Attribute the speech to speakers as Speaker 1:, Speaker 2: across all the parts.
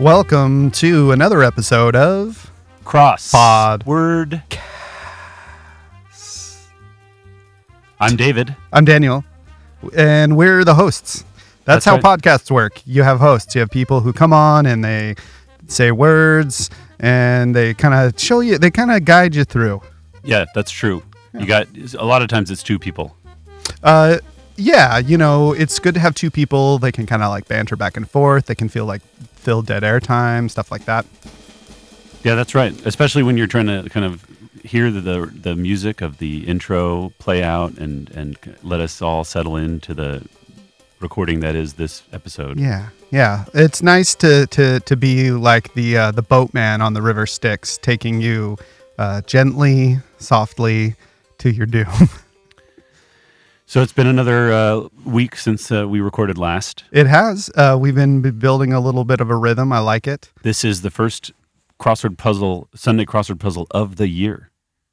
Speaker 1: Welcome to another episode of
Speaker 2: Cross.
Speaker 1: Pod.
Speaker 2: Word. I'm David.
Speaker 1: I'm Daniel, and we're the hosts. That's,
Speaker 2: That's
Speaker 1: how
Speaker 2: right.
Speaker 1: podcasts work. You have hosts. You have people who come on and they say words and they kind of show you. They kind of guide you through.
Speaker 2: Yeah, that's true. You got a lot of times it's two people.
Speaker 1: Uh, yeah, you know, it's good to have two people. They can kind of like banter back and forth. They can feel like fill dead air time, stuff like that.
Speaker 2: Yeah, that's right. Especially when you're trying to kind of hear the the, the music of the intro play out and and let us all settle into the recording that is this episode.
Speaker 1: Yeah, yeah. It's nice to to to be like the uh, the boatman on the river Styx, taking you uh, gently, softly to your doom.
Speaker 2: So it's been another uh, week since uh, we recorded last.
Speaker 1: it has. Uh, we've been b- building a little bit of a rhythm. I like it.
Speaker 2: This is the first crossword puzzle Sunday crossword puzzle of the year.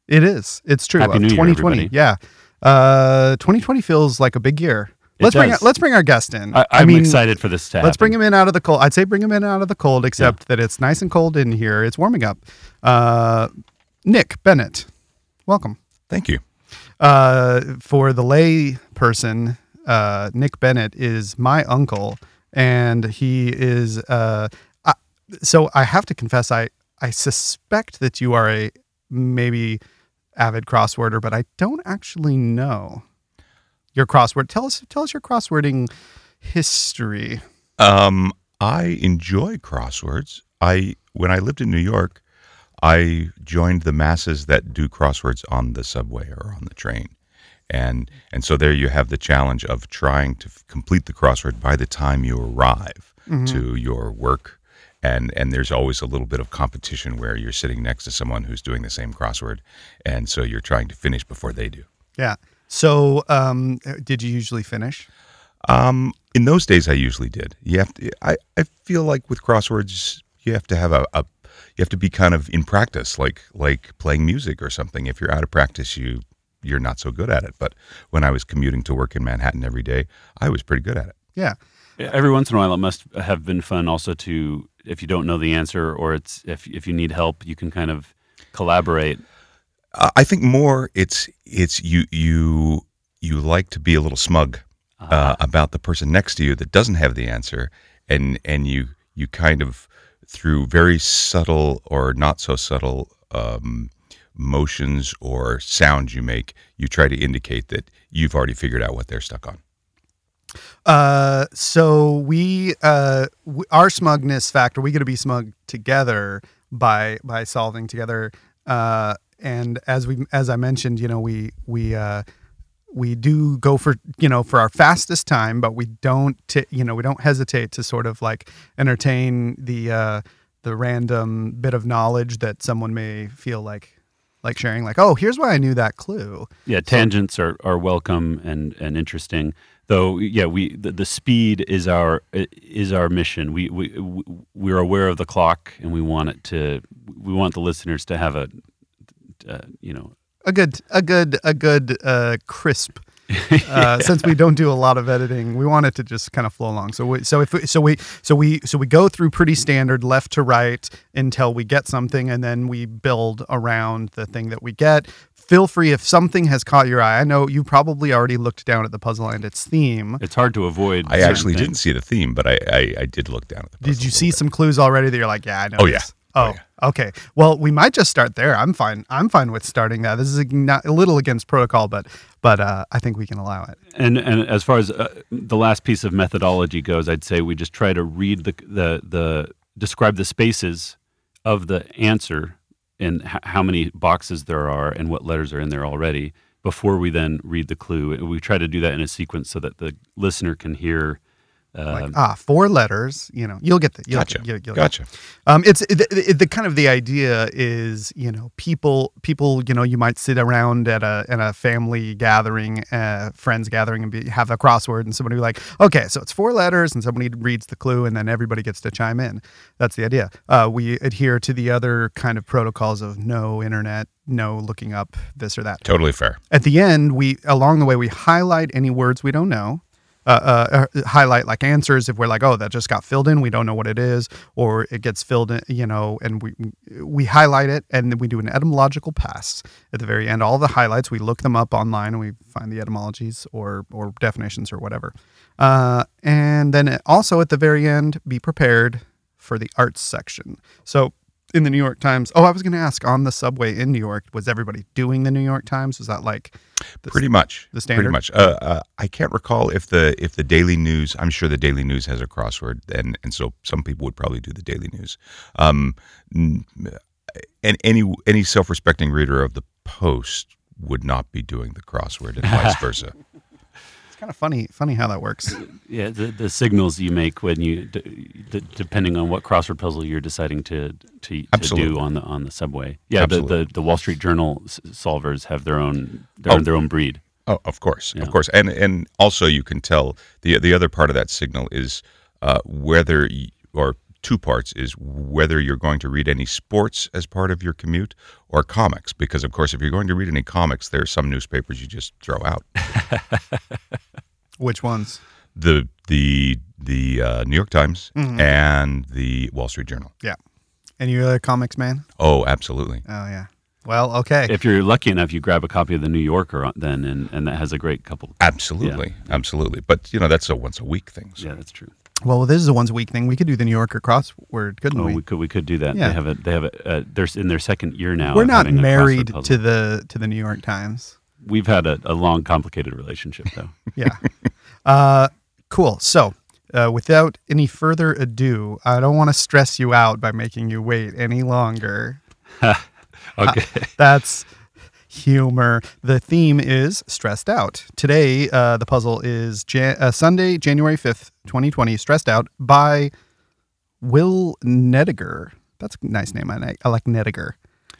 Speaker 1: It is. It's true.
Speaker 2: Happy
Speaker 1: Uh,
Speaker 2: New Year,
Speaker 1: 2020.
Speaker 2: everybody.
Speaker 1: yeah. Uh, 2020 feels like a big year.
Speaker 2: It
Speaker 1: Let's bring
Speaker 2: does.
Speaker 1: let's bring our guest in.
Speaker 2: I, I'm excited for this to happen.
Speaker 1: Let's bring him in out of the cold. I'd say bring him in out of the cold, except that it's nice and cold in here. It's warming up. Uh, Nick Bennett, welcome.
Speaker 3: Thank you.
Speaker 1: Uh, for the lay person, uh, Nick Bennett is my uncle, and he is. Uh, I, so I have to confess, I I suspect that you are a maybe avid crossworder, but I don't actually know your crossword. Tell us, tell us your crosswording history.
Speaker 3: Um, I enjoy crosswords. I when I lived in New York, I joined the masses that do crosswords on the subway or on the train, and and so there you have the challenge of trying to f- complete the crossword by the time you arrive
Speaker 1: Mm-hmm.
Speaker 3: to your work. And, and there's always a little bit of competition where you're sitting next to someone who's doing the same crossword, and so you're trying to finish before they do.
Speaker 1: Yeah. So, um, did you usually finish?
Speaker 3: Um, in those days, I usually did. You have to. I, I feel like with crosswords, you have to have a, a you have to be kind of in practice, like like playing music or something. If you're out of practice, you you're not so good at it. But when I was commuting to work in Manhattan every day, I was pretty good at it.
Speaker 1: Yeah.
Speaker 2: Every once in a while, it must have been fun also to, if you don't know the answer or it's if if you need help, you can kind of collaborate.
Speaker 3: Uh, I think more it's it's you you you like to be a little smug
Speaker 1: Uh-huh.
Speaker 3: uh, about the person next to you that doesn't have the answer, and and you you kind of through very subtle or not so subtle um, motions or sounds you make, you try to indicate that you've already figured out what they're stuck on.
Speaker 1: Uh, so we, uh, w- our smugness factor, we got to be smug together by by solving together. Uh, and as we, as I mentioned, you know, we we uh, we do go for you know for our fastest time, but we don't, t- you know, we don't hesitate to sort of like entertain the uh, the random bit of knowledge that someone may feel like like sharing, like, oh, here's why I knew that clue.
Speaker 2: Yeah, tangents are, are welcome and, and interesting. Though, yeah, we the, the speed is our is our mission. We we we're aware of the clock and we want it to. We want the listeners to have a, uh, you know,
Speaker 1: a good a good a good uh, crisp. Uh, Since we don't do a lot of editing, we want it to just kind of flow along. So we, so if we, so we so we so we go through pretty standard left to right until we get something, and then we build around the thing that we get. Feel free if something has caught your eye. I know you probably already looked down at the puzzle and its theme.
Speaker 2: it's hard to avoid.
Speaker 3: I
Speaker 2: certain
Speaker 3: actually
Speaker 2: things.
Speaker 3: didn't see the theme, but I I, I did look down at the.
Speaker 1: Did
Speaker 3: puzzle
Speaker 1: you
Speaker 3: a
Speaker 1: see
Speaker 3: little
Speaker 1: some clues already that you're like, yeah, I know.
Speaker 3: Oh,
Speaker 1: this.
Speaker 3: yeah.
Speaker 1: Oh,
Speaker 3: Oh,
Speaker 1: okay. Well, we might just start there. I'm fine. I'm fine with starting that. This is a, not, a little against protocol, but but uh, I think we can allow it.
Speaker 2: And and as far as uh, the last piece of methodology goes, I'd say we just try to read the the the describe the spaces of the answer and h- how many boxes there are and what letters are in there already before we then read the clue. We try to do that in a sequence so that the listener can hear.
Speaker 1: like
Speaker 2: Uh,
Speaker 1: ah four letters you know you'll get the you'll
Speaker 3: Gotcha.
Speaker 1: get, you'll, you'll get-
Speaker 3: Gotcha.
Speaker 1: um it's the, the, the kind of the idea is you know people people you know you might sit around at a at a family gathering uh friends gathering and be, have a crossword and somebody be like okay so it's four letters and somebody reads the clue and then everybody gets to chime in that's the idea uh we adhere to the other kind of protocols of no internet no looking up this or that
Speaker 3: Totally fair.
Speaker 1: at the end we along the way we highlight any words we don't know uh, uh, highlight like answers if we're like, oh, that just got filled in, we don't know what it is, or it gets filled in, you know, and we we highlight it and then we do an etymological pass at the very end. All the highlights, we look them up online and we find the etymologies or or definitions or whatever. Uh, and then also at the very end, be prepared for the arts section. So in the New York Times. Oh, I was going to ask on the subway in New York, was everybody doing the New York Times? Was that like the,
Speaker 3: pretty much
Speaker 1: the standard?
Speaker 3: Pretty much. Uh, uh, I can't recall if the if the Daily News. I'm sure the Daily News has a crossword, and and so some people would probably do the Daily News. Um, n- and any any self respecting reader of the Post would not be doing the crossword, and vice versa.
Speaker 1: It's kind of funny, funny how that works.
Speaker 2: Yeah, the, the signals you make when you, d- d- depending on what crossword puzzle you're deciding to to, to
Speaker 3: Absolutely.
Speaker 2: do on the on the subway. Yeah, the, the
Speaker 3: Absolutely.
Speaker 2: the Wall Street Journal s- solvers have their own their,
Speaker 3: Oh.
Speaker 2: their own breed.
Speaker 3: Oh, of course,
Speaker 2: Yeah.
Speaker 3: of course, and and also you can tell the the other part of that signal is uh, whether y or two parts is whether you're going to read any sports as part of your commute or comics because of course if you're going to read any comics there are some newspapers you just throw out
Speaker 1: Which ones?
Speaker 3: the the the uh, New York Times
Speaker 2: Mm-hmm.
Speaker 3: and the Wall Street Journal.
Speaker 1: And you're a comics man?
Speaker 3: Oh, absolutely.
Speaker 1: Oh yeah. Well, okay.
Speaker 2: If you're lucky enough, you grab a copy of the New Yorker on- then, and, and that has a great couple.
Speaker 3: Absolutely. Absolutely. But you know that's a once a week thing. So.
Speaker 2: Yeah, that's true.
Speaker 1: well, this is a once a week thing. We could do the New Yorker crossword, couldn't
Speaker 2: Oh,
Speaker 1: we?
Speaker 2: we could we could do that.
Speaker 1: Yeah.
Speaker 2: They have a they have a uh, they're s- in their second year now.
Speaker 1: We're
Speaker 2: of
Speaker 1: not
Speaker 2: having a crossword
Speaker 1: married
Speaker 2: puzzle.
Speaker 1: to the to the New York Times.
Speaker 2: We've had a, a long, complicated relationship though.
Speaker 1: Yeah. uh, cool. So. Uh, without any further ado, I don't want to stress you out by making you wait any longer. Ah,
Speaker 2: okay.
Speaker 1: That's humor. The theme is stressed out. Today, uh, the puzzle is Jan- uh, Sunday, January 5th, 2020, Stressed Out by Will Nediger. That's a nice name. I, like- I like Nediger.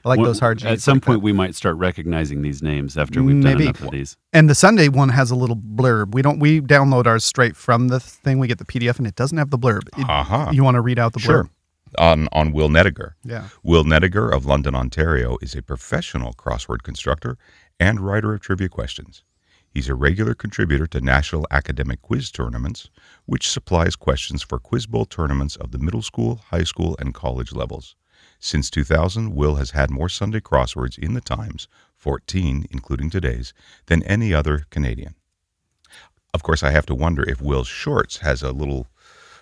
Speaker 1: I like
Speaker 2: Well,
Speaker 1: those hard J's.
Speaker 2: At some
Speaker 1: like that.
Speaker 2: point, we might start recognizing these names after we've done
Speaker 1: Maybe.
Speaker 2: enough of these.
Speaker 1: And the Sunday one has a little blurb. We don't. We download ours straight from the thing. We get the PDF, and it doesn't have the blurb. It-
Speaker 3: Uh-huh.
Speaker 1: You want to read out the blurb?
Speaker 3: Sure. On on Will Nediger.
Speaker 1: Yeah.
Speaker 3: Will Nediger of London, Ontario is a professional crossword constructor and writer of trivia questions. He's a regular contributor to national academic quiz tournaments, which supplies questions for Quiz Bowl tournaments of the middle school, high school, and college levels. Since 2000, Will has had more Sunday crosswords in the Times, 14, including today's, than any other Canadian. Of course, I have to wonder if Will Shorts has a little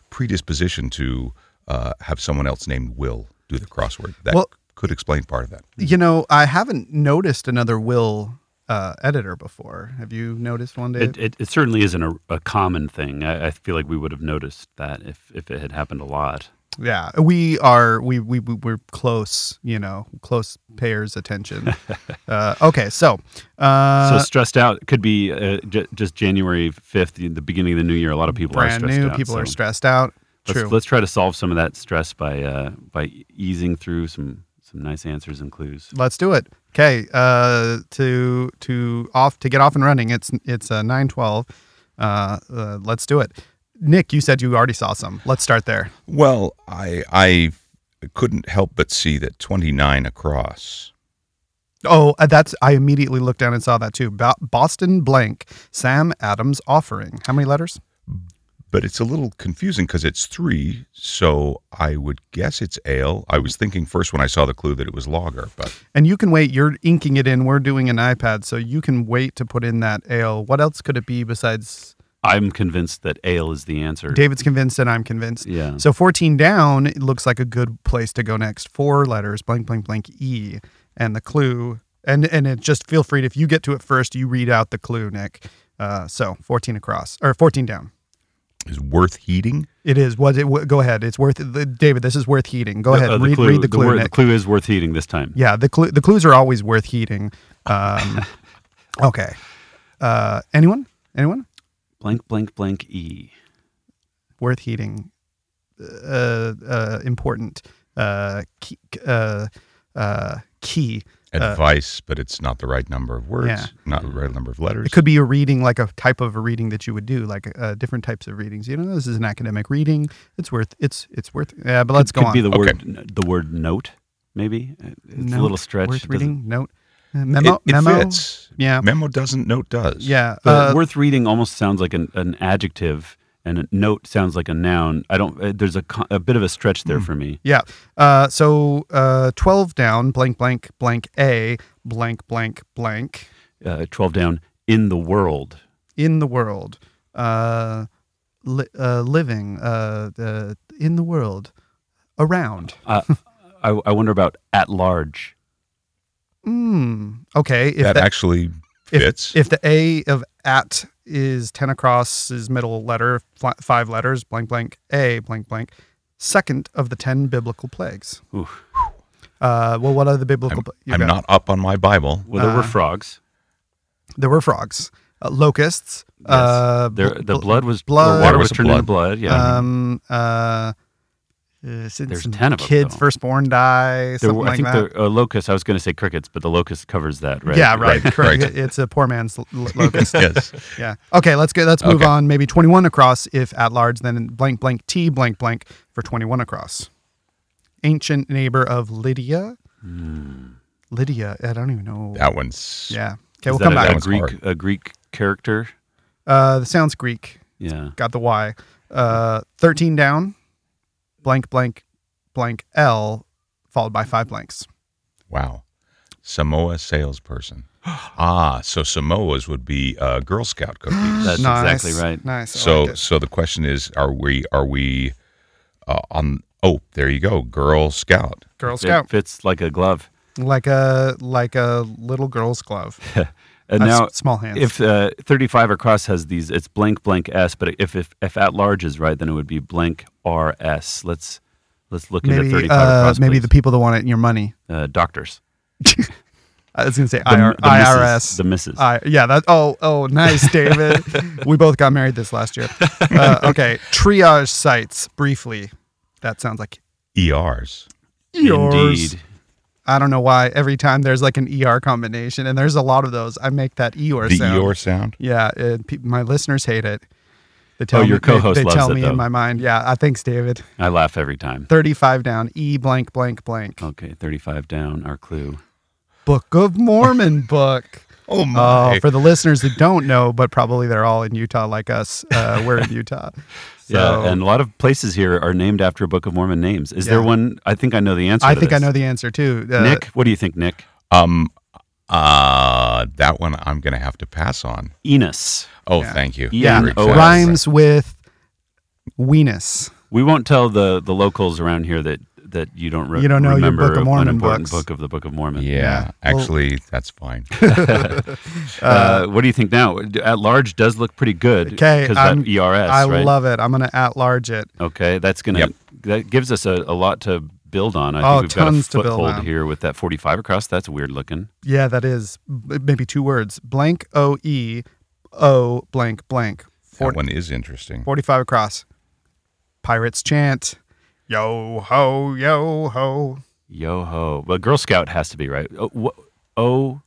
Speaker 3: predisposition to uh, have someone else named Will do the crossword. That
Speaker 1: Well-
Speaker 3: could explain part of that.
Speaker 1: You know, I haven't noticed another Will uh, editor before. Have you noticed one, Dave?
Speaker 2: It, it, it certainly isn't a, a common thing. I, I feel like we would have noticed that if, if it had happened a lot.
Speaker 1: Yeah, we are we we we- we're close, you know, close payers attention. uh, okay, so uh,
Speaker 2: so stressed out could be uh, j- just January fifth, the beginning of the new year. A lot of people are
Speaker 1: brand
Speaker 2: stressed
Speaker 1: new
Speaker 2: out.
Speaker 1: people are
Speaker 2: so
Speaker 1: stressed out.
Speaker 2: let's,
Speaker 1: True.
Speaker 2: Let's try to solve some of that stress by uh, by easing through some some nice answers and clues.
Speaker 1: Let's do it. Okay, uh, to to off to get off and running. It's it's uh, nine twelve. Uh, uh, let's do it. Nick, you said you already saw some. Let's start there.
Speaker 3: Well, I I couldn't help but see that 29 across.
Speaker 1: Oh, uh, that's I immediately looked down and saw that too. Bo- Boston blank Sam Adams offering. How many letters?
Speaker 3: But it's a little confusing because it's three, so I would guess it's ale. I was thinking first when I saw the clue that it was lager, but
Speaker 1: And you can wait. You're inking it in. We're doing an iPad, so you can wait to put in that ale. What else could it be besides
Speaker 2: I'm convinced that ale is the answer.
Speaker 1: David's convinced and I'm convinced?
Speaker 2: yeah.
Speaker 1: So 14 down it looks like a good place to go next. Four letters, blank, blank, blank, E. And the clue, and and it just feel free to, if you get to it first, you read out the clue, Nick. Uh, so 14 across, or 14 down.
Speaker 3: is worth heating.
Speaker 1: It is. What it, what- go ahead. It's worth, the- David, this is worth heating. Go ahead.
Speaker 2: Uh,
Speaker 1: read, read the clue,
Speaker 2: word-
Speaker 1: Nick.
Speaker 2: the clue is worth heeding this time.
Speaker 1: Yeah, the clue, the clues are always worth heeding. Um, okay. Uh, anyone? Anyone?
Speaker 2: Blank, blank, blank. E.
Speaker 1: Worth heeding. Uh, uh, important. Uh, key. Uh, uh, key.
Speaker 3: Advice, but it's not the right number of words,
Speaker 1: Yeah.
Speaker 3: not the right number of letters.
Speaker 1: It could be a reading, like a type of a reading that you would do, like uh, different types of readings. You know, this is an academic reading. It's worth. It's it's worth. Yeah, but let's
Speaker 2: could,
Speaker 1: go
Speaker 2: could
Speaker 1: on.
Speaker 2: be the
Speaker 3: Okay.
Speaker 2: word the word note maybe. Uh, It's a
Speaker 1: Note,
Speaker 2: little stretch.
Speaker 1: Worth
Speaker 2: It doesn't-
Speaker 1: reading. Note. Memo,
Speaker 3: it, it
Speaker 1: memo,
Speaker 3: fits.
Speaker 1: yeah,
Speaker 3: Memo doesn't, note does.
Speaker 1: yeah.
Speaker 2: But
Speaker 1: Uh,
Speaker 2: worth reading almost sounds like an, an adjective, and a note sounds like a noun. I don't. Uh, there's a, co- a bit of a stretch
Speaker 1: Hmm.
Speaker 2: there for me.
Speaker 1: Yeah. Uh, so uh, 12 down, blank, blank, blank, A, blank, blank, blank,
Speaker 2: Uh, Twelve down in the world.
Speaker 1: in the world, uh, li- uh, living, uh, uh, in the world, around.
Speaker 2: Uh, I, I wonder about at large.
Speaker 1: Mm. Okay. If,
Speaker 3: that,
Speaker 1: the,
Speaker 3: actually fits.
Speaker 1: if the A of at is 10 across is middle letter, fl- five letters, blank, blank, A, blank, blank, second of the 10 biblical plagues.
Speaker 2: Ooh.
Speaker 1: Uh, well, what are the biblical? pla- you
Speaker 3: I'm
Speaker 1: got-
Speaker 3: not up on my Bible.
Speaker 2: Well, there were
Speaker 1: Uh,
Speaker 2: frogs.
Speaker 1: There were frogs, uh, locusts.
Speaker 2: Yes.
Speaker 1: Uh,
Speaker 2: There,
Speaker 1: bl-
Speaker 2: the
Speaker 1: bl-
Speaker 2: blood was.
Speaker 1: blood-
Speaker 2: The
Speaker 1: There
Speaker 2: water
Speaker 3: was
Speaker 2: was
Speaker 3: some
Speaker 2: turned into blood. Yeah.
Speaker 1: Um, uh, uh, since
Speaker 2: There's
Speaker 1: some
Speaker 2: 10 of 'em,
Speaker 1: kids
Speaker 2: though.
Speaker 1: firstborn die,
Speaker 2: there
Speaker 1: something
Speaker 2: were, I
Speaker 1: like
Speaker 2: think
Speaker 1: that.
Speaker 2: the uh, locust. I was going to say crickets, but the locust covers that, right?
Speaker 1: Yeah, right.
Speaker 3: Right,
Speaker 1: correct.
Speaker 3: right.
Speaker 1: It's a poor man's l- l- locust.
Speaker 3: yes.
Speaker 1: yeah. Okay, let's go. Let's move
Speaker 3: Okay.
Speaker 1: on. Maybe 21 across if at large, then blank blank T blank blank for 21 across. Ancient neighbor of Lydia. Lydia, I don't even know.
Speaker 3: That one's.
Speaker 1: Yeah. Okay,
Speaker 2: Hmm.
Speaker 1: we'll
Speaker 2: Is that
Speaker 1: come
Speaker 2: a,
Speaker 1: back.
Speaker 2: a
Speaker 3: one's
Speaker 2: Greek,
Speaker 3: hard.
Speaker 2: a Greek character.
Speaker 1: Uh, the sounds Greek.
Speaker 2: Yeah.
Speaker 1: got the Y. Uh, 13 down, blank, blank, blank, L, followed by five blanks.
Speaker 3: Wow. Samoa salesperson. ah, so Samoas would be uh, Girl Scout cookies.
Speaker 2: That's
Speaker 1: Nice,
Speaker 2: exactly right.
Speaker 1: Nice. I
Speaker 3: so,
Speaker 1: liked it.
Speaker 3: so the question is, are we are we uh, on? Oh, there you go, Girl Scout.
Speaker 1: Girl
Speaker 2: It
Speaker 1: Scout,
Speaker 2: fits like a glove.
Speaker 1: like a like a little girl's glove.
Speaker 2: And
Speaker 1: That's
Speaker 2: now,
Speaker 1: small hands.
Speaker 2: if uh, 35 across has these, it's blank blank s. But if, if if at large is right, then it would be blank r s. Let's let's look into
Speaker 1: maybe
Speaker 2: 35
Speaker 1: uh,
Speaker 2: across.
Speaker 1: maybe the
Speaker 2: please.
Speaker 1: people that want it in your money.
Speaker 2: uh, doctors,
Speaker 1: I was gonna say
Speaker 2: the,
Speaker 1: IR,
Speaker 2: the misses,
Speaker 1: IRS.
Speaker 2: the misses.
Speaker 1: I, yeah, that. Oh, oh, nice, David. we both got married this last year. Uh, okay, triage sites briefly. That sounds like
Speaker 3: E ERs.
Speaker 1: yours.
Speaker 2: Indeed.
Speaker 1: I don't know why every time there's like an ER combination, and there's a lot of those. I make that ER
Speaker 2: E
Speaker 3: the
Speaker 1: sound.
Speaker 3: ER sound.
Speaker 1: Yeah, it, pe- my listeners hate it. They tell
Speaker 2: Oh, your
Speaker 1: me, they-
Speaker 2: co-host
Speaker 1: they,
Speaker 2: loves
Speaker 1: tell
Speaker 2: it,
Speaker 1: me
Speaker 2: though.
Speaker 1: in my mind. Yeah, I thanks, David.
Speaker 2: I laugh every time.
Speaker 1: Thirty-five down. E blank blank blank.
Speaker 2: Okay, 35 down. Our clue.
Speaker 1: Book of Mormon book.
Speaker 3: Oh
Speaker 1: Oh,
Speaker 3: my!
Speaker 1: for the listeners that don't know, but probably they're all in Utah like us. Uh, we're in Utah. So
Speaker 2: yeah, and a lot of places here are named after Book of Mormon names. Is there
Speaker 1: Yeah.
Speaker 2: one? I think I know the answer.
Speaker 1: I
Speaker 2: to
Speaker 1: think I
Speaker 2: this.
Speaker 1: know the answer too. Uh,
Speaker 2: Nick, what do you think, Nick?
Speaker 3: um, uh, that one I'm going to have to pass on.
Speaker 2: Enos.
Speaker 3: Oh,
Speaker 1: Yeah.
Speaker 3: thank you.
Speaker 2: Yeah.
Speaker 3: You're
Speaker 2: Oh,
Speaker 3: exactly
Speaker 1: rhymes with weenus.
Speaker 2: We won't tell the the locals around here that that you don't re-
Speaker 1: You don't know your
Speaker 2: remember
Speaker 1: Book of Mormon
Speaker 2: an important
Speaker 1: books.
Speaker 2: book of the Book of Mormon.
Speaker 3: right. Yeah,
Speaker 1: Yeah.
Speaker 3: actually, that's fine.
Speaker 2: Uh, what do you think now? At large does look pretty good.
Speaker 1: Okay,
Speaker 2: because
Speaker 1: I'm-
Speaker 2: that ERS.
Speaker 1: I
Speaker 2: right?
Speaker 1: love it. I'm gonna at large it.
Speaker 2: Okay, that's gonna
Speaker 3: Yep.
Speaker 2: that gives us a, a lot to build on. I
Speaker 1: Oh,
Speaker 2: think we've got a
Speaker 1: tons to build
Speaker 2: foothold
Speaker 1: on.
Speaker 2: here with that 45 across. That's weird looking.
Speaker 1: Yeah, that is b- maybe two words. Blank O E O blank blank.
Speaker 3: that
Speaker 1: 40,
Speaker 3: one is interesting.
Speaker 1: 45 across. Pirates chant. Yo ho, yo ho.
Speaker 2: Yo ho, well, Girl Scout has to be right. Oh, whoa, oh,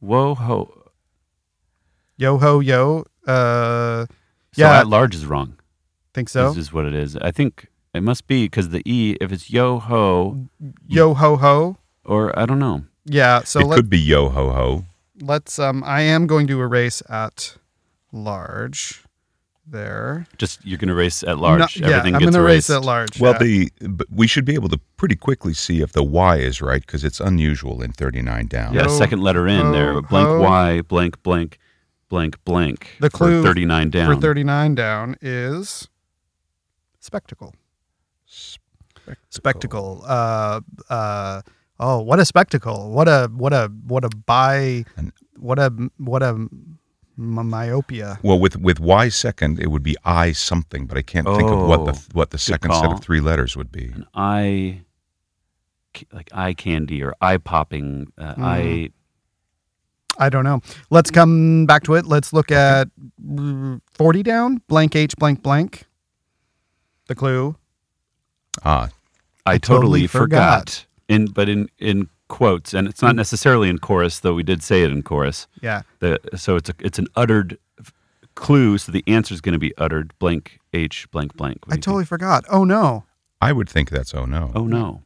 Speaker 2: whoa ho.
Speaker 1: Yo ho, yo. Uh,
Speaker 2: So
Speaker 1: Yeah.
Speaker 2: at large is wrong.
Speaker 1: think
Speaker 2: Is,
Speaker 1: so.
Speaker 2: is what it is. I think it must be because the e if it's yo ho
Speaker 1: Yo ho ho.
Speaker 2: or I don't know.
Speaker 1: Yeah, so
Speaker 3: it
Speaker 1: let,
Speaker 3: could be yo ho ho.
Speaker 1: let's. Um, I am going to erase at large there.
Speaker 2: Just you're gonna race at large.
Speaker 1: No- yeah,
Speaker 2: Everything
Speaker 1: I'm
Speaker 2: gets
Speaker 1: gonna
Speaker 2: erased.
Speaker 1: erase at large.
Speaker 3: Well,
Speaker 1: yeah.
Speaker 3: the but we should be able to pretty quickly see if the Y is right because it's unusual in 39 down.
Speaker 2: Yeah,
Speaker 1: Yo,
Speaker 2: second letter in there.
Speaker 1: ho,
Speaker 2: Blank
Speaker 1: ho.
Speaker 2: Y, blank, blank, blank, blank.
Speaker 1: The
Speaker 2: for
Speaker 1: clue
Speaker 2: 39 down.
Speaker 1: for 39 down is spectacle. spectacle. Uh, uh, oh, what a spectacle! What a what a what a by
Speaker 3: An-
Speaker 1: what a what a m- myopia.
Speaker 3: Well, with with Y second, it would be I something, but I can't think of what the
Speaker 2: Oh,
Speaker 3: what the second set
Speaker 2: call.
Speaker 3: of three letters would be.
Speaker 2: An eye, ca- like eye candy or eye popping. Uh,
Speaker 1: Hmm.
Speaker 2: Eye.
Speaker 1: I don't know. Let's come back to it. Let's look at mm, forty down. Blank H blank blank. The clue.
Speaker 3: Ah,
Speaker 2: I,
Speaker 1: totally
Speaker 2: totally forgot.
Speaker 1: forgot.
Speaker 2: In but in in quotes, and it's not necessarily in chorus, though we did say it in chorus.
Speaker 1: Yeah.
Speaker 2: The, so it's a, it's an uttered f- clue. So the answer is going to be uttered blank H blank blank. What
Speaker 1: I
Speaker 2: do you think?
Speaker 1: totally forgot. Oh no,
Speaker 3: I would think that's oh no.
Speaker 2: Oh no.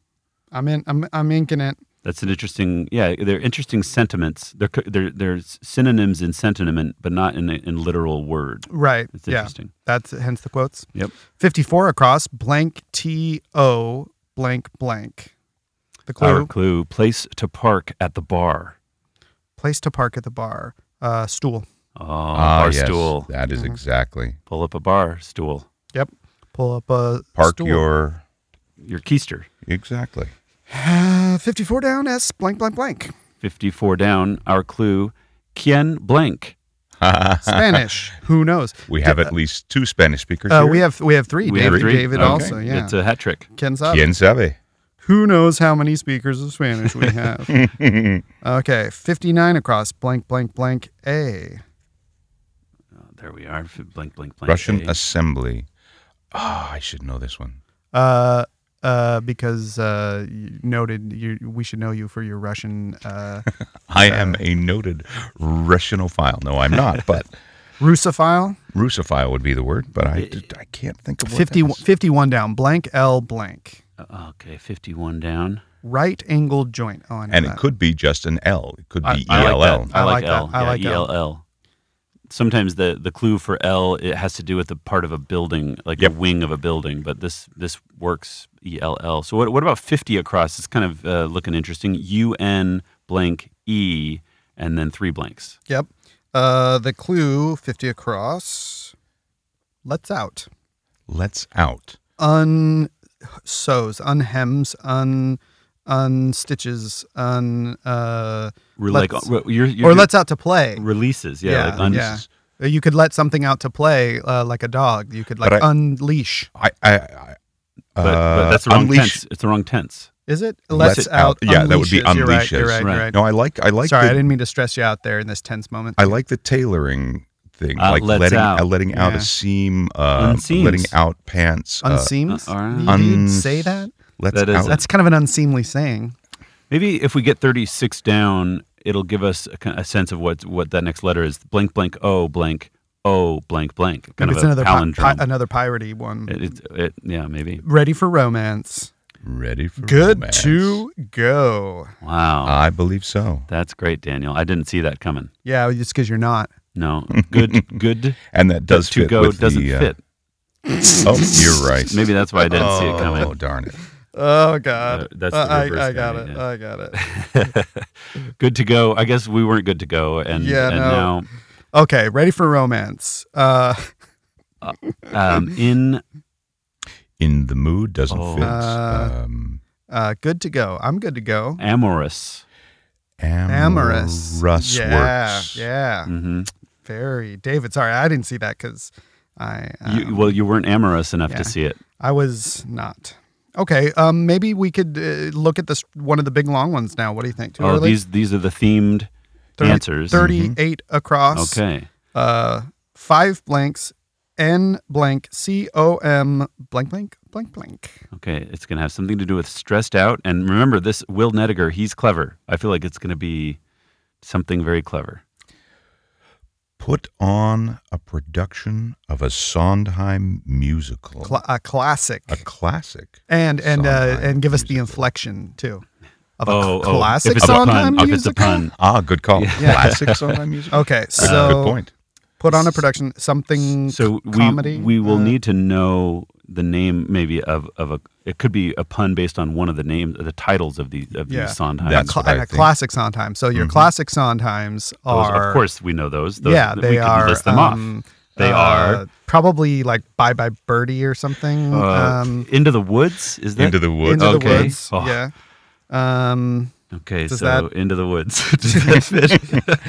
Speaker 1: I'm in. I'm I'm inking it.
Speaker 2: That's an interesting, yeah. They're interesting sentiments. They're co- they're, they're synonyms in sentiment, but not in in literal word.
Speaker 1: Right.
Speaker 2: It's
Speaker 1: Yeah.
Speaker 2: interesting.
Speaker 1: That's hence the quotes.
Speaker 2: Yep.
Speaker 1: 54 across blank T O blank blank. The clue
Speaker 2: Our clue: place to park at the bar.
Speaker 1: place to park at the bar. Uh, stool.
Speaker 2: Oh, bar
Speaker 3: Ah, yes,
Speaker 2: stool.
Speaker 3: That is
Speaker 1: Mhm.
Speaker 3: exactly.
Speaker 2: Pull up a bar stool.
Speaker 1: Pull up a
Speaker 3: Park
Speaker 1: stool.
Speaker 3: your.
Speaker 2: Your keister.
Speaker 3: Exactly.
Speaker 1: Uh, 54 down S blank blank blank.
Speaker 2: Fifty-four down. Our clue: quien blank.
Speaker 1: Spanish. Who knows?
Speaker 3: we have at least two Spanish speakers
Speaker 1: Uh,
Speaker 3: here.
Speaker 1: we have we have three.
Speaker 2: We have
Speaker 1: David,
Speaker 2: three?
Speaker 1: David
Speaker 2: Okay.
Speaker 1: also. Yeah.
Speaker 2: It's a hat trick.
Speaker 1: Ken's up.
Speaker 3: Quien sabe?
Speaker 1: Who knows how many speakers of Spanish we have? okay, 59 across blank blank blank A.
Speaker 2: Oh, there we are. F- Blank, blank, blank.
Speaker 3: Russian
Speaker 2: A.
Speaker 3: assembly. Ah, I should know this one.
Speaker 1: Uh uh, because uh, you noted, you, we should know you for your Russian, uh,
Speaker 3: I am a noted Russianophile. No, I'm not, but
Speaker 1: Russophile.
Speaker 3: Russophile would be the word, but I, I can't think of what that
Speaker 1: 50,
Speaker 3: is.
Speaker 1: 51 down, blank L blank.
Speaker 2: Uh, Okay, fifty-one down.
Speaker 1: Right angled joint. Oh, I know
Speaker 3: And
Speaker 1: that.
Speaker 3: it could be just an E L. It could be
Speaker 2: I
Speaker 3: ELL.
Speaker 2: like that. I,
Speaker 1: I
Speaker 2: like
Speaker 1: like
Speaker 2: L.
Speaker 1: that. I
Speaker 2: yeah,
Speaker 1: like L.
Speaker 2: ELL. Sometimes the the clue for L it has to do with the part of a building, like
Speaker 3: Yep.
Speaker 2: a wing of a building. But this this works E L L. So what what about fifty across? It's kind of uh, looking interesting. U N blank E and then three blanks.
Speaker 1: Yep. Uh, the clue, 50 across. Let's out.
Speaker 3: Let's out.
Speaker 1: un sews, unhems, un unstitches, un uh,
Speaker 2: We're like
Speaker 1: Let's-
Speaker 2: re- you're, you're,
Speaker 1: or lets out to play.
Speaker 2: releases. Yeah, like
Speaker 1: Yeah,
Speaker 2: un-
Speaker 1: yeah. You could let something out to play uh, like a dog. You could like
Speaker 3: But I-
Speaker 1: unleash.
Speaker 3: I, I, I
Speaker 2: But, but
Speaker 3: uh,
Speaker 2: that's the wrong
Speaker 3: unleash.
Speaker 2: tense. It's the wrong tense.
Speaker 1: Is it
Speaker 3: Lets
Speaker 1: lets,
Speaker 3: it out. Yeah, that would be
Speaker 1: unleashes. You're right. You're
Speaker 3: unleashes.
Speaker 1: right. You're
Speaker 2: Right.
Speaker 1: right.
Speaker 3: No, I like I like
Speaker 1: Sorry, I
Speaker 3: the,
Speaker 1: didn't mean to stress you out there in this tense moment.
Speaker 3: I like the tailoring thing,
Speaker 2: Uh,
Speaker 3: like
Speaker 2: lets
Speaker 3: letting
Speaker 2: out.
Speaker 3: uh, letting out
Speaker 1: Yeah.
Speaker 3: a seam, uh,
Speaker 2: Unseams.
Speaker 3: letting out pants. uh,
Speaker 1: Unseems.
Speaker 2: uh, all right.
Speaker 1: you didn't
Speaker 3: Uns-
Speaker 1: say that.
Speaker 3: let's
Speaker 2: That is
Speaker 3: out.
Speaker 2: it.
Speaker 1: That's kind of an unseemly saying.
Speaker 2: Maybe if we get 36 down, it'll give us a, ki- a sense of what what that next letter is. Blank, blank, O, blank, O, blank, blank.
Speaker 1: Maybe
Speaker 2: Kind of
Speaker 1: it's
Speaker 2: a
Speaker 1: another pi- pi- uh,
Speaker 2: palindrome.
Speaker 1: another piratey one.
Speaker 2: it, it, it, yeah, maybe.
Speaker 1: Ready for romance.
Speaker 3: Ready for
Speaker 1: Good
Speaker 3: romance.
Speaker 1: to go.
Speaker 2: Wow.
Speaker 3: I believe so.
Speaker 2: That's great, Daniel. I didn't see that coming.
Speaker 1: Yeah, it's because you're not.
Speaker 2: No. Good, good.
Speaker 3: And that does
Speaker 2: to
Speaker 3: fit
Speaker 2: go
Speaker 3: with
Speaker 2: doesn't
Speaker 3: the, uh,
Speaker 2: fit.
Speaker 3: Oh, you're right.
Speaker 2: Maybe that's why I didn't see it
Speaker 3: Oh
Speaker 2: coming.
Speaker 3: darn it!
Speaker 1: Oh God,
Speaker 2: Uh, that's
Speaker 1: Uh,
Speaker 2: the
Speaker 1: I,
Speaker 2: reverse
Speaker 1: I got it.
Speaker 2: counting,
Speaker 1: I got it.
Speaker 2: good to go. I guess we weren't good to go. And,
Speaker 1: Yeah,
Speaker 2: and
Speaker 1: no. Okay, ready for romance. Uh,
Speaker 2: now um, in
Speaker 3: In the mood doesn't
Speaker 2: Oh.
Speaker 3: fit.
Speaker 1: Uh,
Speaker 3: um,
Speaker 1: uh, good to go. I'm good to go.
Speaker 2: amorous.
Speaker 1: Amorous.
Speaker 3: Amorous
Speaker 1: yeah,
Speaker 3: works.
Speaker 1: yeah.
Speaker 2: hmm
Speaker 1: Very David. Sorry, I didn't see that because I um,
Speaker 2: You, well, you weren't amorous enough
Speaker 1: yeah.
Speaker 2: to see it.
Speaker 1: I was not. Okay, um, maybe we could uh, look at this one of the big long ones now. What do you think? Too
Speaker 2: Oh,
Speaker 1: early?
Speaker 2: these these are the themed
Speaker 1: Thirty-
Speaker 2: answers. Mm-hmm. Mm,
Speaker 1: 38 across.
Speaker 2: Okay.
Speaker 1: Uh, five blanks. N blank C O M blank blank blank blank.
Speaker 2: Okay. It's going to have something to do with stressed out. And remember, this Will Nediger, he's clever. I feel like it's going to be something very clever.
Speaker 3: Put on a production of a Sondheim musical,
Speaker 1: Cla a classic.
Speaker 3: a classic.
Speaker 1: and and uh,
Speaker 3: Sondheim
Speaker 1: and give us the
Speaker 3: musical.
Speaker 1: inflection too of a
Speaker 2: Oh,
Speaker 1: cl-
Speaker 2: oh,
Speaker 1: classic
Speaker 2: if it's a
Speaker 1: Sondheim
Speaker 2: pun, if it's
Speaker 1: musical.
Speaker 2: a pun. Uh,
Speaker 3: Ah, good call.
Speaker 1: Yeah.
Speaker 3: Classic Sondheim musical.
Speaker 1: Okay,
Speaker 3: Good- good
Speaker 1: Oh, so
Speaker 3: point.
Speaker 1: put on a production something
Speaker 2: So
Speaker 1: c-
Speaker 2: we
Speaker 1: comedy.
Speaker 2: we will
Speaker 1: uh,
Speaker 2: need to know the name maybe of, of a it could be a pun based on one of the names the titles of the of
Speaker 1: Yeah.
Speaker 2: these Sondheim.
Speaker 1: a,
Speaker 3: That's
Speaker 1: cl-
Speaker 3: what I
Speaker 1: and a
Speaker 3: think.
Speaker 1: classic Sondheim. So your classic Sondheims
Speaker 2: Mm-hmm. Those-
Speaker 1: are
Speaker 2: of course we know those. those
Speaker 1: yeah,
Speaker 2: we
Speaker 1: they
Speaker 2: can
Speaker 1: are
Speaker 2: list them
Speaker 1: um,
Speaker 2: off. They
Speaker 1: uh,
Speaker 2: are
Speaker 1: probably like Bye Bye Birdie or something.
Speaker 2: uh,
Speaker 1: um,
Speaker 2: Into the Woods, is that
Speaker 3: Into the woods.
Speaker 1: Into the
Speaker 2: okay.
Speaker 1: Woods.
Speaker 2: Oh.
Speaker 1: Yeah. Um,
Speaker 2: Okay,
Speaker 1: Does
Speaker 2: so
Speaker 1: that-
Speaker 2: into the woods. Does that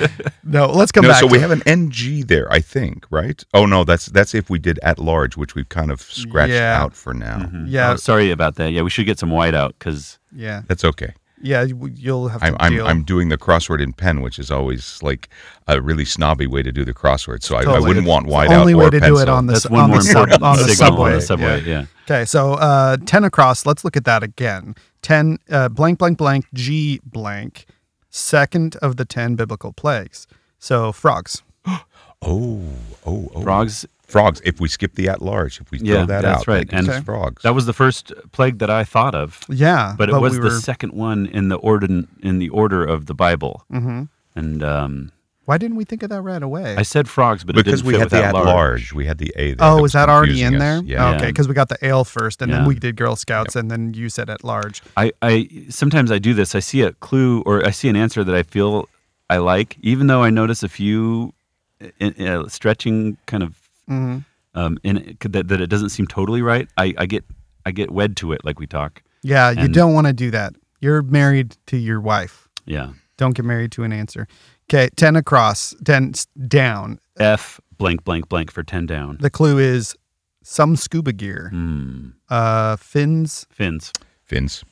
Speaker 2: fit?
Speaker 1: no, let's come
Speaker 3: no,
Speaker 1: back.
Speaker 3: so
Speaker 1: to
Speaker 3: we
Speaker 1: it.
Speaker 3: have an NG there, I think, right? Oh no, that's that's if we did at large, which we've kind of scratched
Speaker 1: Yeah.
Speaker 3: out for now.
Speaker 2: Mhm.
Speaker 1: Yeah.
Speaker 2: Oh, sorry about that. Yeah, we should get some white out because
Speaker 1: yeah,
Speaker 3: That's okay.
Speaker 1: yeah. you- You'll have to
Speaker 3: I'm I'm,
Speaker 1: deal.
Speaker 3: I'm doing the crossword in pen, which is always like a really snobby way to do the crossword. So I, I
Speaker 1: Totally.
Speaker 3: wouldn't want white out
Speaker 1: only way
Speaker 3: or
Speaker 1: to
Speaker 3: pencil.
Speaker 1: do it on the
Speaker 2: that's
Speaker 1: s-
Speaker 2: one
Speaker 1: on
Speaker 2: more
Speaker 1: the, sub,
Speaker 2: important
Speaker 1: on the
Speaker 2: signal
Speaker 1: subway.
Speaker 2: on the subway.
Speaker 1: Yeah.
Speaker 2: Yeah.
Speaker 1: Okay, so uh, ten across. Let's look at that again. Ten uh, blank blank blank G blank. Second of the ten biblical plagues. So frogs.
Speaker 3: Oh, oh, oh.
Speaker 2: frogs
Speaker 3: frogs. If we skip the at large, if we throw
Speaker 2: Yeah,
Speaker 3: that
Speaker 2: that's
Speaker 3: out,
Speaker 2: right.
Speaker 3: and
Speaker 1: Okay.
Speaker 3: frogs.
Speaker 2: That was the first plague that I thought of,
Speaker 1: Yeah,
Speaker 2: but it was
Speaker 1: we
Speaker 2: the second one in the order in the order of the Bible.
Speaker 1: Mhm.
Speaker 2: And um,
Speaker 1: Why didn't we think of that right away?
Speaker 2: I said frogs, but it
Speaker 3: because
Speaker 2: didn't
Speaker 3: we
Speaker 2: fit
Speaker 3: had
Speaker 2: with
Speaker 3: the
Speaker 2: at
Speaker 3: at large. we had the A. There
Speaker 1: oh,
Speaker 3: was
Speaker 1: is that already
Speaker 3: confusing
Speaker 1: in
Speaker 3: us.
Speaker 1: there? Oh.
Speaker 3: Yeah.
Speaker 1: Okay, because we got the ale first, and then
Speaker 2: Yeah.
Speaker 1: we did Girl Scouts, and then you said at large.
Speaker 2: I, I sometimes I do this. I see a clue or I see an answer that I feel I like, even though I notice a few uh, uh, stretching kind of
Speaker 1: Mhm.
Speaker 2: um, in it, that, that it doesn't seem totally right. I, I get I get wed to it, like we talk.
Speaker 1: Yeah, you
Speaker 2: And-
Speaker 1: don't want to do that. You're married to your wife.
Speaker 2: Yeah.
Speaker 1: Don't get married to an answer. Okay, ten across, ten s- down.
Speaker 2: F blank blank blank for ten down.
Speaker 1: The clue is some scuba gear,
Speaker 2: Hmm.
Speaker 1: uh, fins,
Speaker 2: Fins.
Speaker 3: Fins.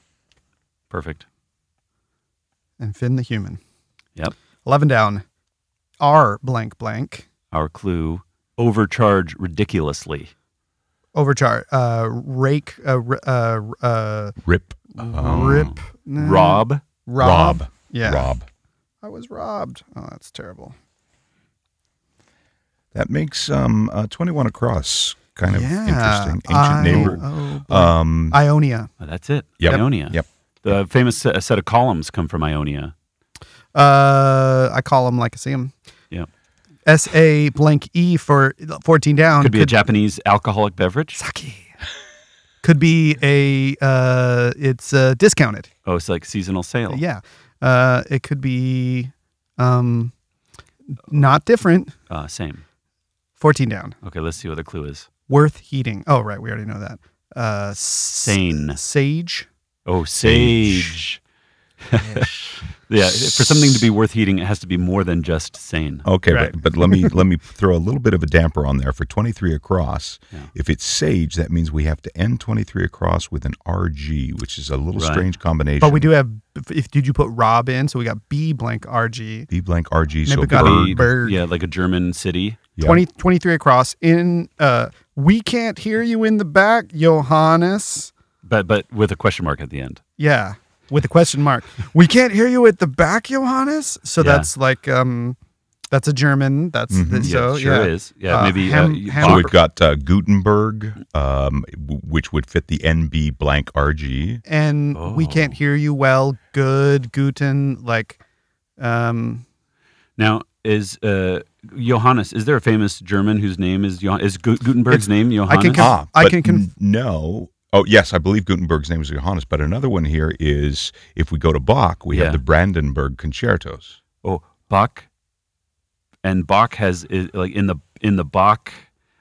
Speaker 2: Perfect.
Speaker 1: and Finn the human.
Speaker 2: Yep.
Speaker 1: Eleven down. R blank blank
Speaker 2: Our clue: overcharge ridiculously.
Speaker 1: overcharge. Uh, rake. Uh, r- uh, uh,
Speaker 3: Rip.
Speaker 1: rip. nah,
Speaker 2: Rob.
Speaker 1: Rob.
Speaker 3: Um, Rob. Rob.
Speaker 1: Yeah. I was robbed. Oh, that's terrible.
Speaker 3: That makes um uh, twenty one across kind of
Speaker 1: yeah.
Speaker 3: interesting. Ancient
Speaker 1: I-
Speaker 3: neighbor.
Speaker 1: oh, boy.
Speaker 3: Um.
Speaker 1: Ionia.
Speaker 2: Oh, that's it.
Speaker 3: Yep.
Speaker 2: Ionia.
Speaker 3: Yep.
Speaker 2: The famous se- set of columns come from Ionia.
Speaker 1: Uh, I call them like I see them.
Speaker 2: Yep.
Speaker 1: S A blank E for fourteen down.
Speaker 2: Could be a Japanese alcoholic beverage.
Speaker 1: sake. Could be a. Uh, it's uh, discounted.
Speaker 2: Oh, it's like seasonal sale.
Speaker 1: Yeah. Uh, it could be um, not different.
Speaker 2: Uh, same.
Speaker 1: 14 down.
Speaker 2: Okay, let's see what the clue is.
Speaker 1: Worth heating. Oh, right. We already know that. Uh, s-
Speaker 2: Sane.
Speaker 1: Sage.
Speaker 2: Oh, sage. yeah, for something to be worth heating, it has to be more than just sane.
Speaker 3: Okay,
Speaker 1: Right.
Speaker 3: but, but let me let me throw a little bit of a damper on there for 23 across.
Speaker 2: Yeah.
Speaker 3: If it's sage, that means we have to end 23 across with an RG, which is a little
Speaker 2: Right.
Speaker 3: strange combination.
Speaker 1: But we do have. If, if did you put Rob in? So we got B blank RG.
Speaker 3: B blank RG. So
Speaker 1: Maybe got
Speaker 3: bird.
Speaker 1: a bird.
Speaker 2: Yeah, like a German city.
Speaker 3: Yeah.
Speaker 1: Twenty twenty three 23 across. In. Uh, we can't hear you in the back, Johannes.
Speaker 2: But but with a question mark at the end.
Speaker 1: Yeah. With a question mark. we can't hear you at the back, Johannes. So
Speaker 2: Yeah. Mm-hmm.
Speaker 1: that's like. um, That's a German. That's the,
Speaker 2: Yeah,
Speaker 1: so
Speaker 2: it sure
Speaker 1: yeah.
Speaker 2: is. Yeah,
Speaker 1: Uh,
Speaker 2: maybe
Speaker 1: ham-
Speaker 2: uh,
Speaker 1: ham-
Speaker 3: So
Speaker 2: Bach-
Speaker 3: we've got uh, Gutenberg, um, w- which would fit the NB blank RG.
Speaker 1: and we can't
Speaker 2: Oh.
Speaker 1: hear you well. Good, guten, like, um,
Speaker 2: Now is uh, Johannes? Is there a famous German whose name is Johann? Is Gu- Gutenberg's name Johannes?
Speaker 1: can conf- I
Speaker 3: Ah, but
Speaker 1: can conf-
Speaker 3: n- no. Oh yes, I believe Gutenberg's name is Johannes. But another one here is if we go to Bach, we
Speaker 2: Yeah.
Speaker 3: have the Brandenburg concertos.
Speaker 2: oh, Bach. And Bach has is, like in the in the Bach,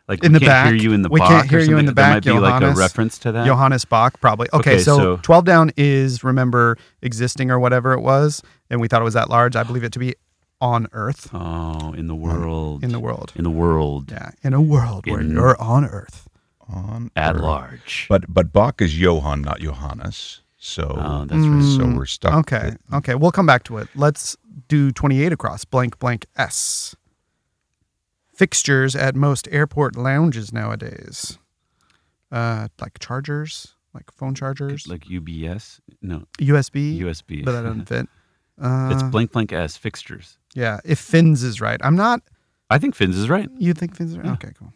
Speaker 2: like
Speaker 1: In
Speaker 2: we
Speaker 1: the
Speaker 2: can't hear
Speaker 1: back.
Speaker 2: you in the
Speaker 1: We
Speaker 2: Bach.
Speaker 1: can't
Speaker 2: or
Speaker 1: hear you in
Speaker 2: something.
Speaker 1: the
Speaker 2: There
Speaker 1: back,
Speaker 2: might be like
Speaker 1: Johannes.
Speaker 2: a reference to that.
Speaker 1: Johannes Bach, probably. Okay,
Speaker 2: Okay,
Speaker 1: so,
Speaker 2: so-
Speaker 1: 12 down is remember existing or whatever it was, and we thought it was that large. I believe it to be on Earth
Speaker 2: oh, in the world.
Speaker 1: in the world.
Speaker 2: in the world
Speaker 1: Yeah, in a world where
Speaker 2: In-
Speaker 1: you're on Earth.
Speaker 3: On
Speaker 2: at
Speaker 3: Earth.
Speaker 2: large.
Speaker 3: But but Bach is Johann, not Johannes. So
Speaker 2: Oh, that's right.
Speaker 3: so
Speaker 1: Mm,
Speaker 3: we're stuck.
Speaker 1: Okay, okay, we'll come back to it. Let's do 28 across blank blank S. Fixtures at most airport lounges nowadays, uh, like chargers, like phone chargers,
Speaker 2: like UBS, no
Speaker 3: E,
Speaker 1: USB,
Speaker 2: USB.
Speaker 1: but that doesn't fit. Uh,
Speaker 2: it's blank blank S fixtures.
Speaker 1: yeah, if Fins is right, I'm not.
Speaker 2: I think Fins is right.
Speaker 1: You think Fins is right?
Speaker 2: Yeah.
Speaker 1: Okay, cool.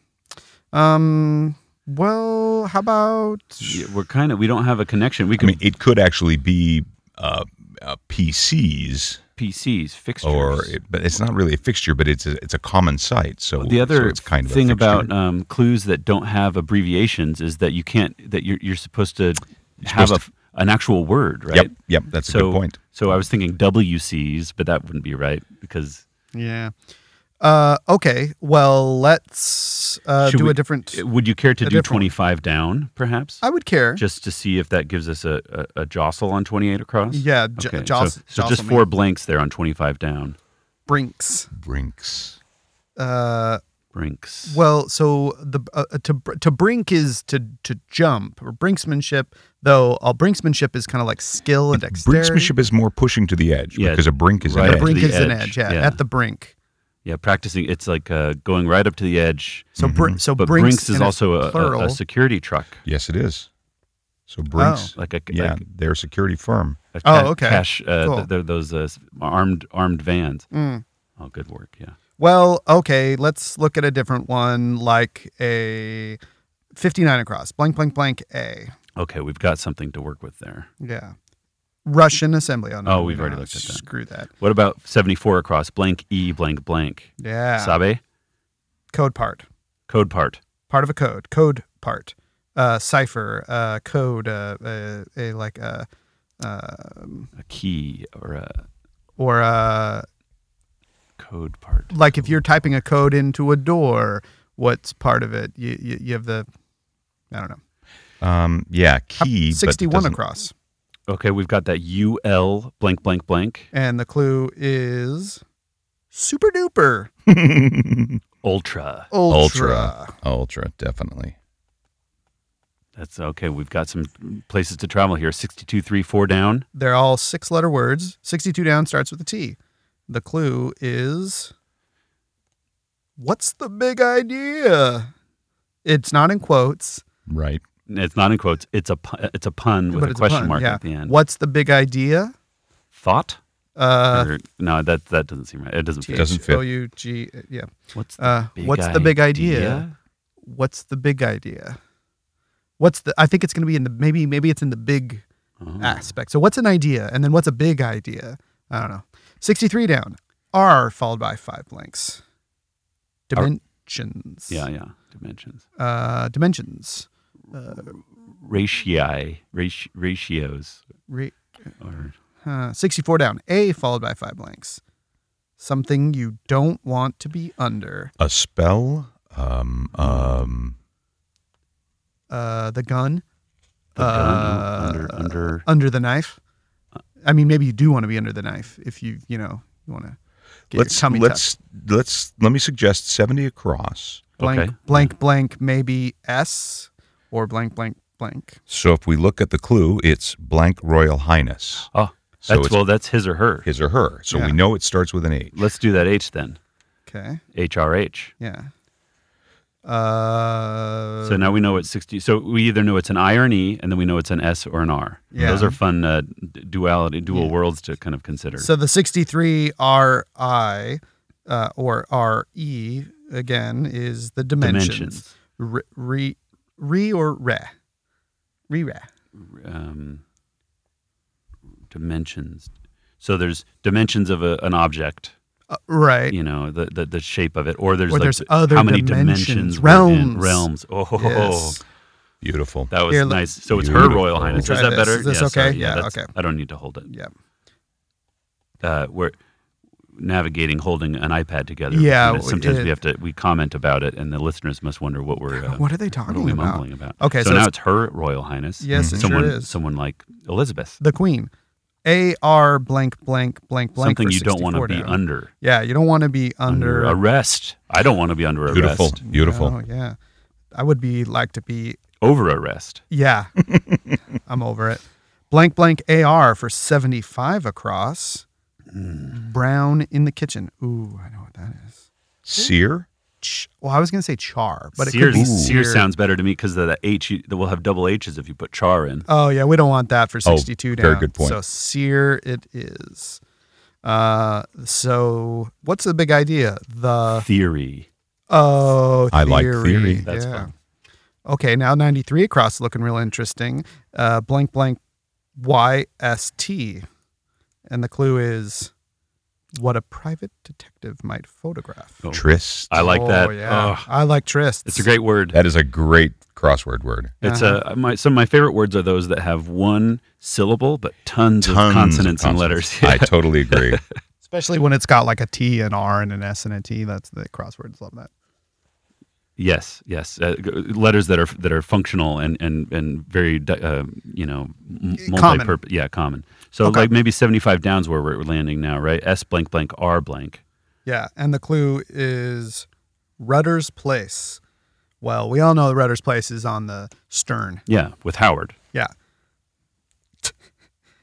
Speaker 1: Um, well, how about
Speaker 2: Yeah, We're kind of we don't have a connection. We
Speaker 3: I
Speaker 2: can
Speaker 3: mean, it could actually be uh, uh, PCs,
Speaker 2: PCs fixtures
Speaker 3: or it, but it's not really a fixture, but it's a, it's a common site. So
Speaker 2: the other
Speaker 3: so it's kind of a
Speaker 2: thing
Speaker 3: fixture.
Speaker 2: about um, clues that don't have abbreviations is that you can't that you're you're supposed to have a
Speaker 3: supposed
Speaker 2: f an actual word, right?
Speaker 3: Yep, yep, that's
Speaker 2: so
Speaker 3: a good point.
Speaker 2: so I was thinking WCs, but that wouldn't be right because
Speaker 1: yeah? Uh, okay, well, let's uh,
Speaker 2: Should
Speaker 1: do
Speaker 2: we-
Speaker 1: a different.
Speaker 2: would you care to
Speaker 1: A
Speaker 2: do
Speaker 1: different one.
Speaker 2: twenty five down perhaps?
Speaker 1: I would care.
Speaker 2: just to see if that gives us a, a, a jostle on 28 across?
Speaker 1: Yeah, j-
Speaker 2: Okay,
Speaker 1: Joss,
Speaker 2: so, so just four blanks there on 25 down.
Speaker 1: brinks.
Speaker 3: Brinks.
Speaker 1: Uh,
Speaker 2: Brinks.
Speaker 1: well, so the uh, to br- to brink is to to jump or brinksmanship. Though all brinksmanship is kind of like skill and dexterity.
Speaker 3: Brinksmanship is more pushing to the edge
Speaker 2: Yeah,
Speaker 3: because a brink is
Speaker 2: right
Speaker 3: an
Speaker 1: the
Speaker 2: at
Speaker 3: edge.
Speaker 1: brink
Speaker 2: the
Speaker 1: is an
Speaker 2: edge,
Speaker 1: edge. Yeah,
Speaker 2: yeah.
Speaker 1: at the brink.
Speaker 2: yeah, practicing. It's like uh, going right up to the edge.
Speaker 1: So br- so
Speaker 2: Mm-hmm. But
Speaker 1: brinks,
Speaker 2: Brinks, is
Speaker 1: and it's
Speaker 2: also a, a,
Speaker 1: plural.
Speaker 2: a security truck,
Speaker 3: Yes, it is. So brinks,
Speaker 2: like a,
Speaker 3: yeah,
Speaker 2: like
Speaker 3: they're a security firm.
Speaker 2: a
Speaker 1: Oh,
Speaker 2: ca-
Speaker 1: okay.
Speaker 2: cash. Uh,
Speaker 1: Cool.
Speaker 2: th- th- those uh, armed armed vans.
Speaker 1: Mm.
Speaker 2: Oh, good work. Yeah.
Speaker 1: well, okay, let's look at a different one, like a 59 across, blank, blank, blank, A.
Speaker 2: Okay, we've got something to work with there.
Speaker 1: Yeah. Russian assembly. Oh,
Speaker 2: Oh, we've already looked at that.
Speaker 1: Screw that.
Speaker 2: What about 74 across blank E blank blank?
Speaker 1: Yeah.
Speaker 2: Sabe?
Speaker 1: Code part.
Speaker 2: Code part.
Speaker 1: Part of a code. Code part. Uh, cipher. Uh, code. Uh, uh, a like a. Um,
Speaker 2: A key or a
Speaker 1: or uh,
Speaker 2: code part.
Speaker 1: like if you're typing a code into a door, what's part of it? You you, you have the, I don't know,
Speaker 3: Um, yeah, key. but
Speaker 1: sixty-one
Speaker 3: doesn't-
Speaker 1: across,
Speaker 2: Okay, we've got that UL blank blank blank.
Speaker 1: and the clue is super duper
Speaker 2: Ultra.
Speaker 1: ultra.
Speaker 3: Ultra, definitely.
Speaker 2: That's okay. We've got some places to travel here. 62 3 4 down.
Speaker 1: They're all six-letter words. Sixty-two down starts with a T. The clue is what's the big idea? It's not in quotes,
Speaker 3: Right.
Speaker 2: It's not in quotes. It's a pu- it's a pun with
Speaker 1: but
Speaker 2: a
Speaker 1: it's
Speaker 2: question
Speaker 1: a pun.
Speaker 2: mark
Speaker 1: yeah.
Speaker 2: at the end.
Speaker 1: What's the big idea?
Speaker 2: Thought?
Speaker 1: Uh,
Speaker 2: Or- no, that that doesn't seem right. It doesn't fit.
Speaker 3: doesn't fit.
Speaker 1: O U G. Yeah.
Speaker 2: What's the
Speaker 1: Uh,
Speaker 2: big
Speaker 1: what's the big idea? what's the big idea? What's the? I think it's going to be in the maybe maybe it's in the big
Speaker 2: Oh.
Speaker 1: aspect. So what's an idea, and then what's a big idea? I don't know. Sixty three down. R followed by five blanks.
Speaker 2: R-
Speaker 1: Dimensions.
Speaker 2: Yeah, yeah. Dimensions.
Speaker 1: Uh, dimensions. Uh,
Speaker 2: Ratio, ratio ratios
Speaker 1: re,
Speaker 2: or
Speaker 1: uh, Sixty four down. A followed by five blanks. Something you don't want to be under.
Speaker 3: A spell. Um, um,
Speaker 1: Uh, the gun.
Speaker 2: the gun,
Speaker 1: Uh,
Speaker 2: under under
Speaker 1: under the knife. I mean, maybe you do want to be under the knife if you you know you want to. Get
Speaker 3: let's
Speaker 1: your tummy tucked.
Speaker 3: let's let's let me suggest seventy across.
Speaker 1: blank
Speaker 2: Okay.
Speaker 1: blank blank maybe S or blank blank blank.
Speaker 3: So if we look at the clue, it's blank Royal Highness.
Speaker 2: Oh,
Speaker 3: So
Speaker 2: that's
Speaker 3: it's
Speaker 2: well, that's his or her.
Speaker 3: his or her. So
Speaker 1: Yeah.
Speaker 3: we know it starts with an H.
Speaker 2: Let's do that H then.
Speaker 1: Okay,
Speaker 2: HRH.
Speaker 1: yeah. Uh,
Speaker 2: So now we know it's 60. So we either know it's an I or an E, and then we know it's an S or an R.
Speaker 1: Yeah.
Speaker 2: Those are fun uh, d- duality, dual
Speaker 1: Yeah.
Speaker 2: worlds to kind of consider.
Speaker 1: so the sixty three R I uh, or R E again is the dimensions.
Speaker 2: Dimensions.
Speaker 1: Re, re re or re re re.
Speaker 2: Um, dimensions. So there's dimensions of a, an object,
Speaker 1: Uh, right.
Speaker 2: you know, the, the the shape of it, or there's
Speaker 1: Or
Speaker 2: like
Speaker 1: there's
Speaker 2: the-
Speaker 1: other
Speaker 2: how many
Speaker 1: dimensions,
Speaker 2: dimensions we're in.
Speaker 1: realms.
Speaker 2: realms. Oh,
Speaker 1: Yes.
Speaker 3: Beautiful.
Speaker 2: that was
Speaker 1: Here, let-
Speaker 2: nice. So it's her
Speaker 3: Beautiful.
Speaker 2: Royal Highness.
Speaker 1: Try
Speaker 2: Is that
Speaker 1: this.
Speaker 2: better?
Speaker 1: Is this
Speaker 2: yeah,
Speaker 1: okay?
Speaker 2: sorry.
Speaker 1: Yeah,
Speaker 2: that's-
Speaker 1: okay.
Speaker 2: I don't need to hold it.
Speaker 1: Yeah.
Speaker 2: uh, we're navigating holding an iPad together.
Speaker 1: Yeah,
Speaker 2: And sometimes
Speaker 1: it-
Speaker 2: we have to we comment about it, and the listeners must wonder what we're uh,
Speaker 1: What are they
Speaker 2: what
Speaker 1: talking
Speaker 2: are we
Speaker 1: about?
Speaker 2: mumbling about.
Speaker 1: Okay,
Speaker 2: so,
Speaker 1: so
Speaker 2: now
Speaker 1: it's-
Speaker 2: it's her Royal Highness.
Speaker 1: Yes, it
Speaker 2: someone
Speaker 1: sure is.
Speaker 2: someone like Elizabeth.
Speaker 1: the queen. A R blank blank blank blank.
Speaker 2: Something
Speaker 1: for
Speaker 2: you don't want to
Speaker 1: 64
Speaker 2: be
Speaker 1: down.
Speaker 2: under
Speaker 1: Yeah, you don't want to be under,
Speaker 2: arrest. I don't want to be under
Speaker 3: Beautiful.
Speaker 2: arrest.
Speaker 3: Beautiful.
Speaker 1: Oh yeah, I would be like to be.
Speaker 2: Over arrest.
Speaker 1: Yeah, I'm over it. Blank blank AR for 75 across. Brown in the kitchen. Ooh, I know what that is.
Speaker 3: Seer.
Speaker 1: Ch- well, I was gonna say char, but
Speaker 2: Sears,
Speaker 1: it could be
Speaker 2: Sears
Speaker 1: sear.
Speaker 2: sounds better to me because the, the H you- we'll have double H's if you put char in.
Speaker 1: Oh yeah, we don't want that for 62 down.
Speaker 3: very good point.
Speaker 1: So sear it is. Uh, so what's the big idea? The
Speaker 2: Theory.
Speaker 1: Oh,
Speaker 3: I like theory.
Speaker 2: That's
Speaker 1: yeah.
Speaker 2: fun.
Speaker 1: Okay, now 93 across looking real interesting. Uh, blank, blank, YST. And the clue is what a private detective might photograph.
Speaker 2: Oh,
Speaker 3: Tryst.
Speaker 2: I like
Speaker 1: Oh,
Speaker 2: that.
Speaker 1: Yeah.
Speaker 2: Oh,
Speaker 1: I like trysts.
Speaker 2: it's a great word.
Speaker 3: That is a great crossword word.
Speaker 2: It's
Speaker 1: Uh-huh.
Speaker 2: uh my, some of my favorite words are those that have one syllable but tons,
Speaker 3: Tons
Speaker 2: of
Speaker 3: of
Speaker 2: consonants and letters.
Speaker 3: consonants. I totally agree.
Speaker 1: Especially when it's got like a T, an R, and an S, and a T. That's the crosswords love that.
Speaker 2: yes, yes, uh, g- letters that are that are functional and and and very di- uh, you know m-
Speaker 1: Common.
Speaker 2: multi-purpose. Yeah, common. So
Speaker 1: Okay.
Speaker 2: like maybe seventy-five downs where we're landing now, right? S blank blank R blank.
Speaker 1: Yeah, and the clue is Rudder's Place. Well, we all know Rudder's Place is on the stern.
Speaker 2: Yeah, with Howard.
Speaker 1: Yeah.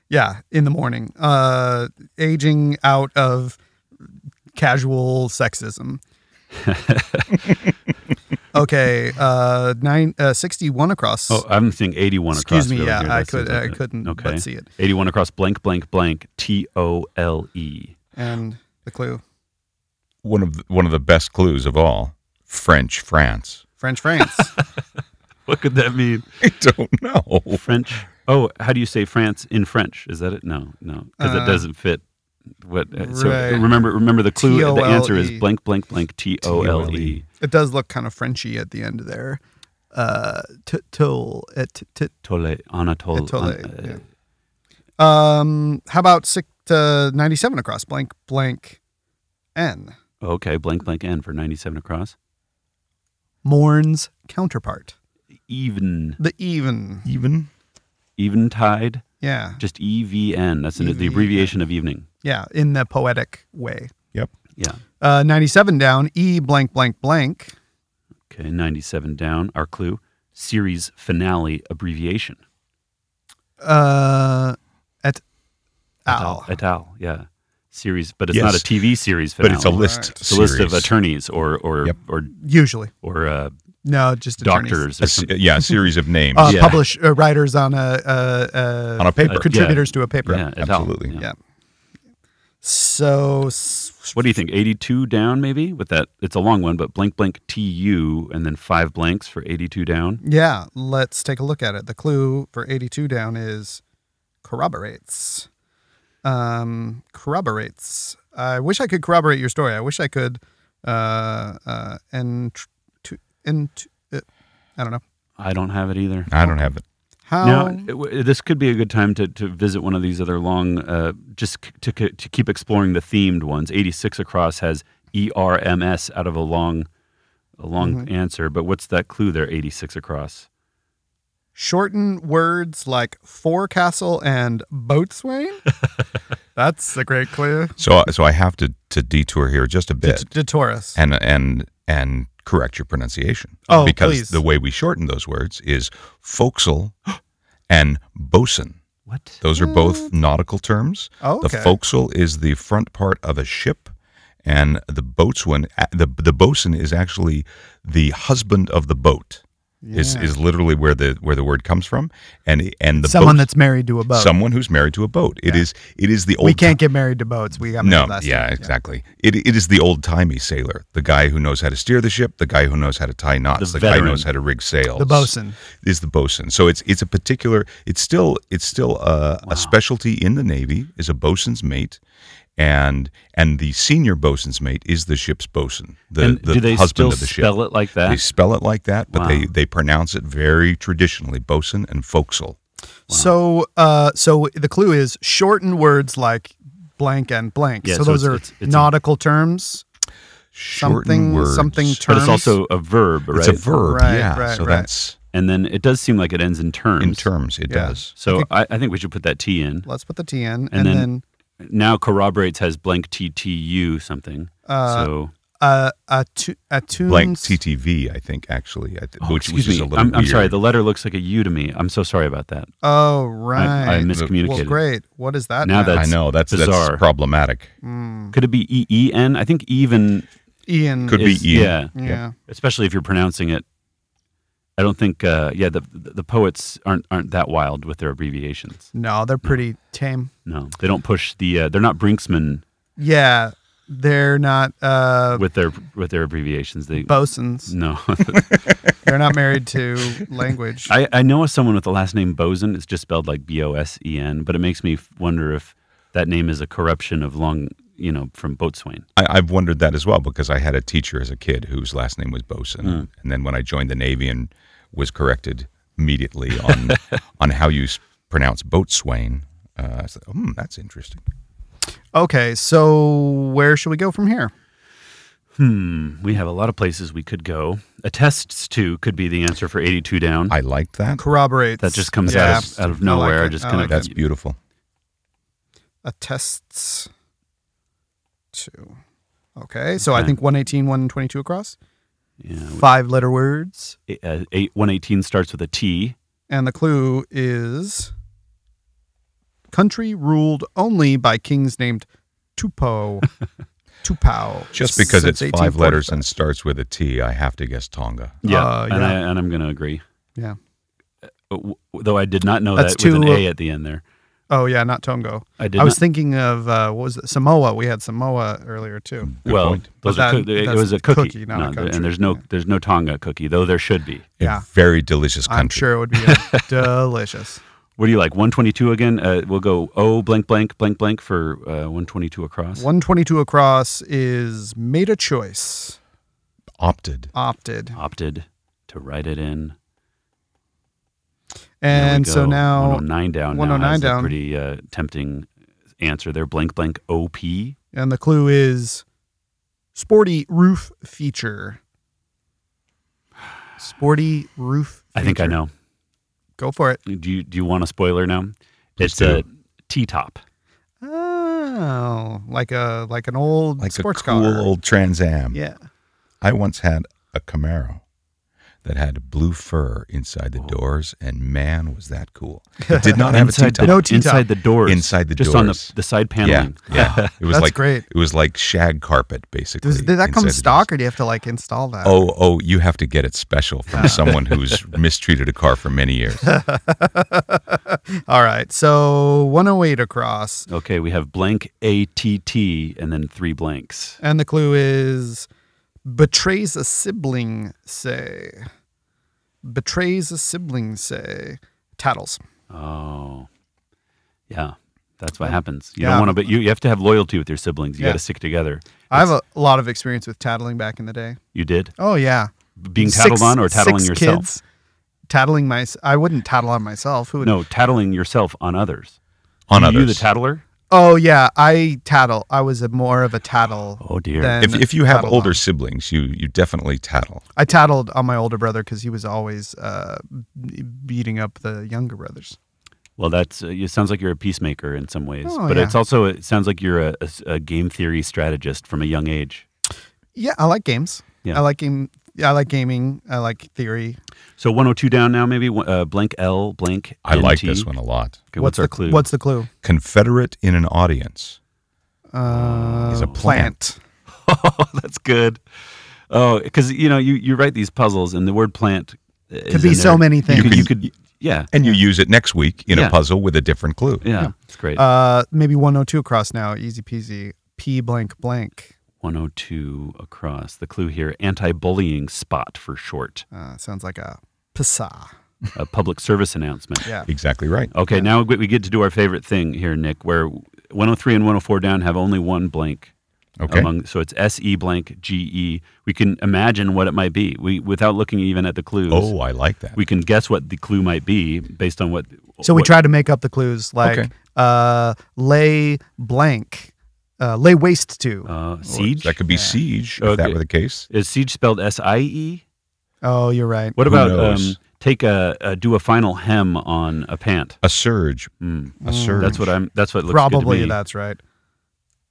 Speaker 1: Yeah, in the morning. Uh aging out of casual sexism. okay, uh 9 uh 61 across.
Speaker 2: Oh, I'm seeing eighty-one across.
Speaker 1: Excuse me,
Speaker 2: really.
Speaker 1: yeah,
Speaker 2: Here,
Speaker 1: I
Speaker 2: that's-
Speaker 1: could
Speaker 2: that's-
Speaker 1: I couldn't
Speaker 2: Okay,
Speaker 1: let's see it.
Speaker 2: eighty-one across blank blank blank T O L E.
Speaker 1: And the clue.
Speaker 3: one of the, one of the best clues of all French France.
Speaker 1: French France.
Speaker 2: What could that mean?
Speaker 3: I don't know.
Speaker 2: French. Oh, how do you say France in French? Is that it? No, no, because
Speaker 1: Uh,
Speaker 2: it doesn't fit. What? uh, So
Speaker 1: right.
Speaker 2: remember, remember the clue. The answer is
Speaker 1: T O L E.
Speaker 2: blank, blank, blank. T O L E.
Speaker 1: it does look kind of Frenchy at the end there. Uh, t- till at t- t-
Speaker 2: Tole Anatole.
Speaker 1: Tole,
Speaker 2: an- uh,
Speaker 1: yeah. um, how about six to ninety-seven across blank blank n
Speaker 2: uh, Okay, blank, blank, N for ninety-seven across.
Speaker 1: Morn's counterpart,
Speaker 2: Even,
Speaker 1: the even.
Speaker 3: Even
Speaker 2: even tide.
Speaker 1: Yeah,
Speaker 2: Just E V N. That's an, the
Speaker 1: EVN.
Speaker 2: abbreviation of evening.
Speaker 1: yeah, in the poetic way.
Speaker 2: Yeah.
Speaker 1: Uh, ninety-seven down. E blank blank blank.
Speaker 2: Okay, ninety-seven down. Our clue: series finale abbreviation.
Speaker 1: Uh, at owl.
Speaker 2: Et al. Yeah. Series, but it's not a
Speaker 3: Yes.
Speaker 2: TV series finale.
Speaker 3: but it's a list
Speaker 1: Right.
Speaker 2: It's a list of
Speaker 3: series.
Speaker 2: attorneys or or
Speaker 3: Yep.
Speaker 2: or
Speaker 1: Usually,
Speaker 2: or uh,
Speaker 1: no, just attorneys.
Speaker 2: doctors or
Speaker 3: A s-
Speaker 2: something.
Speaker 3: yeah, a series of names
Speaker 1: uh,
Speaker 2: Yeah.
Speaker 1: publish uh, writers on a, a, a
Speaker 3: on a paper.
Speaker 1: contributors to a paper.
Speaker 2: Yeah, et al.
Speaker 3: Absolutely.
Speaker 2: Yeah.
Speaker 1: Yeah. So s-
Speaker 2: What do you think? 82 down, maybe with that. It's a long one, but blank, blank, T U, and then five blanks for 82 down.
Speaker 1: yeah, let's take a look at it. The clue for 82 down is corroborates. Um, corroborates. I wish I could corroborate your story. I wish I could. Uh, uh, and tr- to and t- uh, I don't know
Speaker 2: I don't have it either.
Speaker 3: I don't have it.
Speaker 1: how.
Speaker 2: Now, it w- this could be a good time to, to visit one of these other long, uh, just c- to, c- to keep exploring the themed ones. 86 across has E ERMS out of a long, a long answer, but what's that clue there, 86 across?
Speaker 1: Shorten words like forecastle and boatswain. That's a great clue.
Speaker 3: So uh, so I have to to detour here just a bit
Speaker 1: De Taurus.
Speaker 3: and and and correct your pronunciation.
Speaker 1: Oh,
Speaker 3: because
Speaker 1: please.
Speaker 3: the way we shorten those words is forecastle and bosun.
Speaker 2: What?
Speaker 3: Those are both nautical terms.
Speaker 1: Oh, okay.
Speaker 3: The forecastle is the front part of a ship, and the boatswain, the the bosun, is actually the husband of the boat. Is
Speaker 1: Yeah.
Speaker 3: is literally where the where the word comes from, and and the
Speaker 1: Someone
Speaker 3: boat-
Speaker 1: that's married to a boat.
Speaker 3: someone who's married to a boat. It
Speaker 1: Yeah.
Speaker 3: is it is the old
Speaker 1: we can't get married to boats. We got married
Speaker 3: no,
Speaker 1: last
Speaker 3: yeah,
Speaker 1: time.
Speaker 3: exactly. It, it is the old timey sailor, the guy who knows how to steer the ship, the guy who knows how to tie knots,
Speaker 2: The
Speaker 3: the, guy who
Speaker 2: veteran.
Speaker 3: knows how to rig sails.
Speaker 1: The bosun.
Speaker 3: is the bosun. So it's it's a particular. It's still it's still uh, a, a specialty in the navy is a bosun's mate, and and the senior bosun's mate is the ship's bosun, the,
Speaker 2: and
Speaker 3: the
Speaker 2: do they
Speaker 3: husband
Speaker 2: still
Speaker 3: of the ship.
Speaker 2: spell it like that?
Speaker 3: They spell it like that, but they
Speaker 2: Wow.
Speaker 3: they pronounce it very traditionally, bosun and forecastle.
Speaker 1: So, uh, so the clue is shorten words like blank and blank.
Speaker 2: Yeah,
Speaker 1: so,
Speaker 2: so
Speaker 1: those are
Speaker 2: it's- it's- it's a-
Speaker 1: nautical terms.
Speaker 3: Shorten
Speaker 1: Something-
Speaker 3: words.
Speaker 1: something
Speaker 3: It's
Speaker 2: But it's
Speaker 1: terms.
Speaker 2: also a verb, right?
Speaker 3: a verb,
Speaker 1: Right,
Speaker 3: yeah.
Speaker 1: right,
Speaker 3: so
Speaker 1: right.
Speaker 3: that's
Speaker 2: And then it does seem like it ends in terms.
Speaker 3: in terms. It
Speaker 1: Yeah.
Speaker 3: does.
Speaker 2: So I, I think we should put that T in.
Speaker 1: Let's put the T in, and,
Speaker 2: And
Speaker 1: then,
Speaker 2: then- Now corroborates has blank TTU something.
Speaker 1: uh,
Speaker 2: so
Speaker 1: uh, attu- attunes.
Speaker 3: blank TTV, I think actually, I th-
Speaker 2: Oh,
Speaker 3: which,
Speaker 2: excuse
Speaker 3: which is a
Speaker 2: me.
Speaker 3: little
Speaker 2: I'm, I'm sorry.
Speaker 3: weird.
Speaker 2: The letter looks like a U to me. I'm so sorry about that.
Speaker 1: Oh right.
Speaker 2: I, I
Speaker 1: well,
Speaker 2: miscommunicated.
Speaker 1: great. What is that?
Speaker 2: Now that-
Speaker 3: I know that's
Speaker 2: bizarre.
Speaker 3: that's problematic.
Speaker 2: Could it be E E N? I think even
Speaker 1: Ian.
Speaker 3: Could be
Speaker 2: is-
Speaker 3: Ian.
Speaker 2: Yeah,
Speaker 1: yeah.
Speaker 2: especially if you're pronouncing it. I don't think. Uh, yeah, the the poets aren't aren't that wild with their abbreviations.
Speaker 1: No, they're pretty tame.
Speaker 2: No, they don't push the. Uh, they're not Brinksman
Speaker 1: Yeah, they're not uh,
Speaker 2: with their with their abbreviations. They
Speaker 1: bosuns.
Speaker 2: no.
Speaker 1: they're not married to language.
Speaker 2: I, I know someone with the last name Bosen. It's just spelled like B O S E N, but it makes me f- wonder if that name is a corruption of long, you know, from boatswain.
Speaker 3: I, I've wondered that as well because I had a teacher as a kid whose last name was Bosun,
Speaker 2: Hmm.
Speaker 3: and then when I joined the Navy and was corrected immediately on on how you s- pronounce boatswain, uh, I said, "Hmm, that's interesting."
Speaker 1: Okay, so where should we go from here?
Speaker 2: Hmm. We have a lot of places we could go. Attests to could be the answer for 82 down.
Speaker 3: I like that.
Speaker 1: Corroborates.
Speaker 2: that just comes
Speaker 1: Yeah.
Speaker 2: out, of, out of
Speaker 1: I like
Speaker 2: nowhere.
Speaker 1: it.
Speaker 2: just
Speaker 1: I
Speaker 2: kind
Speaker 1: like
Speaker 2: of
Speaker 3: That's beautiful.
Speaker 1: attests to. Okay, so I
Speaker 2: Okay.
Speaker 1: think 118, 122 across.
Speaker 2: yeah,
Speaker 1: Five letter words.
Speaker 2: eight- uh, eight, 118 starts with a T.
Speaker 1: And the clue is country ruled only by kings named Tupo. Tupau.
Speaker 3: Just because
Speaker 1: since
Speaker 3: it's five letters and
Speaker 1: 1845.
Speaker 3: starts with a T, I have to guess Tonga.
Speaker 2: Yeah,
Speaker 1: Uh,
Speaker 2: and,
Speaker 1: yeah.
Speaker 2: I, and I'm going to agree.
Speaker 1: Yeah.
Speaker 2: Uh, w- Though I did not know
Speaker 1: That's
Speaker 2: that with an
Speaker 1: two, uh,
Speaker 2: A at the end there.
Speaker 1: Oh yeah, not Tongo.
Speaker 2: I did.
Speaker 1: I was
Speaker 2: not-
Speaker 1: thinking of uh, what was it? Samoa. We had Samoa earlier too.
Speaker 3: Good
Speaker 2: well,
Speaker 3: point.
Speaker 2: those
Speaker 1: But
Speaker 2: are
Speaker 1: that-
Speaker 2: coo- it
Speaker 1: that's
Speaker 2: was a cookie.
Speaker 1: cookie, not a
Speaker 2: No, there-
Speaker 1: country.
Speaker 2: and there's no
Speaker 1: Yeah.
Speaker 2: there's no Tonga cookie, though there should be.
Speaker 3: A
Speaker 1: Yeah.
Speaker 3: very delicious
Speaker 1: I'm
Speaker 3: country.
Speaker 1: sure it would be uh, delicious.
Speaker 2: What do you like? 122 again? Uh, we'll go O blank blank blank blank for uh, 122 across.
Speaker 1: 122 across is made a choice,
Speaker 3: Opted.
Speaker 1: opted,
Speaker 2: Opted to write it in. There we
Speaker 1: and so
Speaker 2: go.
Speaker 1: now
Speaker 2: 109 down.
Speaker 1: 109
Speaker 2: now has
Speaker 1: down.
Speaker 2: A pretty uh, tempting answer there. Blank blank OP.
Speaker 1: and the clue is sporty roof feature. Sporty roof.
Speaker 2: I think I
Speaker 1: feature.
Speaker 2: know.
Speaker 1: Go for it.
Speaker 2: Do you do you want a spoiler now?
Speaker 3: Please
Speaker 2: it's
Speaker 3: do.
Speaker 2: a T top.
Speaker 1: Oh, like a like an old
Speaker 3: Like
Speaker 1: sports
Speaker 3: a cool
Speaker 1: car.
Speaker 3: old Trans Am.
Speaker 1: yeah.
Speaker 3: I once had a Camaro that had blue fur inside the
Speaker 2: Oh.
Speaker 3: doors, and man, was that cool. It did not have a
Speaker 2: inside the,
Speaker 3: T-top.
Speaker 1: No T-top.
Speaker 2: inside the doors.
Speaker 3: Inside the
Speaker 2: just
Speaker 3: doors.
Speaker 2: on the, the side
Speaker 3: yeah,
Speaker 2: paneling.
Speaker 3: yeah. It was
Speaker 1: That's
Speaker 3: like
Speaker 1: great.
Speaker 3: it was like shag carpet, basically.
Speaker 1: Does, did that
Speaker 3: inside
Speaker 1: come
Speaker 3: the
Speaker 1: stock, or do you have to like install that?
Speaker 3: doors. Oh, oh! You have to get it special from someone who's mistreated a car for many years.
Speaker 1: All right. So 108 across.
Speaker 2: Okay, we have blank ATT and then three blanks.
Speaker 1: And the clue is betrays a sibling, say. Betrays a sibling, say. Tattles.
Speaker 2: Oh, yeah, that's what happens. You
Speaker 1: Yeah.
Speaker 2: don't want to, but you, you have to have loyalty with your siblings. You
Speaker 1: Yeah.
Speaker 2: got to stick together.
Speaker 1: I have a lot of experience with tattling back in the day.
Speaker 2: You did
Speaker 1: Oh, yeah.
Speaker 2: being
Speaker 1: Six-
Speaker 2: tattled on or tattling
Speaker 1: six
Speaker 2: yourself?
Speaker 1: Kids, tattling my, I wouldn't tattle on myself. Who would?
Speaker 2: No, tattling yourself on others.
Speaker 3: On
Speaker 2: Were
Speaker 3: others,
Speaker 2: you the tattler?
Speaker 1: Oh, yeah. I tattle. I was a more of a tattle.
Speaker 2: Oh dear.
Speaker 1: than
Speaker 3: if, if you have
Speaker 1: tattle
Speaker 3: older
Speaker 1: on.
Speaker 3: siblings, you you definitely tattle.
Speaker 1: I tattled on my older brother because he was always uh, b- beating up the younger brothers.
Speaker 2: well, that's uh, it. Sounds like you're a peacemaker in some ways,
Speaker 1: Oh,
Speaker 2: but
Speaker 1: yeah.
Speaker 2: it's also it sounds like you're a, a s- a game theory strategist from a young age.
Speaker 1: Yeah, I like games.
Speaker 2: Yeah.
Speaker 1: I like game. I like gaming. I like theory.
Speaker 2: So 102 down now, maybe uh, blank L blank.
Speaker 3: I like
Speaker 2: NT.
Speaker 3: this one a lot.
Speaker 2: Okay, what's,
Speaker 1: the,
Speaker 2: our clue?
Speaker 1: What's the clue?
Speaker 3: Confederate in an audience.
Speaker 1: Uh,
Speaker 3: He's a plant.
Speaker 2: Oh, that's good. Oh, because you know you, you write these puzzles, and the word plant is
Speaker 1: Could be
Speaker 2: in
Speaker 1: so
Speaker 2: there.
Speaker 1: many
Speaker 2: You
Speaker 1: things.
Speaker 2: could, you could, yeah,
Speaker 3: And you use it next week in
Speaker 2: Yeah.
Speaker 3: a puzzle with a different clue.
Speaker 2: yeah, it's great.
Speaker 1: uh, maybe 102 across now. Easy peasy. P blank blank.
Speaker 2: 102 across. The clue here: anti-bullying spot for short.
Speaker 1: Uh, sounds like a psa.
Speaker 2: A public service announcement.
Speaker 1: Yeah.
Speaker 3: Exactly right.
Speaker 2: Okay, now we we get to do our favorite thing here, Nick, where 103 and 104 down have only one blank.
Speaker 3: Okay.
Speaker 2: Among so it's S E blank G E. We can imagine what it might be. We without looking even at the clues.
Speaker 3: Oh, I like that.
Speaker 2: We can guess what the clue might be based on what.
Speaker 1: So we
Speaker 2: what-
Speaker 1: tried to make up the clues like
Speaker 3: Okay.
Speaker 1: uh, lay blank, uh, lay waste to.
Speaker 2: uh, siege.
Speaker 3: That could be
Speaker 1: Yeah.
Speaker 3: siege if
Speaker 2: Okay.
Speaker 3: that were the case.
Speaker 2: Is siege spelled S I E?
Speaker 1: oh, you're right.
Speaker 2: What
Speaker 3: Who
Speaker 2: about um,
Speaker 3: knows?
Speaker 2: take a, a do a final hem on a pant?
Speaker 3: A surge.
Speaker 2: Mm,
Speaker 3: A surge.
Speaker 2: that's what I'm. That's what looks
Speaker 1: Probably
Speaker 2: good to me.
Speaker 1: that's right.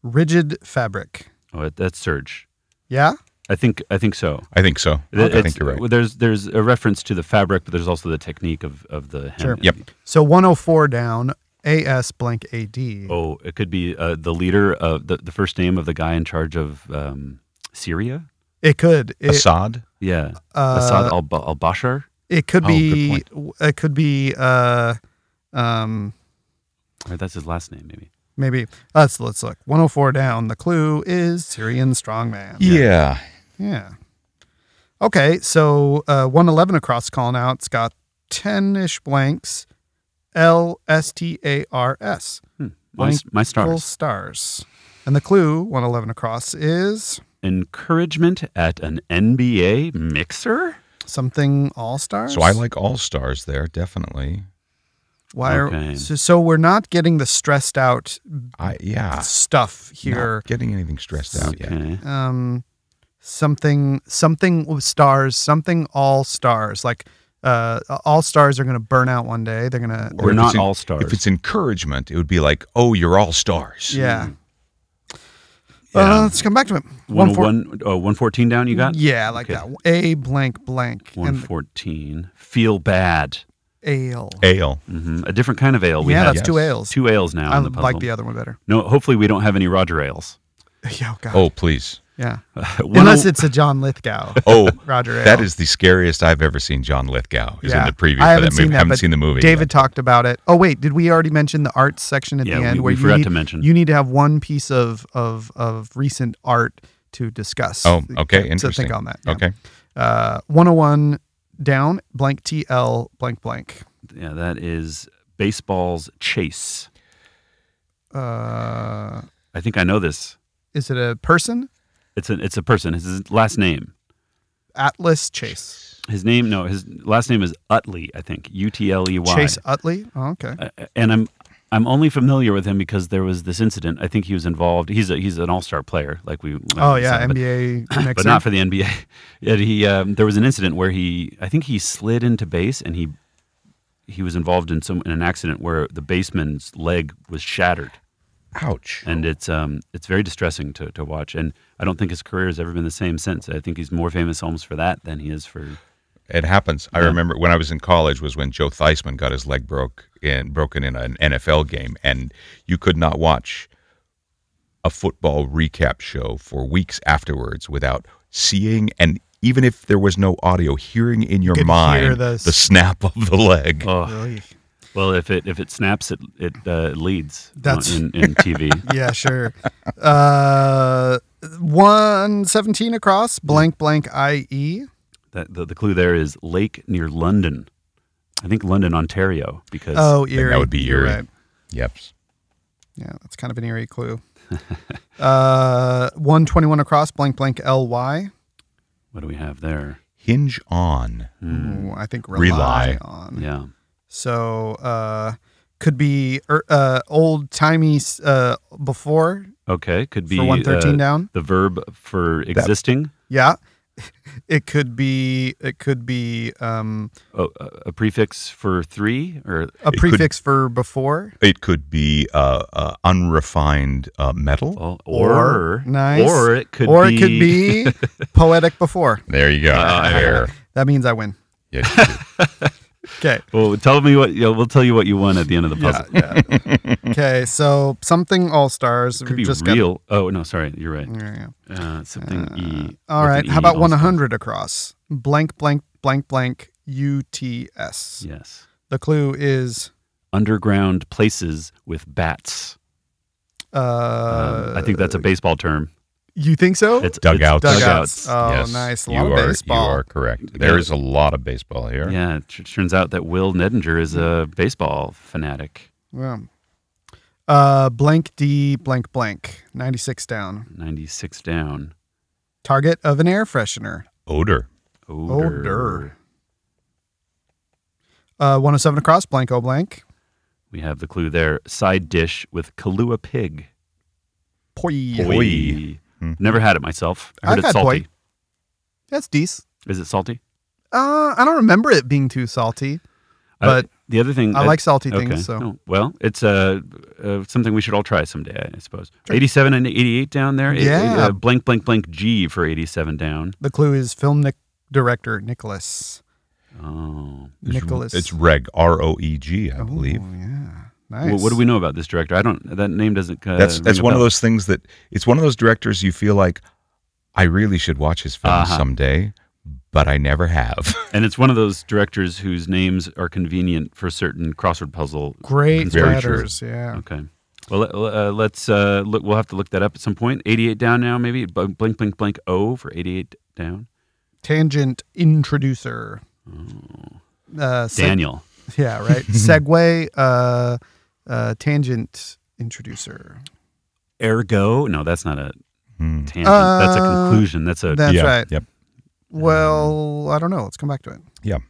Speaker 1: Rigid fabric.
Speaker 2: Oh, it- that's surge.
Speaker 1: Yeah.
Speaker 2: I think. I think so.
Speaker 3: I think so.
Speaker 2: Th-
Speaker 3: I
Speaker 2: it's-
Speaker 3: think you're right.
Speaker 2: There's there's a reference to the fabric, but there's also the technique of, of the hem.
Speaker 1: Sure.
Speaker 3: Yep.
Speaker 1: So 104 down. AS blank AD.
Speaker 2: Oh, it could be uh, the leader of the, the first name of the guy in charge of um, Syria.
Speaker 1: It could. It,
Speaker 3: Assad.
Speaker 2: Yeah,
Speaker 1: uh,
Speaker 2: Assad al al Bashar.
Speaker 1: It could
Speaker 3: Oh, good
Speaker 1: be. It could be. Uh, um,
Speaker 2: Or that's his last name, maybe.
Speaker 1: maybe let's let's look. 104 down. The clue is Syrian strongman.
Speaker 3: Yeah.
Speaker 1: Yeah. Okay, so uh, 111 across calling out. It's got 10 ish blanks. L S T A R S.
Speaker 2: My, s- my
Speaker 1: Full
Speaker 2: stars.
Speaker 1: stars. And the clue 111 across is
Speaker 2: Encouragement at an NBA mixer.
Speaker 1: something all stars.
Speaker 3: So I like all stars there, definitely.
Speaker 1: Why are,
Speaker 2: Okay.
Speaker 1: so, so we're not getting the stressed out
Speaker 3: I
Speaker 2: Ah.
Speaker 3: yeah.
Speaker 1: stuff here.
Speaker 3: Not getting anything stressed out yet.
Speaker 2: Okay.
Speaker 1: um something something with stars something all stars like uh all stars are going to burn out one day they're going to
Speaker 3: Or
Speaker 2: We're
Speaker 3: if
Speaker 2: not
Speaker 3: it's in-
Speaker 2: all stars.
Speaker 3: If it's encouragement, it would be like, "Oh, you're all stars."
Speaker 1: yeah,
Speaker 2: Mm. Yeah.
Speaker 1: Uh, let's come back to it
Speaker 2: One,
Speaker 1: four-
Speaker 2: one, oh, 114 down, you got?
Speaker 1: yeah I like
Speaker 2: Okay.
Speaker 1: that a blank blank and
Speaker 2: 114. Feel bad.
Speaker 1: ale
Speaker 3: Ale.
Speaker 2: hmm A different kind of ale. We
Speaker 1: yeah
Speaker 2: have
Speaker 1: that's two
Speaker 3: yes.
Speaker 1: ales
Speaker 2: two ales now
Speaker 1: i
Speaker 2: in the puzzle.
Speaker 1: like the other one better
Speaker 2: no, hopefully we don't have any Roger ales.
Speaker 1: yeah oh god
Speaker 3: Oh, please.
Speaker 1: Yeah.
Speaker 2: One
Speaker 1: Unless
Speaker 2: o-
Speaker 1: it's a John Lithgow,
Speaker 3: Oh,
Speaker 1: Roger.
Speaker 3: that
Speaker 1: Ale.
Speaker 3: is the scariest I've ever seen John Lithgow. Is
Speaker 1: Yeah.
Speaker 3: in the preview
Speaker 1: I
Speaker 3: for
Speaker 1: haven't
Speaker 3: that
Speaker 1: seen
Speaker 3: movie.
Speaker 1: that,
Speaker 3: I haven't
Speaker 1: but
Speaker 3: seen the movie.
Speaker 1: David
Speaker 3: yet.
Speaker 1: talked about it. Oh wait, did we already mention the arts section at
Speaker 2: yeah,
Speaker 1: the end
Speaker 2: we,
Speaker 1: where
Speaker 2: we
Speaker 1: you
Speaker 2: forgot
Speaker 1: need,
Speaker 2: to mention.
Speaker 1: you need to have one piece of of of recent art to discuss.
Speaker 3: Oh, okay,
Speaker 1: So
Speaker 3: interesting.
Speaker 1: think on that. yeah.
Speaker 3: Okay.
Speaker 1: Uh, 101 down blank TL blank blank.
Speaker 2: yeah, that is baseball's chase.
Speaker 1: Uh,
Speaker 2: I think I know this.
Speaker 1: is it a person?
Speaker 2: It's a it's a person. It's his last name.
Speaker 1: Atlas Chase.
Speaker 2: His name no. His last name is Utley. I think U T L E Y.
Speaker 1: Chase Utley. Oh, okay.
Speaker 2: Uh, and I'm I'm only familiar with him because there was this incident. I think he was involved. He's a, he's an all star player. Like we.
Speaker 1: Oh
Speaker 2: we said,
Speaker 1: yeah,
Speaker 2: but-
Speaker 1: NBA mixer.
Speaker 2: but not for the NBA. Yet he um, there was an incident where he I think he slid into base and he he was involved in some in an accident where the baseman's leg was shattered
Speaker 3: Ouch.
Speaker 2: and it's um it's very distressing to, to watch and I don't think his career has ever been the same since. I think he's more famous almost for that than he is for
Speaker 3: It happens. I
Speaker 2: Yeah.
Speaker 3: remember when I was in college was when Joe Theismann got his leg broke in broken in an NFL game, and you could not watch a football recap show for weeks afterwards without seeing and even if there was no audio, hearing in your
Speaker 1: could
Speaker 3: mind
Speaker 1: hear the
Speaker 3: the,
Speaker 1: s-
Speaker 3: snap of the leg.
Speaker 2: oh
Speaker 1: Really?
Speaker 2: well if it if it snaps it it uh, leads on-
Speaker 1: That's-
Speaker 2: in, in TV.
Speaker 1: Yeah, sure. Uh, 117 across
Speaker 2: Hmm.
Speaker 1: blank blank E. IE.
Speaker 2: that the, the clue there is lake near London. I think London, Ontario, because
Speaker 1: Oh,
Speaker 3: Then
Speaker 1: eerie.
Speaker 3: that would be
Speaker 1: You're
Speaker 3: eerie.
Speaker 1: right.
Speaker 3: Yep.
Speaker 1: Yeah, that's kind of an eerie clue. uh, 121 across blank blank LY.
Speaker 2: what do we have there?
Speaker 3: Hinge on.
Speaker 2: Hmm.
Speaker 1: Ooh, I think rely,
Speaker 3: Rely.
Speaker 1: on.
Speaker 2: Yeah.
Speaker 1: So uh, could be er, uh, old timey uh, before
Speaker 2: Okay. Could be
Speaker 1: for 113
Speaker 2: uh,
Speaker 1: down.
Speaker 2: the verb for existing,
Speaker 1: Yeah. It could be it could be um,
Speaker 2: oh, a, a prefix for three, or
Speaker 1: a
Speaker 3: could-
Speaker 1: prefix for before
Speaker 3: It could be uh, uh, unrefined uh, metal.
Speaker 2: or
Speaker 1: Or.
Speaker 2: or,
Speaker 1: Nice.
Speaker 2: or it could
Speaker 1: or
Speaker 2: be,
Speaker 1: it could be poetic before.
Speaker 3: There you go.
Speaker 2: Ah,
Speaker 3: there.
Speaker 1: That means I win.
Speaker 3: Yes, you do.
Speaker 1: Okay.
Speaker 2: Well, tell me what yeah, we'll tell you what you won at the end of the puzzle.
Speaker 1: Okay. So something all stars.
Speaker 2: Mm. Could be real. Oh no, sorry, you're right.
Speaker 1: Got, yeah, yeah.
Speaker 2: Uh, something e.
Speaker 1: Mm. All
Speaker 2: with
Speaker 1: right.
Speaker 2: an
Speaker 1: How
Speaker 2: E
Speaker 1: about
Speaker 2: also.
Speaker 1: 100 across? Blank, blank, blank, blank, UTS.
Speaker 2: Yes,
Speaker 1: The clue is
Speaker 2: underground places with bats.
Speaker 1: uh,
Speaker 2: Um, I think that's a baseball term.
Speaker 1: You think so?
Speaker 2: It's
Speaker 3: Dugouts.
Speaker 2: It's
Speaker 1: Dugouts.
Speaker 2: dugouts.
Speaker 1: Oh,
Speaker 3: Yes,
Speaker 1: nice. A
Speaker 3: you
Speaker 1: lot
Speaker 3: are,
Speaker 1: of baseball.
Speaker 3: You are correct. There
Speaker 2: Yeah.
Speaker 3: is a lot of baseball here.
Speaker 2: Yeah, it t- turns out that Will Nedinger is a baseball fanatic.
Speaker 1: Yeah. Uh, blank D, blank, blank, 96 down.
Speaker 2: 96 down.
Speaker 1: Target of an air freshener.
Speaker 3: Odor.
Speaker 2: Odor.
Speaker 1: Odor. Uh, 107 across, blank, oh, blank.
Speaker 2: We have the clue there. Side dish with Kahlua pig.
Speaker 1: Poi.
Speaker 3: Poi. Hmm.
Speaker 2: Never had it myself. I
Speaker 1: I've
Speaker 2: heard it's
Speaker 1: had
Speaker 2: salty.
Speaker 1: poi. That's decent.
Speaker 2: Is it salty?
Speaker 1: Uh, I don't remember it being too salty.
Speaker 2: I-
Speaker 1: But
Speaker 2: the other thing
Speaker 1: I like salty
Speaker 2: okay.
Speaker 1: things, so
Speaker 2: Oh, well, it's uh, uh, something we should all try someday, I suppose. 87 and 88 down there. Eight- eight-
Speaker 1: Yeah.
Speaker 2: uh, blank, blank, blank G for 87 down.
Speaker 1: the clue is film nic- director Nicholas.
Speaker 2: Oh.
Speaker 3: It's-
Speaker 1: Nicholas.
Speaker 3: It's reg R O E G, I
Speaker 1: Oh,
Speaker 3: believe.
Speaker 1: yeah. Nice.
Speaker 2: Well, what do we know about this director? I don't, that name doesn't. Uh,
Speaker 3: that's
Speaker 2: ring
Speaker 3: that's
Speaker 2: a
Speaker 3: one of
Speaker 2: bell.
Speaker 3: those things that it's one of those directors you feel like I really should watch his films
Speaker 2: Uh-huh.
Speaker 3: someday, but I never have.
Speaker 2: And it's one of those directors whose names are convenient for certain crossword puzzle.
Speaker 1: Great
Speaker 3: Very true.
Speaker 1: letters. Yeah.
Speaker 2: Okay. Well, let- uh, let's uh, look. We'll have to look that up at some point. 88 down now, maybe. B- Blink, blink, blink. O for 88 down.
Speaker 1: Tangent introducer. Uh, seg-
Speaker 2: Daniel.
Speaker 1: yeah, right. Segway uh, uh, tangent introducer.
Speaker 2: Ergo. No, that's not a
Speaker 3: Hmm.
Speaker 2: tangent. that's a
Speaker 1: Uh,
Speaker 2: conclusion. That's a
Speaker 1: That's
Speaker 3: yeah,
Speaker 1: right.
Speaker 3: Yep.
Speaker 1: Well, I don't know. Let's come back to it.
Speaker 2: mm,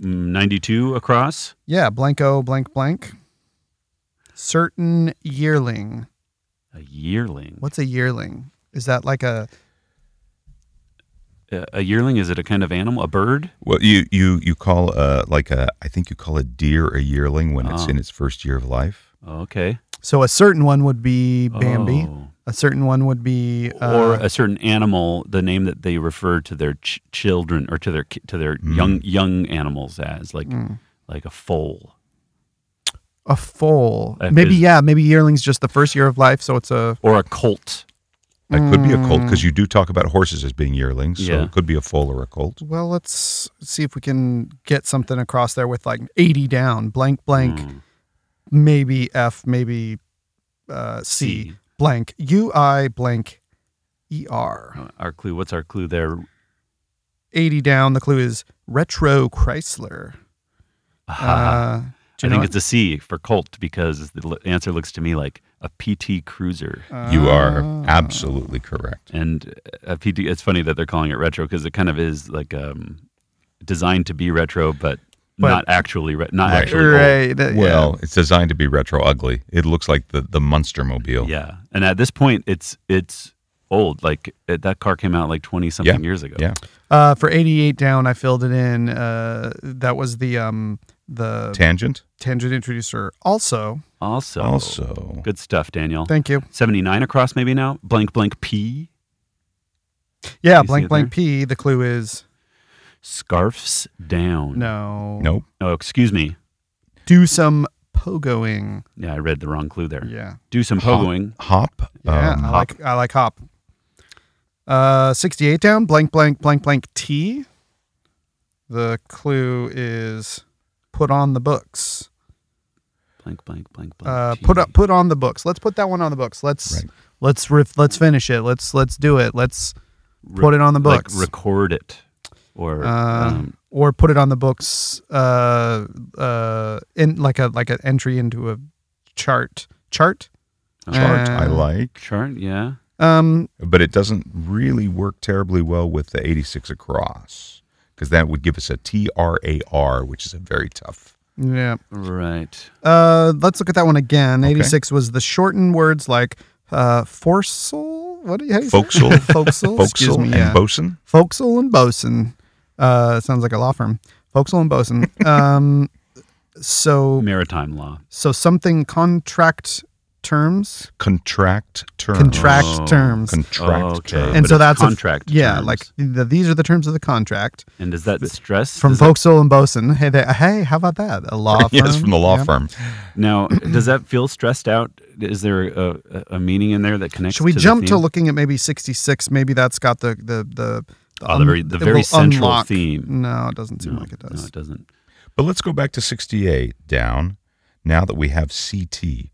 Speaker 2: 92 across.
Speaker 1: Yeah, blanco, blank, blank. Certain yearling.
Speaker 2: A yearling.
Speaker 1: What's a yearling? Is that like a
Speaker 2: A, Uh, a yearling, is it a kind of animal? A bird?
Speaker 3: Well, you you you call uh like a I think you call a deer a yearling when it's
Speaker 2: Ah.
Speaker 3: in its first year of life.
Speaker 2: Oh, okay.
Speaker 1: so a certain one would be Bambi.
Speaker 2: Oh.
Speaker 1: A certain one would be uh,
Speaker 2: or a certain animal, the name that they refer to their ch- children or to their ki- to their
Speaker 1: Hmm.
Speaker 3: Mm.
Speaker 2: young young animals as, like
Speaker 1: Mm.
Speaker 2: like a foal.
Speaker 1: a foal.
Speaker 2: Uh,
Speaker 1: maybe
Speaker 2: is-
Speaker 1: yeah. Maybe yearling's just the first year of life, so it's a
Speaker 2: or a colt.
Speaker 3: It could be a colt
Speaker 1: Mm.
Speaker 3: because you do talk about horses as being yearlings. So
Speaker 2: Yeah.
Speaker 3: it could be a foal or a colt.
Speaker 1: Well, let's see if we can get something across there with like 80 down, blank, blank,
Speaker 2: Mm.
Speaker 1: maybe F, maybe uh, C,
Speaker 2: C.
Speaker 1: blank, U I blank E R.
Speaker 2: Uh, Our clue. What's our clue there?
Speaker 1: 80 down. The clue is retro Chrysler. Uh, do
Speaker 2: Ah, I
Speaker 1: you
Speaker 2: think
Speaker 1: know
Speaker 2: it's a C for Colt because the l- answer looks to me like a PT Cruiser.
Speaker 1: it?
Speaker 3: You are
Speaker 1: Ah.
Speaker 3: absolutely correct.
Speaker 2: And a PT, it's funny that they're calling it retro because it kind of is like um, designed to be retro, but,
Speaker 1: But-
Speaker 2: not actually, re- not
Speaker 3: Right.
Speaker 2: actually. old.
Speaker 1: Right. that- yeah.
Speaker 3: Well, it's designed to be retro ugly. It looks like the, the Munster mobile.
Speaker 2: Yeah. And at this point, it's it's old. Like it, that car came out like twenty something years ago.
Speaker 3: Yeah.
Speaker 1: Uh, for 88 down, I filled it in. Uh, that was the um the
Speaker 3: Tangent?
Speaker 1: tangent introducer. Also,
Speaker 2: Also,
Speaker 3: also.
Speaker 2: good stuff, Daniel.
Speaker 1: thank you.
Speaker 2: Seventy nine across maybe now. Blank blank P.
Speaker 1: Yeah,
Speaker 2: You see
Speaker 1: blank
Speaker 2: it
Speaker 1: blank P. The clue is
Speaker 2: Scarfs down.
Speaker 1: no.
Speaker 3: Nope.
Speaker 2: Oh, excuse me.
Speaker 1: Do some pogoing.
Speaker 2: Yeah, I read the wrong clue there.
Speaker 1: Yeah.
Speaker 2: Do some
Speaker 3: Huh.
Speaker 2: pogoing.
Speaker 3: Hop.
Speaker 1: Yeah.
Speaker 3: um,
Speaker 1: I like I like hop. Uh, 68 down. Blank blank blank blank T. The clue is put on the books.
Speaker 2: Blank blank blank blank.
Speaker 1: Uh,
Speaker 2: Oh, T.
Speaker 1: put up put on the books. Let's put that one on the books. Let's
Speaker 3: Right.
Speaker 1: let's riff, let's finish it. Let's let's do it. Let's
Speaker 2: Re-
Speaker 1: put it on the books.
Speaker 2: Like record it, or
Speaker 1: Uh,
Speaker 2: um,
Speaker 1: or put it on the books uh uh in like a like an entry into a chart chart
Speaker 3: chart. I
Speaker 1: Uh,
Speaker 3: like.
Speaker 2: chart. Yeah.
Speaker 1: um
Speaker 3: But it doesn't really work terribly well with the 86 across because that would give us a TRAR, which is a very tough.
Speaker 1: yeah
Speaker 2: Right.
Speaker 1: uh let's look at that one again
Speaker 3: Okay.
Speaker 1: 86 was the shortened words like uh foresel what do you, how do you say it?
Speaker 3: Fo'c'sle.
Speaker 1: fo'c'sle excuse
Speaker 3: Fo'c'sle
Speaker 1: me
Speaker 3: and
Speaker 1: yeah
Speaker 3: bosun.
Speaker 1: fo'c'sle and bosun uh sounds like a law firm fo'c'sle and bosun um so
Speaker 2: Maritime law.
Speaker 1: so something contract terms
Speaker 3: Contract term.
Speaker 1: contract
Speaker 2: Oh.
Speaker 1: terms
Speaker 3: Contract
Speaker 2: Oh, okay.
Speaker 3: term.
Speaker 2: But
Speaker 1: and so
Speaker 2: it's
Speaker 1: that's a-
Speaker 2: contract
Speaker 1: yeah,
Speaker 2: terms.
Speaker 1: like the, these are the terms of the contract
Speaker 2: And does that stress
Speaker 1: from
Speaker 2: does that-
Speaker 1: Vauxhall and Bosun. Hey, there, hey, how about that? A law firm.
Speaker 3: yes, from the law
Speaker 1: Yeah.
Speaker 3: firm.
Speaker 2: now? Does that feel stressed out? Is there a, a- a meaning in there that connects?
Speaker 1: Should we
Speaker 2: to the
Speaker 1: jump to
Speaker 2: theme?
Speaker 1: looking at maybe sixty six? Maybe that's got the the the,
Speaker 2: Oh, the very- the
Speaker 1: will
Speaker 2: very central theme.
Speaker 1: No, it doesn't seem
Speaker 2: No,
Speaker 1: like it
Speaker 2: No,
Speaker 1: does.
Speaker 2: it doesn't.
Speaker 3: But let's go back to 68 down. Now that we have CT,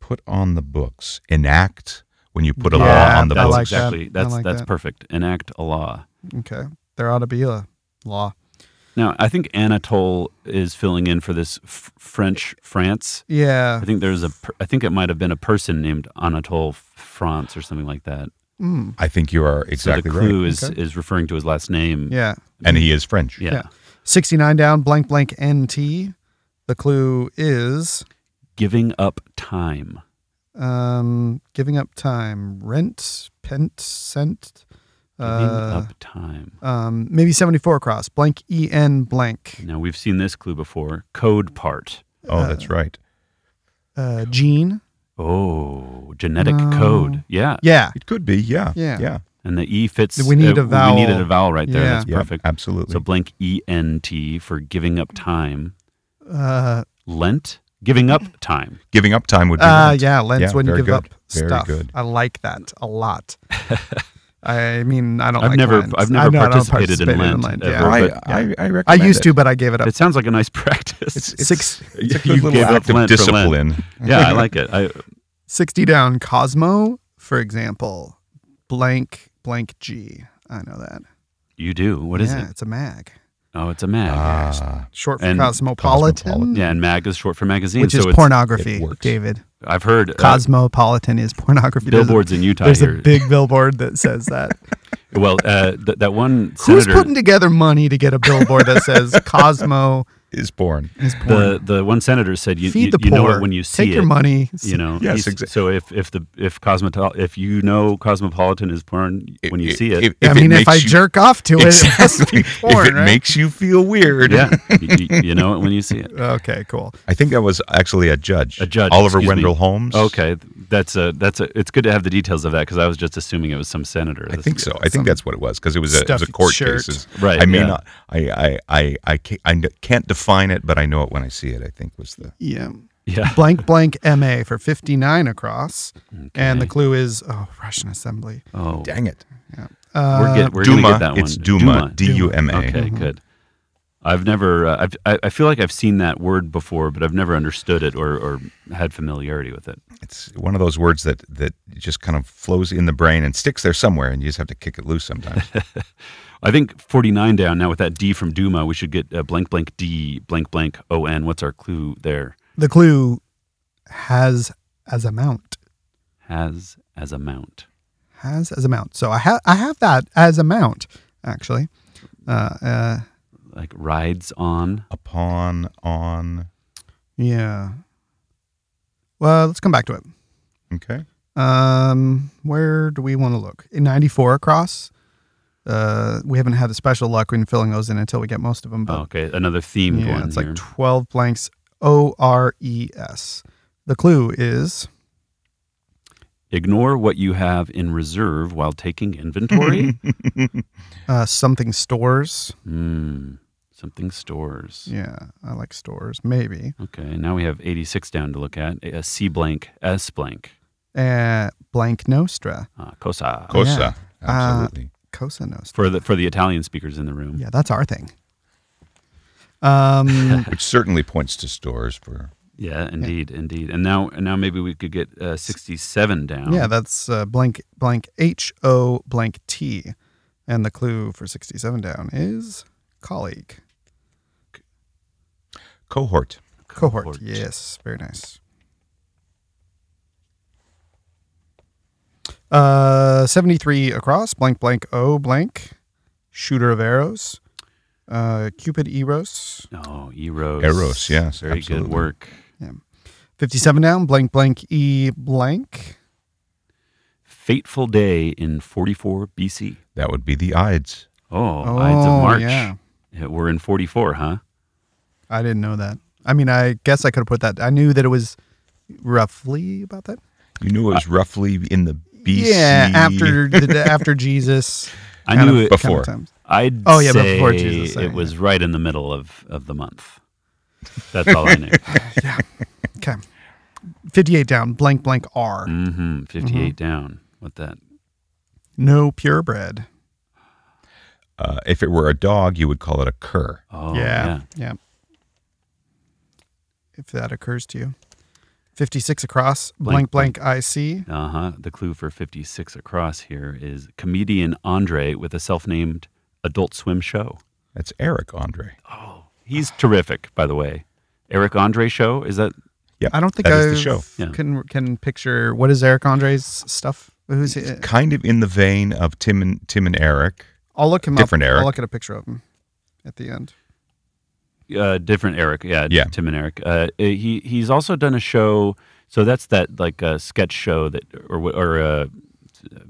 Speaker 3: put on the books, enact when you put a
Speaker 1: Yeah,
Speaker 3: law on the
Speaker 1: I
Speaker 2: Ah, that's
Speaker 3: books.
Speaker 1: like that.
Speaker 2: exactly.
Speaker 1: I
Speaker 2: That's
Speaker 1: like
Speaker 2: that's
Speaker 1: that.
Speaker 2: perfect. Enact a law.
Speaker 1: Okay, there ought to be a law.
Speaker 2: Now I think Anatole is filling in for this f- French France.
Speaker 1: Yeah,
Speaker 2: I think there's a. Per- I think it might have been a person named Anatole France or something like that.
Speaker 1: mm,
Speaker 3: I think you are
Speaker 2: so
Speaker 3: exactly
Speaker 2: the clue
Speaker 3: right.
Speaker 2: is
Speaker 1: Okay.
Speaker 2: is referring to his last name.
Speaker 1: yeah.
Speaker 3: And he is French.
Speaker 2: Yeah.
Speaker 1: Yeah. Sixty nine down. Blank blank NT. The clue is
Speaker 2: Giving up time.
Speaker 1: um, giving up time. Rent. Pent. Cent.
Speaker 2: Giving
Speaker 1: Uh,
Speaker 2: up time.
Speaker 1: um, maybe 74 across blank en blank
Speaker 2: Now we've seen this clue before. Code part.
Speaker 3: Oh, that's right.
Speaker 1: uh gene
Speaker 2: Oh, genetic
Speaker 1: No.
Speaker 2: code. Yeah.
Speaker 1: yeah
Speaker 3: It could be. Yeah.
Speaker 1: Yeah.
Speaker 3: Yeah.
Speaker 2: And the E fits.
Speaker 1: We need a
Speaker 2: We needed
Speaker 1: vowel.
Speaker 2: a vowel right there.
Speaker 1: Yeah.
Speaker 2: That's
Speaker 3: Yeah,
Speaker 2: perfect.
Speaker 3: Absolutely.
Speaker 2: So blank E N T for giving up time.
Speaker 1: uh
Speaker 2: Lent. Giving up time.
Speaker 3: Giving up time would be.
Speaker 1: uh
Speaker 3: right.
Speaker 1: yeah lens
Speaker 3: Yeah,
Speaker 1: when you
Speaker 3: very
Speaker 1: give
Speaker 3: good.
Speaker 1: up
Speaker 3: Very
Speaker 1: stuff
Speaker 3: good.
Speaker 1: i like that a lot i mean i don't
Speaker 2: I've
Speaker 1: like
Speaker 2: never-
Speaker 1: lent.
Speaker 2: I've never
Speaker 1: I know I don't
Speaker 2: participated in
Speaker 1: participate
Speaker 2: lent
Speaker 1: yeah.
Speaker 2: ever,
Speaker 1: I,
Speaker 3: I,
Speaker 2: but-
Speaker 3: I, I recommend
Speaker 1: used
Speaker 3: it.
Speaker 1: to but i gave it up
Speaker 2: It sounds like a nice practice.
Speaker 3: It's, it's,
Speaker 1: Six-
Speaker 3: it's a good
Speaker 2: You
Speaker 3: little
Speaker 2: gave up
Speaker 3: act of
Speaker 2: Lent for Lent.
Speaker 3: discipline.
Speaker 2: yeah, I like it. I,
Speaker 1: 60 down cosmo for example blank blank g i know that
Speaker 2: you do. What is
Speaker 1: yeah,
Speaker 2: it?
Speaker 1: it's a mag
Speaker 2: Oh, it's a mag.
Speaker 3: Ah,
Speaker 1: short for
Speaker 2: And
Speaker 1: cosmopolitan,
Speaker 3: cosmopolitan,
Speaker 2: yeah, and mag is short for magazine.
Speaker 1: which
Speaker 2: so
Speaker 1: is
Speaker 2: it's,
Speaker 1: pornography
Speaker 3: it works.
Speaker 1: david
Speaker 2: I've heard uh,
Speaker 1: cosmopolitan is pornography There's a-
Speaker 2: billboards in Utah
Speaker 1: There's
Speaker 2: here.
Speaker 1: a big billboard that says that.
Speaker 2: well, uh, th- that one
Speaker 1: Who's
Speaker 2: senator,
Speaker 1: putting together money to get a billboard that says Cosmo
Speaker 3: is born.
Speaker 1: is porn?
Speaker 2: the the one senator said, "You
Speaker 1: Feed
Speaker 2: you,
Speaker 1: the
Speaker 2: you
Speaker 1: poor.
Speaker 2: know it when you see
Speaker 1: Take
Speaker 2: it."
Speaker 1: your money.
Speaker 2: You know,
Speaker 3: Yes,
Speaker 2: He's-
Speaker 3: exa-
Speaker 2: so if if the if cosmetol if you know cosmopolitan is porn when you see it,
Speaker 3: If,
Speaker 1: I
Speaker 3: if
Speaker 1: mean,
Speaker 3: it
Speaker 1: if I
Speaker 3: makes you-
Speaker 1: jerk off to it, it
Speaker 3: exactly.
Speaker 1: must be porn,
Speaker 3: if it
Speaker 1: right?
Speaker 3: makes you feel weird.
Speaker 2: yeah, you, you- you know it when you see it.
Speaker 1: okay, cool.
Speaker 3: I think that was actually a judge.
Speaker 2: A judge,
Speaker 3: Oliver
Speaker 2: excuse
Speaker 3: Wendell
Speaker 2: me.
Speaker 3: Holmes.
Speaker 2: Okay, that's a that's a. It's good to have the details of that because I was just assuming it was some senator.
Speaker 3: I
Speaker 2: That's-
Speaker 3: think so. I think that's what it was because it was a, it was a
Speaker 1: Stuffed
Speaker 3: court
Speaker 1: shirt.
Speaker 3: case.
Speaker 2: Right,
Speaker 3: I may
Speaker 2: yeah.
Speaker 3: not. I I I I can't, I kn- can't define it, but I know it when I see it. I think was the
Speaker 1: Yeah.
Speaker 2: Yeah.
Speaker 1: blank blank MA for 59 across. And the
Speaker 2: Okay.
Speaker 1: clue is, oh, Russian assembly.
Speaker 2: oh,
Speaker 3: Dang it.
Speaker 1: Uh,
Speaker 2: we're, get, we're gonna
Speaker 3: Duma.
Speaker 2: get that one.
Speaker 3: it's Duma. D U M A.
Speaker 2: Okay,
Speaker 1: Mm-hmm.
Speaker 2: good. I've never. Uh, I've, I, I feel like I've seen that word before, but I've never understood it or, or had familiarity with it.
Speaker 3: It's one of those words that that just kind of flows in the brain and sticks there somewhere, and you just have to kick it loose sometimes.
Speaker 2: I think 49 down now with that D from Duma, we should get uh, blank blank D blank blank O N. What's our clue there?
Speaker 1: The clue has as a mount.
Speaker 2: Has as a mount.
Speaker 1: Has as a mount. So I, ha- I have that as a mount, actually. Uh, uh,
Speaker 2: Like rides on.
Speaker 3: Upon, on.
Speaker 1: yeah. Well, let's come back to it.
Speaker 3: Okay.
Speaker 1: Um, where do we want to look? In 94 across. Uh, we haven't had the special luck in filling those in until we get most of them, but
Speaker 2: Oh, okay, another theme
Speaker 1: yeah,
Speaker 2: going
Speaker 1: it's
Speaker 2: here.
Speaker 1: like 12 blanks O R E S. The clue is
Speaker 2: Ignore what you have in reserve while taking inventory.
Speaker 1: uh, something stores.
Speaker 2: Hmm. something stores.
Speaker 1: Yeah, I like stores, maybe.
Speaker 2: Okay, now we have 86 down to look at. A C blank, S blank.
Speaker 1: Uh, blank Nostra,
Speaker 2: Uh, cosa.
Speaker 3: Cosa.
Speaker 1: Uh,
Speaker 3: Absolutely.
Speaker 1: Cosa Nostra.
Speaker 2: for the for the Italian speakers in the room.
Speaker 1: Yeah, that's our thing. Um,
Speaker 3: Which certainly points to stores for.
Speaker 2: Yeah, indeed, indeed. And now and now maybe we could get uh, 67 down.
Speaker 1: yeah, that's uh, blank blank H O blank T, and the clue for sixty-seven down is colleague
Speaker 3: Cohort.
Speaker 1: cohort. Yes, very nice. Uh, seventy-three across blank blank O blank shooter of arrows. Uh, Cupid Eros.
Speaker 2: Oh, Eros.
Speaker 3: Eros, yes,
Speaker 2: Very
Speaker 3: absolutely.
Speaker 2: good work.
Speaker 1: 57 down, blank, blank, E, blank.
Speaker 2: Fateful day in 44 BC.
Speaker 3: That would be the Ides.
Speaker 2: Oh, Ides of March.
Speaker 1: yeah.
Speaker 2: Yeah, We're in 44, huh?
Speaker 1: I didn't know that. I mean, I guess I could have put that. I knew that it was roughly about that.
Speaker 3: You knew it was roughly in the BC.
Speaker 1: Uh, Yeah, after the, after Jesus.
Speaker 2: I
Speaker 1: kind
Speaker 2: knew
Speaker 1: of-
Speaker 2: it-
Speaker 1: kind of
Speaker 3: Before.
Speaker 1: times.
Speaker 2: I'd
Speaker 1: Oh, yeah,
Speaker 2: say
Speaker 1: before Jesus, sorry,
Speaker 2: it was right in the middle of, of the month. That's all I knew.
Speaker 1: Okay. 58 down, blank, blank, R.
Speaker 2: hmm 58
Speaker 1: Mm-hmm.
Speaker 2: down. What that?
Speaker 1: No purebred.
Speaker 3: Uh, if it were a dog, you would call it a cur.
Speaker 2: Oh,
Speaker 1: yeah. Yeah. If that occurs to you. 56 across, blank,
Speaker 2: Blank,
Speaker 1: blank, IC.
Speaker 2: Uh huh. The clue for 56 across here is comedian Andre with a self named adult swim show.
Speaker 3: That's Eric Andre.
Speaker 2: Oh, he's terrific, by the way. Eric Andre show? Is that
Speaker 3: Yeah,
Speaker 1: I don't think
Speaker 3: that
Speaker 1: I
Speaker 3: is the show.
Speaker 2: Yeah.
Speaker 1: can can picture what is Eric Andre's stuff. Who's he?
Speaker 3: Kind of in the vein of Tim and Tim and Eric.
Speaker 1: I'll look him
Speaker 3: Different
Speaker 1: up.
Speaker 3: Eric.
Speaker 1: I'll look at a picture of him at the end.
Speaker 2: uh, different Eric? Yeah,
Speaker 3: Yeah.
Speaker 2: Tim and Eric. Uh, he he's also done a show. So that's that like uh, sketch show that or wh- or uh,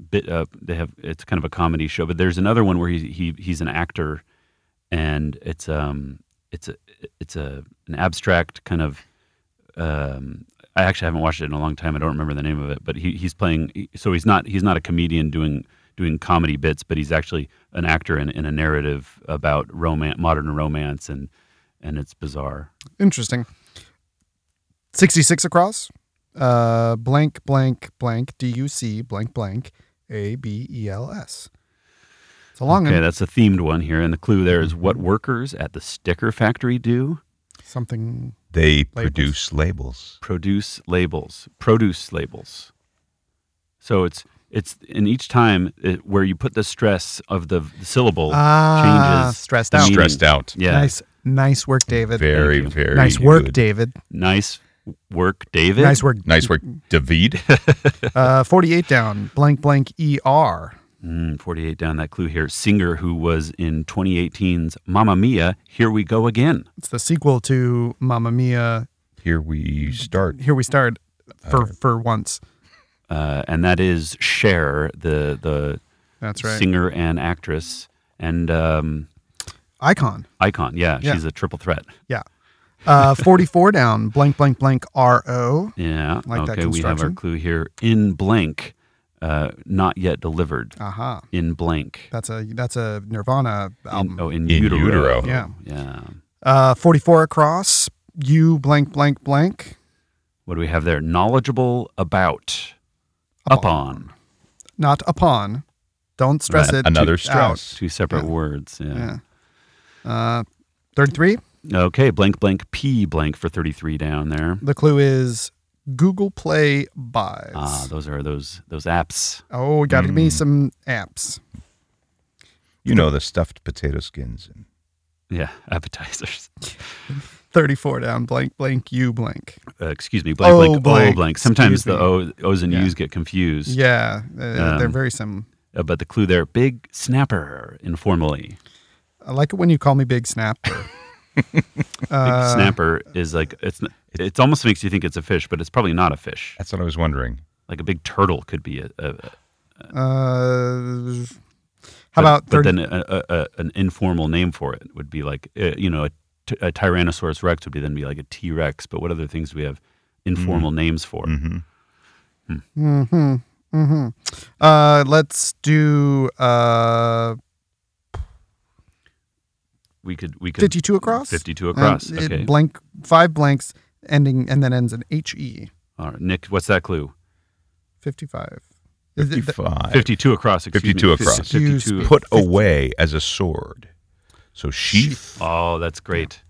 Speaker 2: bit. Uh, they have it's kind of a comedy show, but there's another one where he, he he's an actor, and it's um it's a it's a an abstract kind of um, I actually haven't watched it in a long time. I don't remember the name of it, but he, he's playing. he- So he's not he's not a comedian doing doing comedy bits, but he's actually an actor in, in a narrative about romance, modern romance, and and it's bizarre.
Speaker 1: Interesting. Sixty-six across. Uh, blank, blank, blank. D U C blank, blank. A B E L S. It's a long
Speaker 2: Okay,
Speaker 1: one.
Speaker 2: that's a themed one here, and the clue there is
Speaker 1: Mm-hmm.
Speaker 2: what workers at the sticker factory do:
Speaker 1: Something.
Speaker 3: They produce labels.
Speaker 2: produce labels, produce labels. So it's it's in each time it, where you put the stress of the syllable
Speaker 1: Ah,
Speaker 2: changes
Speaker 1: stressed
Speaker 2: the
Speaker 1: out.
Speaker 2: meaning.
Speaker 3: Stressed out.
Speaker 2: Yeah,
Speaker 1: Nice, nice work, David.
Speaker 3: Very,
Speaker 2: Thank
Speaker 3: very
Speaker 1: nice work,
Speaker 3: good.
Speaker 1: David.
Speaker 2: Nice work, David.
Speaker 1: Nice work.
Speaker 3: Nice work, David.
Speaker 1: Uh, Forty-eight down. Blank, blank. E R.
Speaker 2: Mm, 48 down that clue here. Singer who was in 2018's Mamma Mia, Here We Go Again.
Speaker 1: It's the sequel to Mamma Mia.
Speaker 3: Here we start.
Speaker 1: Here we start. For for once.
Speaker 2: Uh, and that is Cher, the, the
Speaker 1: That's right.
Speaker 2: singer and actress and um,
Speaker 1: Icon.
Speaker 2: icon. Yeah,
Speaker 1: Yeah.
Speaker 2: she's a triple threat.
Speaker 1: Yeah. Uh, 44 down, blank, blank, blank, RO.
Speaker 2: Yeah.
Speaker 1: Like that
Speaker 2: okay, we have our
Speaker 1: construction.
Speaker 2: clue here. In blank, uh, not yet delivered.
Speaker 1: Aha.
Speaker 2: In blank.
Speaker 1: Uh-huh. That's a that's a Nirvana
Speaker 2: In,
Speaker 1: album.
Speaker 2: oh, in,
Speaker 3: In
Speaker 2: utero.
Speaker 3: utero.
Speaker 1: Yeah.
Speaker 2: Yeah.
Speaker 1: Uh, 44 across, you blank, blank, blank.
Speaker 2: What do we have there? Knowledgeable about, upon.
Speaker 1: not upon. Don't stress it.
Speaker 3: Another
Speaker 1: too- out.
Speaker 3: stress.
Speaker 2: Two separate
Speaker 1: Yeah.
Speaker 2: words. Yeah.
Speaker 1: Yeah. Uh, 33.
Speaker 2: Okay. Blank, blank, P blank for 33 down there.
Speaker 1: The clue is Google Play buys.
Speaker 2: Ah, mm. those are those those apps.
Speaker 1: oh, we got to give me some apps.
Speaker 3: You know, the stuffed potato skins. And
Speaker 2: Yeah, appetizers.
Speaker 1: 34 down, blank, blank, you blank.
Speaker 2: Uh, excuse me, blank,
Speaker 1: Oh,
Speaker 2: blank,
Speaker 1: blank.
Speaker 2: oh, blank. Sometimes the o,
Speaker 1: Excuse
Speaker 2: O's and
Speaker 1: Yeah.
Speaker 2: U's get confused.
Speaker 1: Yeah, uh, they're
Speaker 2: Um,
Speaker 1: very sim.
Speaker 2: Uh, but the clue there, big snapper, informally.
Speaker 1: I like it when you call me Big Snapper.
Speaker 2: Big
Speaker 1: Uh,
Speaker 2: snapper is like it's. n- It almost makes you think it's a fish, but it's probably not a fish.
Speaker 3: that's what I was wondering.
Speaker 2: Like a big turtle could be a. a a-
Speaker 1: Uh, how
Speaker 2: but-
Speaker 1: about
Speaker 2: But
Speaker 1: 30?
Speaker 2: then a, a, a, an informal name for it would be like uh, you know a, t- a Tyrannosaurus Rex would be then be like a T Rex. But what other things do we have
Speaker 1: Mm.
Speaker 2: informal names for?
Speaker 3: hmm
Speaker 1: Mm-hmm. Mm-hmm. Uh, let's do uh,
Speaker 2: We could we could
Speaker 1: 52 across.
Speaker 2: fifty two
Speaker 1: And
Speaker 2: across.
Speaker 1: it
Speaker 2: okay,
Speaker 1: Blank, five blanks ending and then ends in E. HE.
Speaker 2: All right, Nick, what's that clue?
Speaker 1: 55. Is it the-
Speaker 3: 55.
Speaker 2: 52 across. Excuse
Speaker 3: 52
Speaker 2: me.
Speaker 3: across.
Speaker 2: Fif- 52.
Speaker 1: Excuse
Speaker 3: Put away as a sword. So sheath.
Speaker 2: Oh, that's great.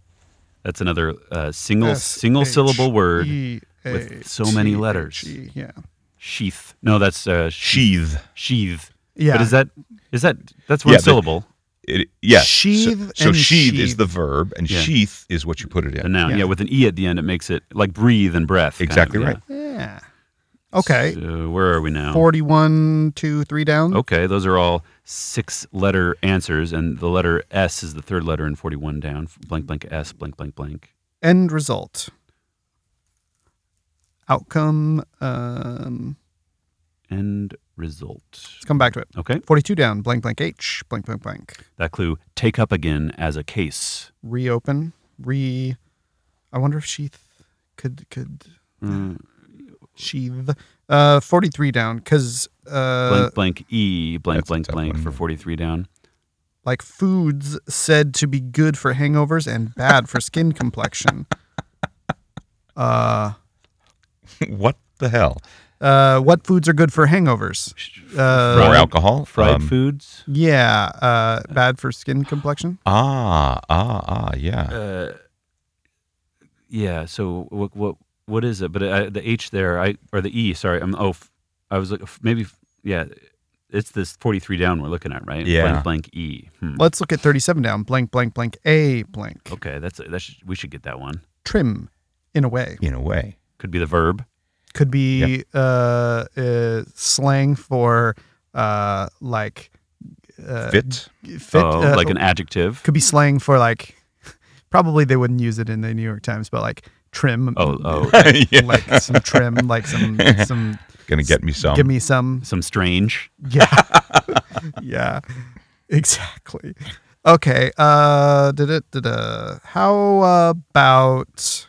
Speaker 2: That's another uh, single
Speaker 1: S
Speaker 2: single
Speaker 1: H
Speaker 2: syllable word.
Speaker 1: E
Speaker 2: with so many
Speaker 1: A T
Speaker 2: letters.
Speaker 1: H E, Yeah.
Speaker 2: Sheath. No, that's uh, she-
Speaker 3: Sheath.
Speaker 2: sheath.
Speaker 1: Yeah.
Speaker 2: But is that is that that's one
Speaker 3: Yeah, but-
Speaker 2: syllable?
Speaker 3: It, yes.
Speaker 1: Sheath
Speaker 3: So, so
Speaker 1: and
Speaker 3: sheath, is
Speaker 1: sheath.
Speaker 3: the verb, and
Speaker 2: Yeah.
Speaker 3: sheath is what you put it
Speaker 2: A
Speaker 3: in.
Speaker 2: noun. Yeah.
Speaker 1: Yeah.
Speaker 2: with an e at the end, it makes it like breathe and breath. kind of,
Speaker 3: Exactly
Speaker 2: yeah.
Speaker 3: right.
Speaker 1: Yeah. Okay.
Speaker 2: So where are we now?
Speaker 1: 41, 2, 3 down.
Speaker 2: Okay, those are all six letter answers, and the letter S is the third letter in 41 down. Blank, blank, S, blank, blank, blank.
Speaker 1: End result. Outcome. Um,
Speaker 2: End result.
Speaker 1: let's come back to it.
Speaker 2: Okay,
Speaker 1: 42 down. Blank, blank, H. Blank, blank, blank.
Speaker 2: that clue take up again as a case.
Speaker 1: Reopen. Re. I wonder if sheath could. could
Speaker 2: Mm,
Speaker 1: sheath. Uh, 43 down. Because. Uh,
Speaker 2: blank blank e blank
Speaker 3: that's a
Speaker 2: blank
Speaker 3: tough
Speaker 2: blank
Speaker 3: one,
Speaker 2: for
Speaker 3: yeah.
Speaker 2: 43 down
Speaker 1: like foods said to be good for hangovers and bad for skin complexion. Uh,
Speaker 3: what the hell?
Speaker 1: uh, what foods are good for hangovers? Uh,
Speaker 3: More
Speaker 2: Fried-
Speaker 3: alcohol?
Speaker 2: fried
Speaker 3: Um,
Speaker 2: foods
Speaker 1: yeah, uh, bad for skin complexion.
Speaker 3: Ah, ah, ah, yeah.
Speaker 2: uh, yeah so what what what is it but I, the h there i or the e sorry i'm oh f- i was like maybe yeah it's this 43 down we're looking at right
Speaker 3: Yeah.
Speaker 2: blank blank e hmm. Oh.
Speaker 1: Let's look at 37 down. Blank, blank, blank, a blank.
Speaker 2: okay that's that should, we should get that one
Speaker 1: Trim, in a way,
Speaker 3: In a way.
Speaker 2: could be the verb
Speaker 1: could be uh, uh, slang for uh, like uh,
Speaker 3: Fit.
Speaker 1: fit,
Speaker 2: oh,
Speaker 1: uh,
Speaker 2: like an adjective
Speaker 1: could be slang for like. Probably they wouldn't use it in the New York Times, but like trim.
Speaker 2: oh oh
Speaker 3: yeah.
Speaker 1: like some trim, like some some.
Speaker 3: Gonna get me some.
Speaker 1: Give me some.
Speaker 2: some strange
Speaker 1: Yeah, yeah, exactly. Okay. Uh, did it? Did How about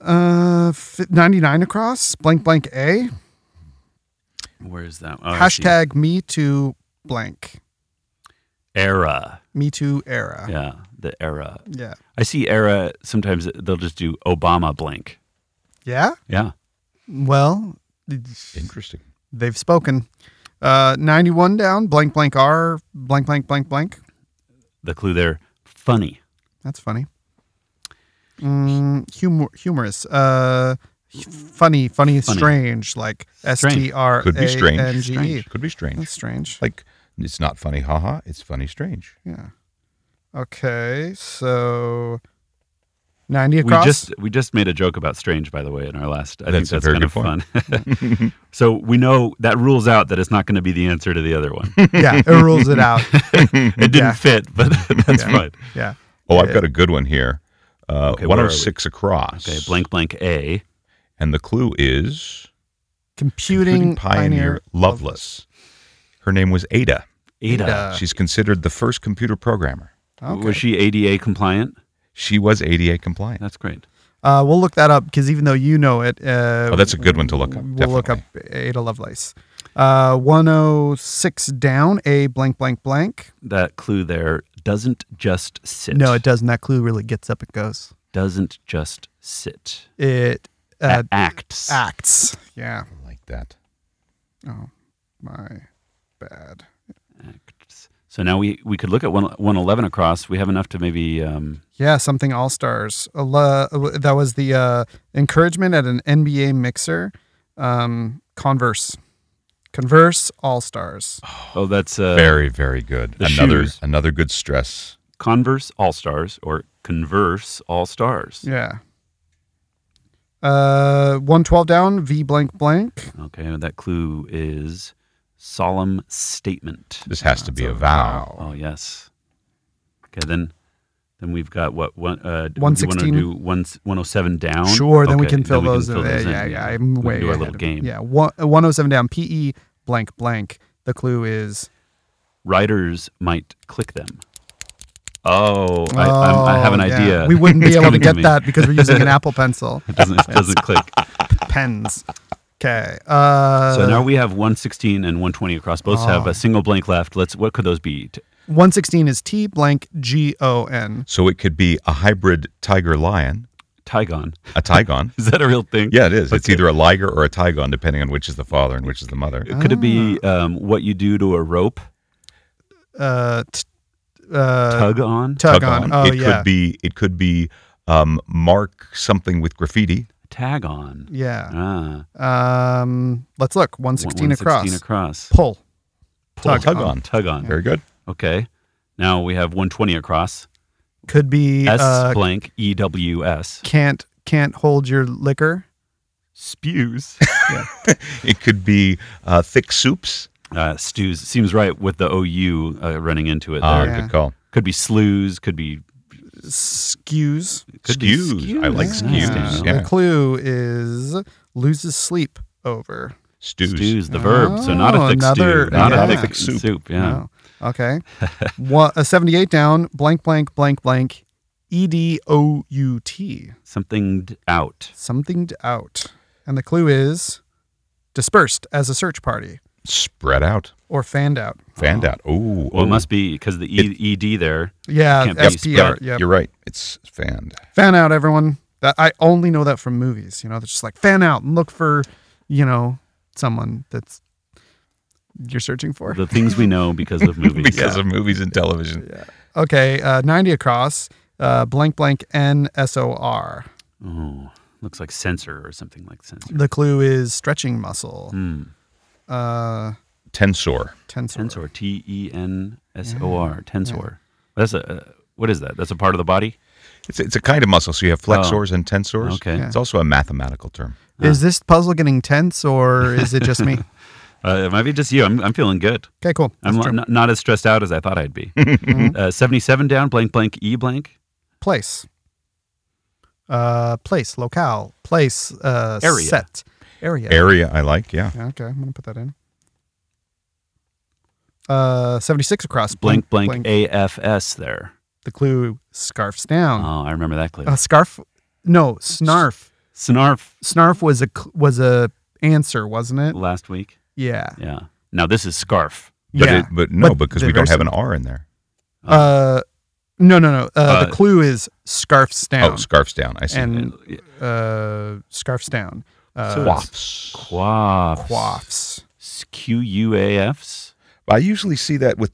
Speaker 1: uh fi- 99 across blank blank a
Speaker 2: where is that oh, I see.
Speaker 1: hashtag me too blank
Speaker 2: era
Speaker 1: me too era yeah,
Speaker 2: yeah the era
Speaker 1: yeah.
Speaker 2: i see era sometimes they'll just do obama blank yeah
Speaker 1: well
Speaker 3: Interesting.
Speaker 1: they've spoken uh 91 down blank blank r blank blank blank blank
Speaker 2: the clue there funny
Speaker 1: That's funny. Mm, humor, humorous. Uh, hu- funny, funny,
Speaker 2: Funny.
Speaker 1: strange. Like S T R
Speaker 3: Could be
Speaker 1: A
Speaker 3: strange.
Speaker 1: N G E.
Speaker 2: Strange.
Speaker 3: Could be strange.
Speaker 1: That's strange.
Speaker 3: Like, it's not funny, haha. It's funny, strange.
Speaker 1: Yeah. Okay, so ninety across.
Speaker 2: we just we just made a joke about strange by the way in our last i
Speaker 3: That's a
Speaker 2: think that's
Speaker 3: very
Speaker 2: kind of fun so we know that rules out that it's not going to be the answer to the other one
Speaker 1: yeah, it rules it out.
Speaker 2: it
Speaker 1: Yeah.
Speaker 2: didn't fit but that's
Speaker 1: Yeah.
Speaker 2: fine
Speaker 1: Yeah.
Speaker 3: Oh, I've got a good one here. Uh,
Speaker 2: Okay, where are we?
Speaker 3: 106 across.
Speaker 2: okay blank blank a
Speaker 3: And the clue is
Speaker 1: Computing, pioneer,
Speaker 3: Lovelace. Her name was Ada.
Speaker 2: ada,
Speaker 1: Ada. Uh,
Speaker 3: She's considered the first computer programmer.
Speaker 1: Okay.
Speaker 2: was she ada compliant
Speaker 3: She was ADA compliant.
Speaker 2: that's great
Speaker 1: Uh, we'll look that up because even though you know it, uh,
Speaker 3: Oh, that's a good one to look up.
Speaker 1: We'll look up Ada Lovelace. Uh, one oh six down. A blank blank blank.
Speaker 2: that clue there doesn't just sit
Speaker 1: No, it doesn't. That clue really gets up and goes.
Speaker 2: doesn't just sit.
Speaker 1: It uh,
Speaker 2: It acts.
Speaker 1: acts. Yeah.
Speaker 3: I like that.
Speaker 1: Oh, my bad.
Speaker 2: Acts. So now we, we could look at one, 111 across. We have enough to maybe um,
Speaker 1: Yeah, something All Stars. That was the uh, encouragement at an NBA mixer. Um, Converse, Converse All Stars.
Speaker 2: Oh, that's uh,
Speaker 3: very, very good.
Speaker 2: the
Speaker 3: another
Speaker 2: shoes.
Speaker 3: another good stress.
Speaker 2: Converse All Stars or Converse All Stars.
Speaker 1: Yeah. Uh, one twelve down. V blank blank.
Speaker 2: Okay, and that clue is solemn statement.
Speaker 3: This has to be a
Speaker 1: That's
Speaker 3: vow.
Speaker 2: Oh yes. Okay, then then we've got what one uh do you wanna
Speaker 1: 116?
Speaker 2: do one one oh seven down.
Speaker 1: Sure. Then we
Speaker 2: Okay,
Speaker 1: can fill those. in.
Speaker 2: those
Speaker 1: yeah, yeah, I'm
Speaker 2: We can
Speaker 1: way
Speaker 2: do our
Speaker 1: ahead
Speaker 2: little
Speaker 1: of-
Speaker 2: game.
Speaker 1: Yeah, one one oh seven down. P E blank blank. The clue is
Speaker 2: Writers might click them. Oh, I, I'm, I have an
Speaker 1: Oh, yeah.
Speaker 2: idea.
Speaker 1: We wouldn't
Speaker 2: It's
Speaker 1: be able to
Speaker 2: coming
Speaker 1: get
Speaker 2: me.
Speaker 1: that because we're using an Apple pencil.
Speaker 2: It doesn't, it doesn't click.
Speaker 1: Pens. Okay. Uh,
Speaker 2: So now we have 116 and 120 across. Both have
Speaker 1: Oh.
Speaker 2: a single blank left. Let's. What could those be? T-
Speaker 1: 116 is T blank G O N.
Speaker 3: So it could be a hybrid tiger lion,
Speaker 2: Tygon.
Speaker 3: a tigon.
Speaker 2: Is that a real thing?
Speaker 3: yeah, it is. It's either a liger or a tigon, depending on which is the father and which is the mother.
Speaker 2: Could it be
Speaker 1: Ah.
Speaker 2: um, what you do to a rope?
Speaker 1: Uh, t- uh,
Speaker 2: Tug on?
Speaker 1: tug, on. Oh,
Speaker 3: it
Speaker 1: yeah.
Speaker 3: could be. It could be um, mark something with graffiti.
Speaker 2: Tag on.
Speaker 1: yeah.
Speaker 2: Ah.
Speaker 1: Um, let's look. 116, across.
Speaker 2: 116 across.
Speaker 1: Pull.
Speaker 3: Tug, on.
Speaker 2: Tug on.
Speaker 3: Very good.
Speaker 2: Okay. Now we have 120 across.
Speaker 1: Could be
Speaker 2: S
Speaker 1: uh,
Speaker 2: blank E W S.
Speaker 1: can't can't hold your liquor.
Speaker 2: Spews.
Speaker 3: It could be uh, thick soups.
Speaker 2: Uh, stews. Seems right with the O U uh, running into it
Speaker 3: Ah,
Speaker 2: there.
Speaker 1: yeah.
Speaker 3: Good call.
Speaker 2: Could be slews. Could be.
Speaker 1: Skews.
Speaker 2: Could be
Speaker 3: Skews. I like
Speaker 2: Yeah.
Speaker 3: skews,
Speaker 2: Stews.
Speaker 3: yeah.
Speaker 1: The clue is loses sleep over.
Speaker 3: Stews. Ah.
Speaker 2: Stews, the verb. So not a
Speaker 1: Oh,
Speaker 2: thick
Speaker 1: another-
Speaker 2: stew. Not
Speaker 1: yeah.
Speaker 2: a thick,
Speaker 3: Thick soup.
Speaker 2: Yeah.
Speaker 1: Oh, okay. One, uh, 78 down. Blank blank blank blank. E D O U T.
Speaker 2: Something d- out.
Speaker 1: something to out. And the clue is dispersed as a search party
Speaker 3: Spread out.
Speaker 1: or fanned out.
Speaker 3: Fanned out. Ooh.
Speaker 2: Well,
Speaker 3: ooh.
Speaker 2: it must be because the e, ED there.
Speaker 1: Yeah,
Speaker 2: Can't be
Speaker 1: SPR.
Speaker 2: spread.
Speaker 1: Yeah,
Speaker 3: You're right. It's fanned.
Speaker 1: fan out, everyone. That I only know that from movies. You know, they're just like fan out and look for, you know, someone that's you're searching for.
Speaker 2: The things we know because of movies.
Speaker 3: because of movies and television.
Speaker 1: Okay, uh, 90 across. Uh, blank blank N S O R.
Speaker 2: Oh, looks like sensor or something like sensor.
Speaker 1: The clue is stretching muscle.
Speaker 2: Hmm.
Speaker 1: Uh,
Speaker 3: Tensor.
Speaker 1: tensor.
Speaker 2: Tensor. T E N S O R. Tensor. That's a. Uh, what is that? That's a part of the body.
Speaker 3: It's, it's a kind of muscle. So you have flexors and tensors.
Speaker 2: Oh. Okay.
Speaker 1: Yeah.
Speaker 3: It's also a mathematical term.
Speaker 1: Is this puzzle getting tense or is it just me?
Speaker 2: Uh, it might be just you. I'm, I'm feeling good.
Speaker 1: Okay, cool.
Speaker 2: I'm
Speaker 1: That's true.
Speaker 2: not, not as stressed out as I thought I'd be. uh, 77 down. Blank. Blank. E blank.
Speaker 1: place uh place locale place uh
Speaker 2: Area.
Speaker 1: set area
Speaker 3: Area I like. Yeah.
Speaker 1: yeah, okay i'm gonna put that in uh 76 across
Speaker 2: Blank. Blank. A F S there.
Speaker 1: the clue scarfs down
Speaker 2: Oh, I remember that clue.
Speaker 1: uh, scarf no snarf
Speaker 2: Snarf
Speaker 1: snarf was a cl- was a answer wasn't it
Speaker 2: last week.
Speaker 1: yeah
Speaker 2: Yeah. Now this is scarf.
Speaker 3: But,
Speaker 1: yeah
Speaker 3: It, but no,
Speaker 1: But
Speaker 3: because
Speaker 1: they're
Speaker 3: we don't
Speaker 1: very
Speaker 3: have an R in there.
Speaker 1: uh no no no uh,
Speaker 2: Uh,
Speaker 1: the clue is scarfs down
Speaker 3: Oh, scarfs down. I see.
Speaker 1: and uh scarfs down uh
Speaker 2: So it's-
Speaker 3: Quaffs.
Speaker 2: Quaffs.
Speaker 1: quaffs
Speaker 2: Q U A Fs.
Speaker 3: I usually see that with.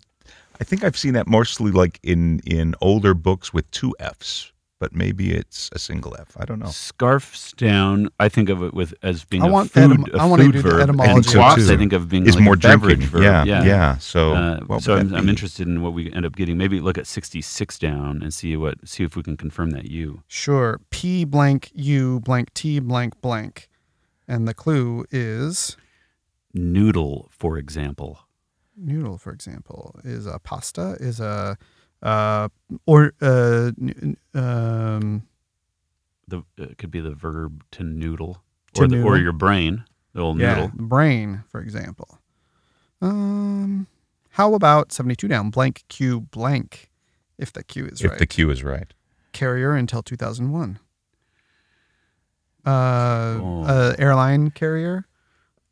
Speaker 3: I think I've seen that mostly like in in older books with two Fs, but maybe it's a single F. I don't know.
Speaker 2: Scarfs down. I think of it with as being
Speaker 1: I
Speaker 2: a
Speaker 1: want
Speaker 2: food.
Speaker 1: etym-
Speaker 2: a
Speaker 1: I wanna
Speaker 2: food
Speaker 1: do the
Speaker 2: verb. And
Speaker 1: etymology
Speaker 3: of
Speaker 2: quaffs,
Speaker 3: that.
Speaker 2: I think of being
Speaker 3: It's
Speaker 2: like
Speaker 3: more
Speaker 2: a beverage
Speaker 3: drinking.
Speaker 2: verb.
Speaker 3: Yeah,
Speaker 2: yeah.
Speaker 3: yeah. So,
Speaker 2: Uh,
Speaker 3: what
Speaker 2: so
Speaker 3: would
Speaker 2: I'm,
Speaker 3: that
Speaker 2: I'm
Speaker 3: be?
Speaker 2: interested in what we end up getting. Maybe look at 66 down and see what see if we can confirm that U.
Speaker 1: Sure. P blank U blank T blank blank. And the clue is
Speaker 2: Noodle, for example.
Speaker 1: noodle, for example, is a pasta, is a, uh, or, uh, n- n- um,
Speaker 2: The it could be the verb to noodle,
Speaker 1: To
Speaker 2: or the, or
Speaker 1: noodle.
Speaker 2: your brain, the old
Speaker 1: yeah,
Speaker 2: noodle.
Speaker 1: brain, for example. Um, how about 72 down blank Q blank if the Q is
Speaker 3: if
Speaker 1: right?
Speaker 3: the Q is right.
Speaker 1: Carrier until 2001. Uh,
Speaker 2: Oh.
Speaker 1: uh, airline carrier.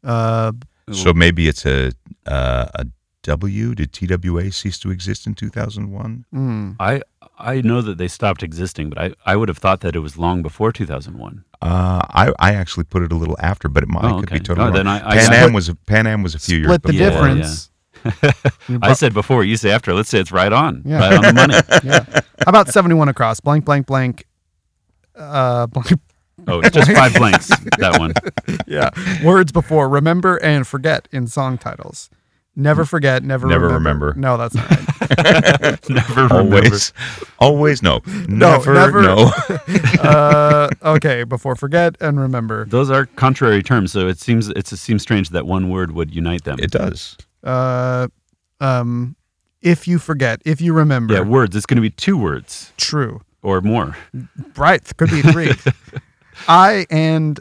Speaker 1: Uh,
Speaker 3: So maybe it's a uh, a TW? Did TWA cease to exist in 2001?
Speaker 1: Mm.
Speaker 2: I I know that they stopped existing, but I, I would have thought that it was long before 2001.
Speaker 3: Uh, I, I actually put it a little after, but it might,
Speaker 2: Oh,
Speaker 3: could
Speaker 2: okay.
Speaker 3: be totally
Speaker 2: No,
Speaker 3: wrong.
Speaker 2: then I- I-
Speaker 3: Pan,
Speaker 2: I-
Speaker 3: Am was, a- Pan Am was a few years
Speaker 1: Split the
Speaker 2: Yeah,
Speaker 3: before.
Speaker 1: difference. You
Speaker 2: I
Speaker 1: brought-
Speaker 2: said before, you say after. Let's say it's right on,
Speaker 1: Yeah.
Speaker 2: right on the money.
Speaker 1: yeah. How about 71 across? Blank, blank, blank. Uh, blank.
Speaker 2: Oh, it's just five blanks. That one.
Speaker 1: Yeah. Words before remember and forget in song titles. Never forget, never
Speaker 3: Never remember.
Speaker 1: No, that's not right.
Speaker 2: Never remember.
Speaker 3: Always, always no. never,
Speaker 1: never.
Speaker 3: no.
Speaker 1: uh, okay, before forget and remember.
Speaker 2: Those are contrary terms, so it seems it seems strange that one word would unite them.
Speaker 3: It does.
Speaker 1: Uh, um, if you forget, if you remember.
Speaker 2: yeah, words. It's going to be two words
Speaker 1: True.
Speaker 2: or more.
Speaker 1: Right. Could be three. I and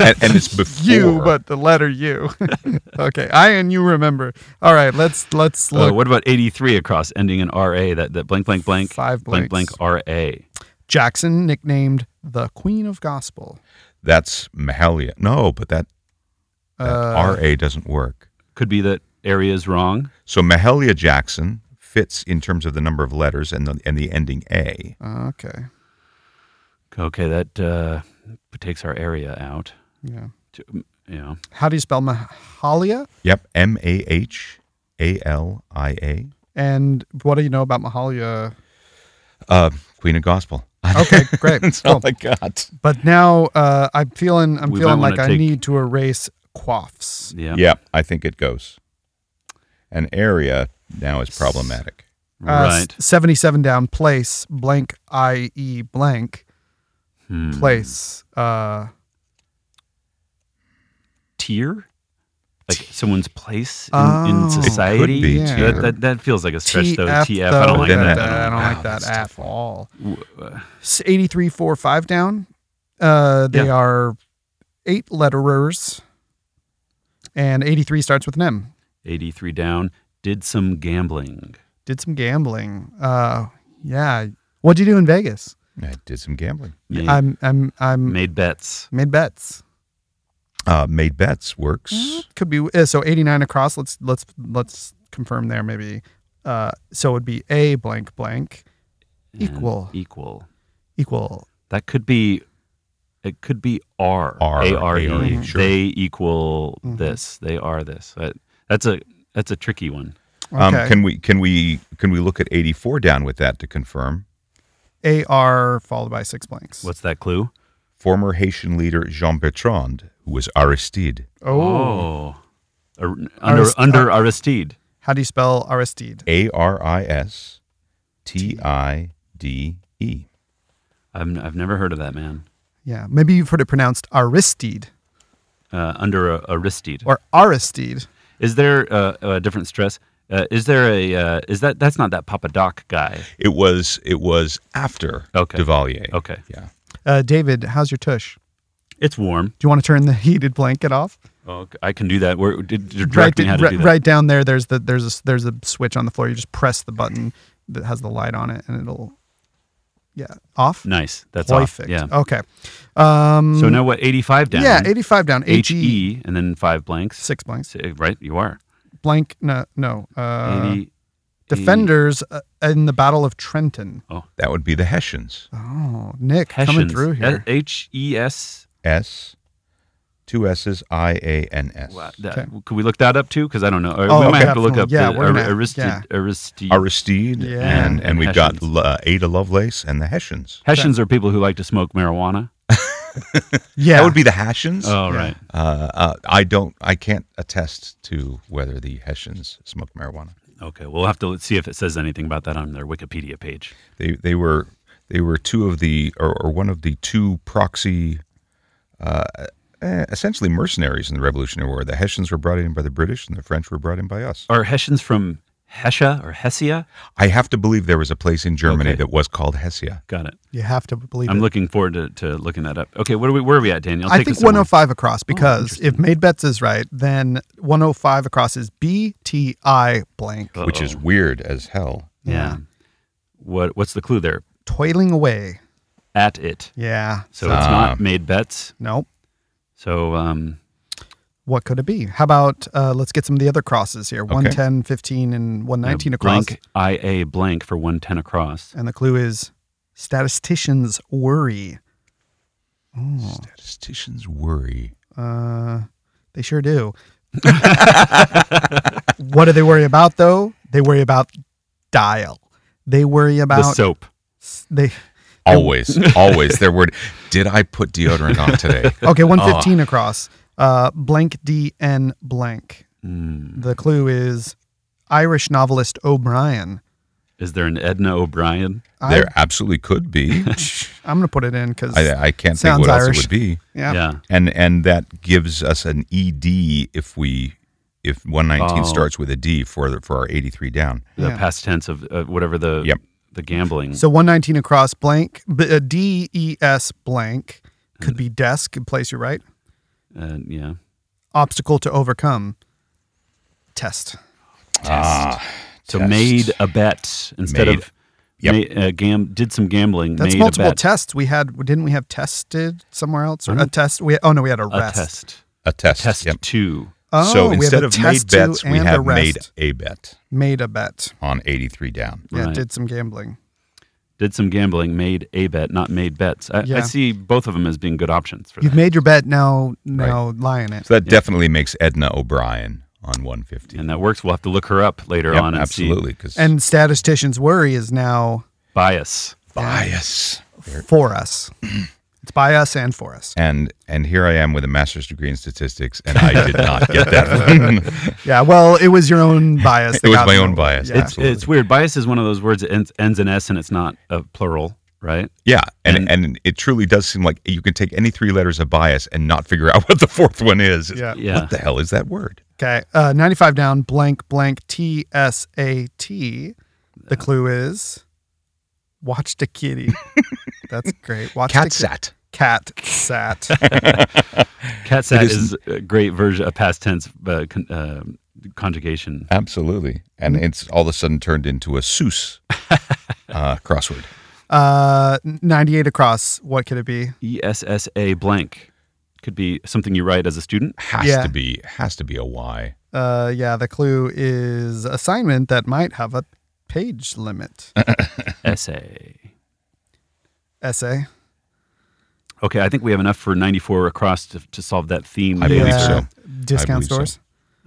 Speaker 3: And, and it's before.
Speaker 1: you, but the letter U. okay. I and you remember. All right. Let's let's
Speaker 2: Uh,
Speaker 1: look.
Speaker 2: what about 83 across, ending in RA, that, that blank, blank, blank,
Speaker 1: Five
Speaker 2: blank, blank,
Speaker 1: blanks.
Speaker 2: RA?
Speaker 1: Jackson nicknamed the Queen of Gospel.
Speaker 3: That's Mahalia. No, but that, that
Speaker 1: Uh,
Speaker 3: RA doesn't work.
Speaker 2: Could be that area is wrong.
Speaker 3: So Mahalia Jackson fits in terms of the number of letters and the, and the ending A.
Speaker 1: okay.
Speaker 2: Okay, that uh, takes our area out.
Speaker 1: Yeah.
Speaker 2: To- Yeah.
Speaker 1: How do you spell Mahalia?
Speaker 3: Yep, M A H A L I A.
Speaker 1: And what do you know about Mahalia?
Speaker 3: Uh, Queen of Gospel.
Speaker 1: Okay, great.
Speaker 3: That's
Speaker 1: cool.
Speaker 3: all I got.
Speaker 1: But now uh, I'm feeling I'm
Speaker 2: We might
Speaker 1: feeling
Speaker 2: wanna
Speaker 1: like I
Speaker 2: take-
Speaker 1: need to erase quaffs.
Speaker 2: Yeah.
Speaker 3: Yeah, I think it goes. An area now is
Speaker 1: Uh,
Speaker 3: problematic.
Speaker 1: s-
Speaker 2: Right.
Speaker 1: 77 down place blank I E blank
Speaker 2: Hmm.
Speaker 1: place. Uh,
Speaker 2: Tier? Like someone's place in,
Speaker 1: Oh.
Speaker 2: in
Speaker 1: It could
Speaker 2: society?
Speaker 3: be
Speaker 1: Yeah.
Speaker 3: tier.
Speaker 2: That, that, that feels like a stretch, though.
Speaker 1: TF,
Speaker 2: TF. I
Speaker 1: though,
Speaker 2: don't like
Speaker 3: then
Speaker 2: that. Oh,
Speaker 3: that-
Speaker 1: I don't
Speaker 3: wow,
Speaker 1: like that
Speaker 3: that's
Speaker 1: at
Speaker 3: tough one.
Speaker 1: all.
Speaker 2: W- uh,
Speaker 1: 83 4 5 down. Uh, they
Speaker 2: Yeah.
Speaker 1: are eight letterers. And 83 starts with an M.
Speaker 2: 83 down. Did some gambling.
Speaker 1: did some gambling. Uh, yeah. What'd you do in Vegas?
Speaker 3: I did some gambling.
Speaker 2: Made,
Speaker 1: I'm I'm I'm
Speaker 2: made bets.
Speaker 1: made bets.
Speaker 3: Uh, made bets works.
Speaker 1: Could be uh, so 89 across. Let's let's let's confirm there maybe. Uh, so it would be a blank blank
Speaker 2: and
Speaker 1: Equal.
Speaker 2: Equal.
Speaker 1: equal.
Speaker 2: That could be. It could be R.
Speaker 3: R,
Speaker 2: A R E.
Speaker 3: A-R-E, sure.
Speaker 2: They equal
Speaker 1: Mhm.
Speaker 2: this. They are this. That, that's a that's a tricky one.
Speaker 1: Okay.
Speaker 3: Um, can we can we can we look at eighty four down with that to confirm?
Speaker 1: a R followed by six blanks.
Speaker 2: What's that clue?
Speaker 3: Former Haitian leader Jean Bertrand, who was Aristide,
Speaker 1: Oh.
Speaker 2: Ar- under
Speaker 1: Arist- uh,
Speaker 2: under Aristide.
Speaker 1: How do you spell Aristide?
Speaker 3: A R I S T I D E.
Speaker 2: I'm, I've never heard of that man.
Speaker 1: Yeah. Maybe you've heard it pronounced Aristide
Speaker 2: Uh, under uh, Aristide.
Speaker 1: or Aristide.
Speaker 2: Is there uh, a different stress? Uh, is there a uh, is that that's not that Papa Doc guy?
Speaker 3: It was it was after
Speaker 2: Okay.
Speaker 3: Duvalier.
Speaker 2: Okay,
Speaker 3: Yeah.
Speaker 1: Uh, David, how's your tush?
Speaker 2: it's warm.
Speaker 1: Do you want to turn the heated blanket off?
Speaker 2: Oh, I can do that. Where did, direct me how to
Speaker 1: right,
Speaker 2: do that?
Speaker 1: right down there. There's the there's a there's a switch on the floor. You just press the button that has the light on it, and it'll yeah off.
Speaker 2: Nice. That's
Speaker 1: Perfect.
Speaker 2: off. Yeah.
Speaker 1: Okay. Um,
Speaker 2: So now what? Eighty-five down.
Speaker 1: yeah, 85 down. H
Speaker 2: H
Speaker 1: E
Speaker 2: E and then five blanks.
Speaker 1: six blanks.
Speaker 2: Si- Right. You are.
Speaker 1: Blank. No no. Uh,
Speaker 2: Eighty.
Speaker 1: defenders uh, in the Battle of Trenton.
Speaker 3: That would be the Hessians.
Speaker 1: Oh, Nick coming
Speaker 2: Hessians.
Speaker 1: through here.
Speaker 2: H E S.
Speaker 3: S, two S's, I A N S.
Speaker 2: Wow, that-
Speaker 1: Okay.
Speaker 2: Could we look that up too? Because I don't know. Or
Speaker 1: Oh,
Speaker 2: we might
Speaker 1: okay.
Speaker 2: have to look up
Speaker 1: Yeah,
Speaker 2: the
Speaker 1: we're gonna-
Speaker 2: Ar- Aristide.
Speaker 1: yeah.
Speaker 2: Aristide.
Speaker 3: Aristide,
Speaker 1: Yeah.
Speaker 3: and, and
Speaker 2: And
Speaker 3: we've
Speaker 2: Hessians.
Speaker 3: got L- uh, Ada Lovelace and the Hessians.
Speaker 2: Hessians are people who like to smoke marijuana.
Speaker 1: Yeah,
Speaker 3: That would be the Hessians.
Speaker 2: Oh,
Speaker 1: Yeah.
Speaker 2: right.
Speaker 3: Uh, uh, I don't. I can't attest to whether the Hessians smoked marijuana.
Speaker 2: Okay, we'll have to see if it says anything about that on their Wikipedia page.
Speaker 3: They they were they were two of the or, or one of the two proxy, uh, eh, essentially mercenaries in the Revolutionary War. The Hessians were brought in by the British, and the French were brought in by us.
Speaker 2: Are Hessians from Hessia or Hessia?
Speaker 3: I have to believe there was a place in Germany
Speaker 2: Okay.
Speaker 3: that was called Hessia.
Speaker 2: Got it.
Speaker 1: you have to believe
Speaker 2: I'm
Speaker 1: it.
Speaker 2: looking forward to, to looking that up. Okay, what are we, where are we at, Daniel?
Speaker 1: I
Speaker 2: Take
Speaker 1: think
Speaker 2: us somewhere.
Speaker 1: 105
Speaker 2: Oh,
Speaker 1: across because if made bets is right, then 105 across is B T I blank.
Speaker 2: Uh-oh.
Speaker 3: Which is weird as hell.
Speaker 2: yeah.
Speaker 1: Yeah.
Speaker 2: What What's the clue there?
Speaker 1: Toiling away.
Speaker 2: At it.
Speaker 1: Yeah.
Speaker 2: So it's
Speaker 3: Ah.
Speaker 2: not made bets.
Speaker 1: Nope.
Speaker 2: So um,
Speaker 1: what could it be? How about uh, let's get some of the other crosses here: 110, 15, and 119 across.
Speaker 2: Blank IA blank for 110 across.
Speaker 1: And the clue is statisticians worry. Ooh,
Speaker 3: Statisticians worry.
Speaker 1: uh, they sure do. what do they worry about though? They worry about dial. They worry
Speaker 2: the
Speaker 1: about
Speaker 2: soap.
Speaker 1: they.
Speaker 3: Always, always. Their word. Did I put deodorant on today?
Speaker 1: Okay, 115 across. Uh, blank D N blank.
Speaker 2: Mm.
Speaker 1: The clue is Irish novelist O'Brien.
Speaker 2: Is there an Edna O'Brien?
Speaker 1: I,
Speaker 3: There absolutely could be.
Speaker 1: I'm gonna put it in because
Speaker 3: I, I can't
Speaker 1: Sounds
Speaker 3: think what
Speaker 1: Irish.
Speaker 3: else it would be.
Speaker 1: yeah.
Speaker 3: and and that gives us an ed if we if 119
Speaker 2: Oh.
Speaker 3: starts with a d for the, for our 83 down
Speaker 2: The
Speaker 1: Yeah.
Speaker 2: past tense of uh, whatever the
Speaker 3: Yep.
Speaker 2: the gambling.
Speaker 1: So 119 across blank b- uh, D E S blank could be desk in place. You're right.
Speaker 2: uh, yeah.
Speaker 1: Obstacle to overcome. Test.
Speaker 3: ah,
Speaker 2: So
Speaker 3: Test.
Speaker 2: made a bet instead
Speaker 3: Made.
Speaker 2: of
Speaker 3: Yep.
Speaker 2: ma- uh, gam- did some gambling.
Speaker 1: That's
Speaker 2: made a
Speaker 1: multiple
Speaker 2: bet.
Speaker 1: tests. We had didn't we have tested somewhere else or a test? We oh no, we had a
Speaker 2: a
Speaker 1: rest.
Speaker 2: test.
Speaker 3: a Mm-hmm. test,
Speaker 2: Test
Speaker 3: Yep.
Speaker 2: two.
Speaker 1: Oh,
Speaker 3: so
Speaker 1: we have
Speaker 3: instead
Speaker 1: a
Speaker 3: of
Speaker 1: test
Speaker 3: made
Speaker 1: to
Speaker 3: bets we
Speaker 1: and a
Speaker 3: have made
Speaker 1: rest.
Speaker 3: a bet
Speaker 1: made a bet.
Speaker 3: on 83 down
Speaker 1: Yeah,
Speaker 2: Right.
Speaker 1: did some gambling.
Speaker 2: Did some gambling. Made a bet. Not made bets. I,
Speaker 1: Yeah.
Speaker 2: I see both of them as being good options for
Speaker 1: You've
Speaker 2: that.
Speaker 1: made your bet now. Now lie in it.
Speaker 3: so that definitely makes edna o'brien on 150
Speaker 2: and that works. We'll have to look her up later
Speaker 3: Yep,
Speaker 2: on and
Speaker 3: absolutely because
Speaker 1: And statisticians' worry is now
Speaker 2: see bias.
Speaker 3: bias
Speaker 1: for us. It's by us and for us.
Speaker 3: and and here i am with a master's degree in statistics and i did not get that one
Speaker 1: Yeah. Well, it was your own bias.
Speaker 3: it was
Speaker 1: that got
Speaker 3: my
Speaker 1: in
Speaker 3: own
Speaker 1: the-
Speaker 3: bias
Speaker 1: Yeah.
Speaker 3: absolutely
Speaker 2: It's weird. Bias is one of those words that ends, ends in s and it's not a plural, right?
Speaker 3: Yeah, and, and it truly does seem like you can take any three letters of bias and not figure out what the fourth one is.
Speaker 1: Yeah.
Speaker 2: Yeah.
Speaker 3: What the hell is that word?
Speaker 1: Okay. Uh, 95 down, blank, blank, T S A T. The clue is watched a kitty. That's great. Watched
Speaker 3: Cat
Speaker 1: a kitty.
Speaker 3: sat.
Speaker 1: Cat sat.
Speaker 2: Catsat
Speaker 3: It
Speaker 2: is a great version, a past tense uh, con, uh, conjugation.
Speaker 3: Absolutely, and it's all of a sudden turned into a Seuss uh, crossword.
Speaker 1: Uh, 98 across. What could it be?
Speaker 2: E ESSA blank could be something you write as a student.
Speaker 3: Has
Speaker 1: Yeah.
Speaker 3: to be has to be a Y.
Speaker 1: Uh, yeah. The clue is assignment that might have a page limit.
Speaker 3: Uh,
Speaker 2: Essay.
Speaker 1: Essay.
Speaker 2: Okay, I think we have enough for 94 across to, to solve that theme.
Speaker 3: I
Speaker 2: later.
Speaker 3: believe so.
Speaker 1: Discount
Speaker 3: believe so.
Speaker 1: stores.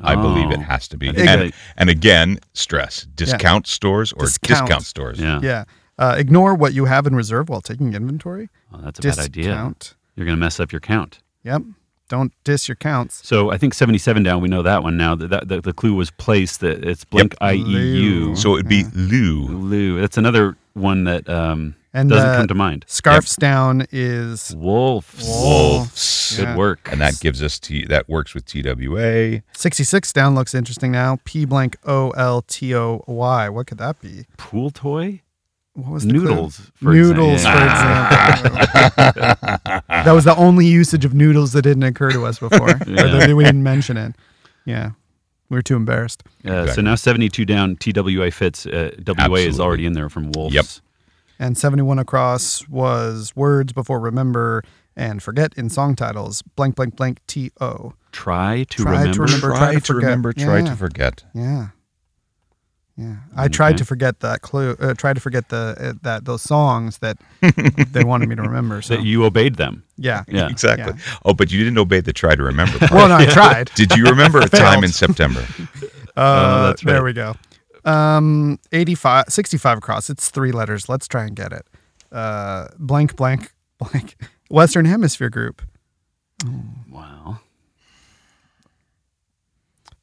Speaker 3: I believe it
Speaker 2: Oh.
Speaker 3: has to be.
Speaker 2: I think
Speaker 3: And,
Speaker 2: that-
Speaker 3: and again, stress discount stores or
Speaker 1: Discount.
Speaker 3: discount, stores.
Speaker 2: Yeah.
Speaker 1: Yeah. Uh, ignore what you have in reserve while taking inventory.
Speaker 2: Oh, that's a bad idea.
Speaker 1: Discount.
Speaker 2: You're going to mess up your count.
Speaker 1: Yep. Don't diss your counts.
Speaker 2: So I think 77 down, we know that one now. That, that, the, the clue was place, that it's blank IEU.
Speaker 3: So it would be Lou.
Speaker 2: Lou. That's another one that um,
Speaker 1: And,
Speaker 2: doesn't
Speaker 1: uh,
Speaker 2: come to mind.
Speaker 1: Scarfs down is
Speaker 2: Wolves.
Speaker 3: Wolves.
Speaker 2: Good
Speaker 1: Yeah.
Speaker 2: work.
Speaker 3: And that gives us T. That works with TWA.
Speaker 1: 66 down looks interesting now. P blank O L T O Y. What could that be?
Speaker 2: pool toy?
Speaker 1: What was the clue?
Speaker 2: Noodles. for
Speaker 1: Noodles,
Speaker 2: example.
Speaker 1: for example. that was the only usage of noodles that didn't occur to us before. Or that we didn't mention it. Yeah. We were too embarrassed.
Speaker 2: Uh, So
Speaker 3: Exactly.
Speaker 2: now 72 down, TWA fits. Uh, WA is
Speaker 3: Absolutely.
Speaker 2: already in there from Wolves.
Speaker 3: Yep.
Speaker 1: And 71 across was words before remember and forget in song titles. Blank, blank, blank, T O.
Speaker 2: Try to
Speaker 1: Try to
Speaker 2: remember.
Speaker 1: remember.
Speaker 3: try,
Speaker 1: try to
Speaker 3: to,
Speaker 1: forget.
Speaker 3: remember, try
Speaker 1: Yeah.
Speaker 3: to forget.
Speaker 1: Yeah. Yeah. I tried
Speaker 2: Okay.
Speaker 1: to forget that clue, uh, tried to forget the uh, that those songs that they wanted me to remember. So,
Speaker 2: That you obeyed them.
Speaker 1: yeah.
Speaker 2: Yeah.
Speaker 3: Exactly. Oh, but you didn't obey the try to remember part.
Speaker 1: Well, no, I tried.
Speaker 3: Did you remember a
Speaker 1: Failed.
Speaker 3: time in September?
Speaker 1: Uh,
Speaker 2: Oh, that's
Speaker 1: There
Speaker 2: right.
Speaker 1: we go. Um, 85, 65 across. It's three letters. Let's try and get it. Uh, blank, blank, blank. Western Hemisphere Group.
Speaker 2: Wow.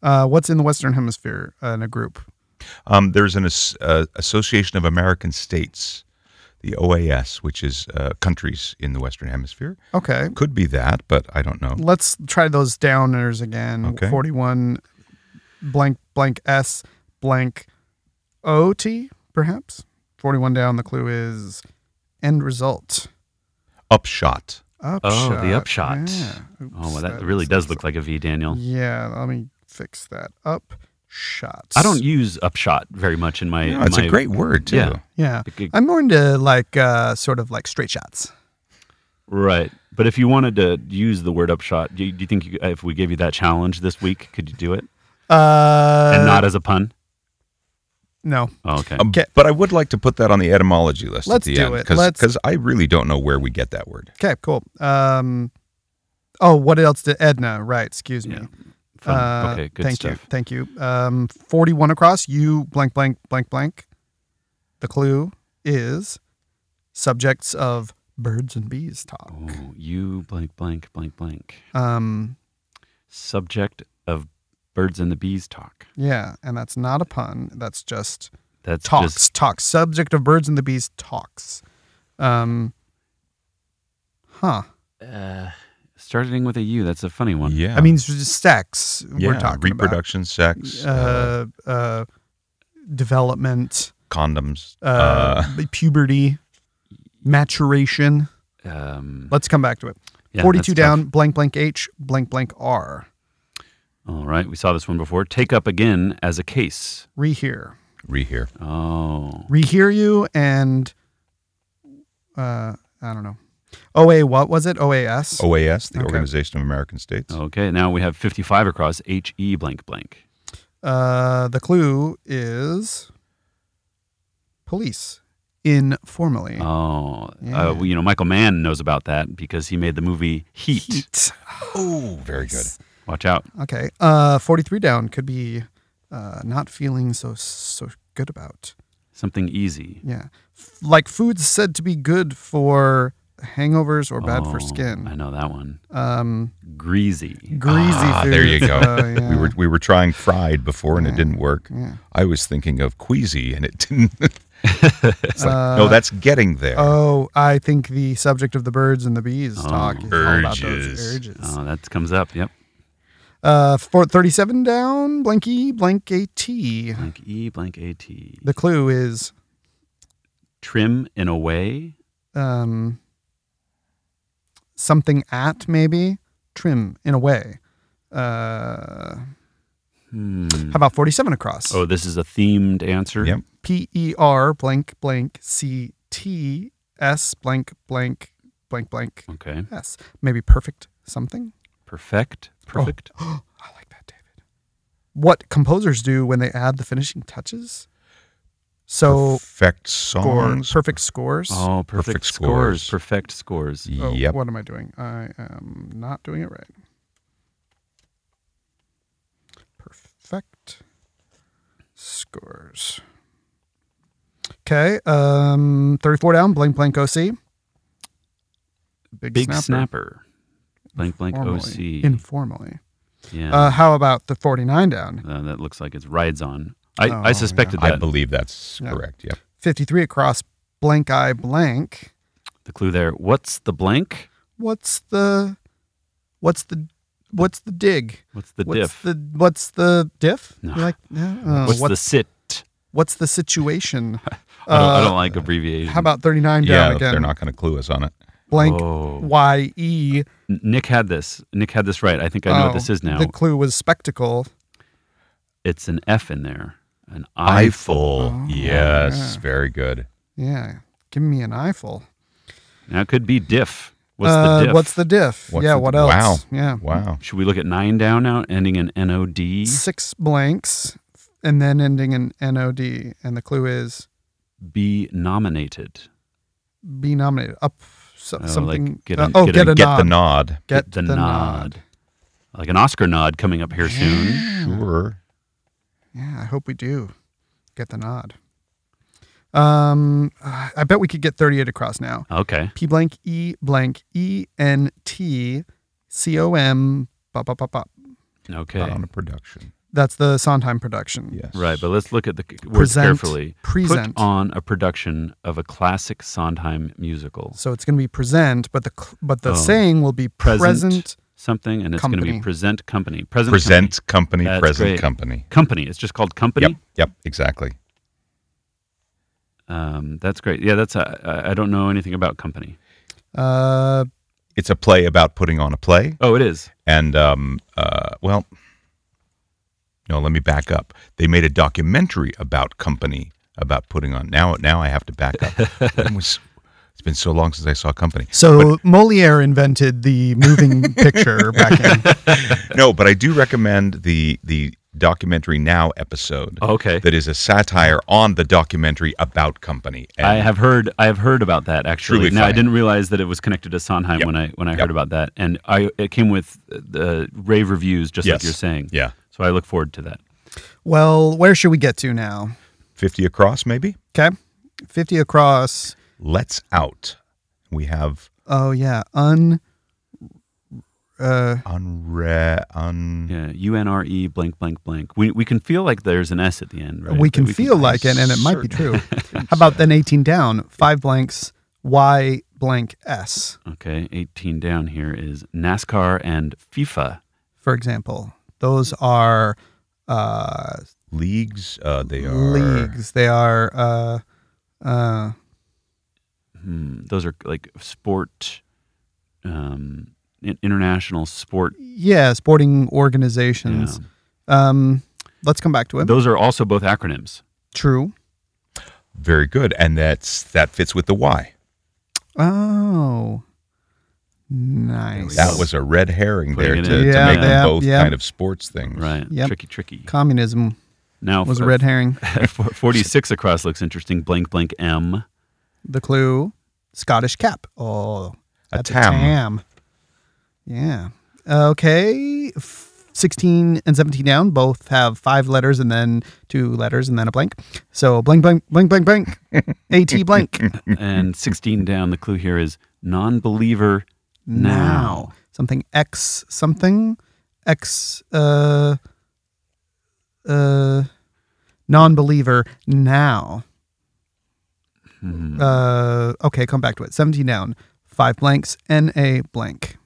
Speaker 1: Uh, what's in the Western Hemisphere uh, in a group?
Speaker 3: Um, there's an as, uh, Association of American States, the OAS, which is uh, countries in the Western Hemisphere.
Speaker 1: Okay.
Speaker 3: Could be that, but I don't know.
Speaker 1: Let's try those downers again.
Speaker 3: Okay.
Speaker 1: 41 blank, blank, S, blank, OT, perhaps. 41 down. The clue is end result.
Speaker 3: Upshot.
Speaker 1: Upshot.
Speaker 2: Oh, the upshot.
Speaker 1: Yeah. Oops,
Speaker 2: Oh, well, that really does look like a V, Daniel.
Speaker 1: Yeah, let me fix that up. Shots.
Speaker 2: I don't use upshot very much in my.
Speaker 3: No, it's
Speaker 2: my-
Speaker 3: a great word too.
Speaker 2: yeah.
Speaker 1: Yeah,
Speaker 2: It- it-
Speaker 1: I'm more into like uh, sort of like straight shots.
Speaker 2: Right. But if you wanted to use the word upshot, do you, do you think you, if we gave you that challenge this week, could you do it?
Speaker 1: Uh,
Speaker 2: and not as a pun?
Speaker 1: no.
Speaker 2: Oh, okay.
Speaker 3: Um,
Speaker 1: Okay.
Speaker 3: But I would like to put that on the etymology list
Speaker 1: Let's
Speaker 3: at the
Speaker 1: do
Speaker 3: end
Speaker 1: it. Let's-
Speaker 3: because I really don't know where we get that word.
Speaker 1: Okay, cool. Um, oh, what else did Edna? Right, excuse me.
Speaker 2: Yeah. Fun.
Speaker 1: Uh,
Speaker 2: okay, good
Speaker 1: thank
Speaker 2: stuff.
Speaker 1: you, thank you. Um, Forty-one across. You blank blank blank blank. The clue is subjects of birds and bees talk.
Speaker 2: Oh, you blank, blank, blank, blank.
Speaker 1: Um,
Speaker 2: Subject of birds and the bees talk.
Speaker 1: yeah, and that's not a pun. That's just
Speaker 2: That's
Speaker 1: talks
Speaker 2: just
Speaker 1: talks. Subject of birds and the bees talks. Um, huh.
Speaker 2: uh, starting with a U. That's a funny one.
Speaker 3: Yeah.
Speaker 1: I mean, it's just sex. we're talking about
Speaker 3: reproduction, sex, uh,
Speaker 1: uh, uh, development,
Speaker 3: condoms.
Speaker 1: uh, puberty, maturation.
Speaker 2: Um,
Speaker 1: Let's come back to it.
Speaker 2: yeah,
Speaker 1: 42
Speaker 2: that's tough.
Speaker 1: down, blank, blank, H, blank, blank, R.
Speaker 2: All right. We saw this one before. Take up again as a case.
Speaker 1: Rehear.
Speaker 3: rehear.
Speaker 2: Oh.
Speaker 1: Rehear you and, uh, I don't know. OA, what was it? OAS?
Speaker 3: OAS, the
Speaker 1: Okay.
Speaker 3: Organization of American States.
Speaker 2: Okay. Now we have 55 across H E blank blank.
Speaker 1: Uh, the clue is police informally.
Speaker 2: Oh,
Speaker 1: Yeah.
Speaker 2: uh, well, you know, Michael Mann knows about that because he made the movie Heat.
Speaker 3: Oh, very good.
Speaker 2: Watch out.
Speaker 1: Okay. Uh, 43 down could be uh, not feeling so so good about.
Speaker 2: Something easy.
Speaker 1: Yeah. F- like foods said to be good for hangovers or bad
Speaker 2: Oh,
Speaker 1: for
Speaker 2: I
Speaker 1: skin.
Speaker 2: know that one.
Speaker 1: Um,
Speaker 2: Greasy.
Speaker 1: greasy
Speaker 3: Ah,
Speaker 1: foods.
Speaker 3: there you go.
Speaker 1: Oh, yeah.
Speaker 3: We were we were trying fried before and it
Speaker 1: Yeah.
Speaker 3: didn't work.
Speaker 1: Yeah.
Speaker 3: I was thinking of queasy and it didn't. it's like,
Speaker 1: Uh,
Speaker 3: no, that's getting there.
Speaker 1: Oh, I think the subject of the birds and the bees
Speaker 2: Oh,
Speaker 1: talk is all about
Speaker 3: urges. Uh-huh.
Speaker 1: those urges.
Speaker 2: Oh, that comes up. Yep.
Speaker 1: Uh, for 37 down, blanky, blank AT. The
Speaker 2: Blank E, blank A T.
Speaker 1: clue is
Speaker 2: Trim in a way.
Speaker 1: um, something at maybe trim in a way. Uh,
Speaker 2: Hmm.
Speaker 1: how about 47 across?
Speaker 2: Oh, this is a themed answer.
Speaker 3: Yep.
Speaker 1: P E R blank blank C T S blank blank blank blank
Speaker 2: Okay.
Speaker 1: S. Maybe perfect something.
Speaker 2: Perfect. Perfect.
Speaker 1: I like that, David. What composers do when they add the finishing touches? So
Speaker 3: perfect
Speaker 1: score,
Speaker 3: songs.
Speaker 1: perfect scores.
Speaker 2: Oh, perfect,
Speaker 3: Perfect
Speaker 2: scores.
Speaker 3: scores.
Speaker 2: Perfect scores.
Speaker 1: Oh,
Speaker 3: Yep.
Speaker 1: What am I doing? I am not doing it right. Perfect scores. Okay. Um, 34 down, blank, blank OC.
Speaker 2: Big snapper. Blank blank
Speaker 1: Formally,
Speaker 2: OC.
Speaker 1: Informally.
Speaker 2: yeah.
Speaker 1: Uh, how about the 49 down?
Speaker 2: Uh, that looks like it's rides on. I,
Speaker 1: Oh,
Speaker 2: I
Speaker 1: yeah.
Speaker 2: suspected
Speaker 3: I
Speaker 2: that.
Speaker 3: believe that's
Speaker 1: Yeah.
Speaker 3: correct. Yep.
Speaker 1: 53 across, blank eye, blank.
Speaker 2: the clue there. What's the blank?
Speaker 1: What's the, what's the, what's the dig?
Speaker 2: What's the
Speaker 1: what's
Speaker 2: diff?
Speaker 1: the, what's the diff?
Speaker 2: No.
Speaker 1: You're like, no, uh,
Speaker 2: What's
Speaker 1: what's
Speaker 2: the sit?
Speaker 1: What's the situation?
Speaker 2: I don't, I
Speaker 1: Uh,
Speaker 2: don't like abbreviations.
Speaker 1: How about 39
Speaker 3: Yeah,
Speaker 1: down again? Oh,
Speaker 3: they're not going to clue us on it.
Speaker 1: Blank
Speaker 2: Whoa.
Speaker 1: YE.
Speaker 2: N- Nick had this. Nick had this right. I think I know
Speaker 1: Oh,
Speaker 2: what this is now.
Speaker 1: The clue was spectacle.
Speaker 2: it's an F in there. An I.
Speaker 3: Eyeful.
Speaker 1: Oh,
Speaker 3: yes,
Speaker 1: yeah.
Speaker 3: very good.
Speaker 1: Yeah. Give me an eyeful.
Speaker 2: Now it could be diff. What's
Speaker 1: Uh,
Speaker 2: the diff?
Speaker 1: What's the diff?
Speaker 3: What's
Speaker 1: yeah,
Speaker 3: the-
Speaker 1: what else?
Speaker 3: Wow.
Speaker 1: Yeah.
Speaker 3: Wow.
Speaker 2: Should we look at nine down now, ending in N O D?
Speaker 1: Six blanks and then ending in NOD. And the clue is
Speaker 2: Be nominated.
Speaker 1: be nominated. Up so,
Speaker 2: Oh, like
Speaker 1: something.
Speaker 2: get
Speaker 1: uh,
Speaker 2: a-
Speaker 1: oh,
Speaker 2: get
Speaker 1: get,
Speaker 2: a-
Speaker 1: a
Speaker 3: Get
Speaker 1: nod.
Speaker 3: the nod.
Speaker 1: Get
Speaker 2: the, nod. Like an Oscar nod coming up here soon.
Speaker 3: Sure.
Speaker 1: Yeah, I hope we do get the nod. Um, I bet we could get 38 across now.
Speaker 2: Okay.
Speaker 1: P blank E blank E N T C O M bop bop bop bop. Oh,
Speaker 2: Okay.
Speaker 3: Not on a production.
Speaker 1: That's the Sondheim production.
Speaker 3: Yes.
Speaker 2: Right, but let's look at the c- words
Speaker 1: Present.
Speaker 2: carefully.
Speaker 1: Present.
Speaker 2: Put on a production of a classic Sondheim musical.
Speaker 1: So it's going to be present, but the cl- but the
Speaker 2: Oh.
Speaker 1: saying will be
Speaker 2: Present.
Speaker 1: present.
Speaker 2: Something, and it's going to be
Speaker 1: Company.
Speaker 2: present company. Present, company.
Speaker 3: Present company,
Speaker 2: That's
Speaker 3: present
Speaker 2: great.
Speaker 3: company.
Speaker 2: company. It's just called company.
Speaker 3: Yep. Yep. Exactly.
Speaker 2: Um, that's great. Yeah, that's. Uh, I I don't know anything about company.
Speaker 1: Uh,
Speaker 3: It's a play about putting on a play.
Speaker 2: Oh, it is.
Speaker 3: And, um, uh, well, no, let me back up. They made a documentary about company, about putting on. Now, now I have to back up. when was, It's been so long since I saw Company.
Speaker 1: So Moliere invented the moving picture back in.
Speaker 3: No, but I do recommend the the documentary now episode
Speaker 2: Oh, Okay.
Speaker 3: that is a satire on the documentary about Company. And
Speaker 2: I have heard I have heard about that actually.
Speaker 3: Truly
Speaker 2: now I
Speaker 3: funny.
Speaker 2: didn't realize that it was connected to Sondheim
Speaker 3: Yep.
Speaker 2: when I when I
Speaker 3: Yep.
Speaker 2: heard about that, and I it came with the rave reviews, just like
Speaker 3: Yes.
Speaker 2: you're saying.
Speaker 3: yeah,
Speaker 2: So I look forward to that.
Speaker 1: Well, where should we get to now?
Speaker 3: fifty across maybe.
Speaker 1: Okay, fifty across.
Speaker 3: Let's out. We have
Speaker 1: Oh yeah, un. Uh,
Speaker 3: unre un.
Speaker 2: Yeah, U N R E blank blank blank. We we can feel like there's an S at the end, right?
Speaker 1: we
Speaker 2: That
Speaker 1: can feel like it, and it might be true. How about then eighteen down? Five blanks. Y blank S,
Speaker 2: Okay, 18 down here is NASCAR and FIFA.
Speaker 1: for example. Those are uh,
Speaker 3: leagues. Uh, they are
Speaker 1: leagues. They are. Uh, uh,
Speaker 2: Hmm, those are like sport, um, in- international sport.
Speaker 1: yeah, sporting
Speaker 2: you know.
Speaker 1: organizations. Um, let's come back to it.
Speaker 2: Those are also both acronyms.
Speaker 1: True.
Speaker 3: very good, and that's that fits with the Y.
Speaker 1: Oh, nice.
Speaker 3: That was a red herring there
Speaker 2: Putting
Speaker 3: to,
Speaker 2: it
Speaker 3: to
Speaker 2: in.
Speaker 1: Yeah,
Speaker 3: make
Speaker 1: yeah,
Speaker 3: them both
Speaker 1: yeah.
Speaker 3: kind of sports things.
Speaker 2: Right.
Speaker 1: Yep.
Speaker 2: Tricky, tricky.
Speaker 1: communism.
Speaker 3: Oh,
Speaker 2: Now
Speaker 1: Was a
Speaker 2: uh,
Speaker 1: red herring.
Speaker 2: 46 across looks interesting. Blank, blank, M.
Speaker 1: The clue: Scottish cap. Oh,
Speaker 3: A
Speaker 1: that's
Speaker 3: tam.
Speaker 1: Yeah. Okay. F- Sixteen and seventeen down both have five letters and then two letters and then a blank. So blank, blank, blank, blank, blank. A T blank.
Speaker 2: and 16 down. The clue here is non believer now.
Speaker 1: something X something X uh uh non-believer now.
Speaker 2: Hmm.
Speaker 1: Uh okay, come back to it. 17 down. 5 blanks N A blank.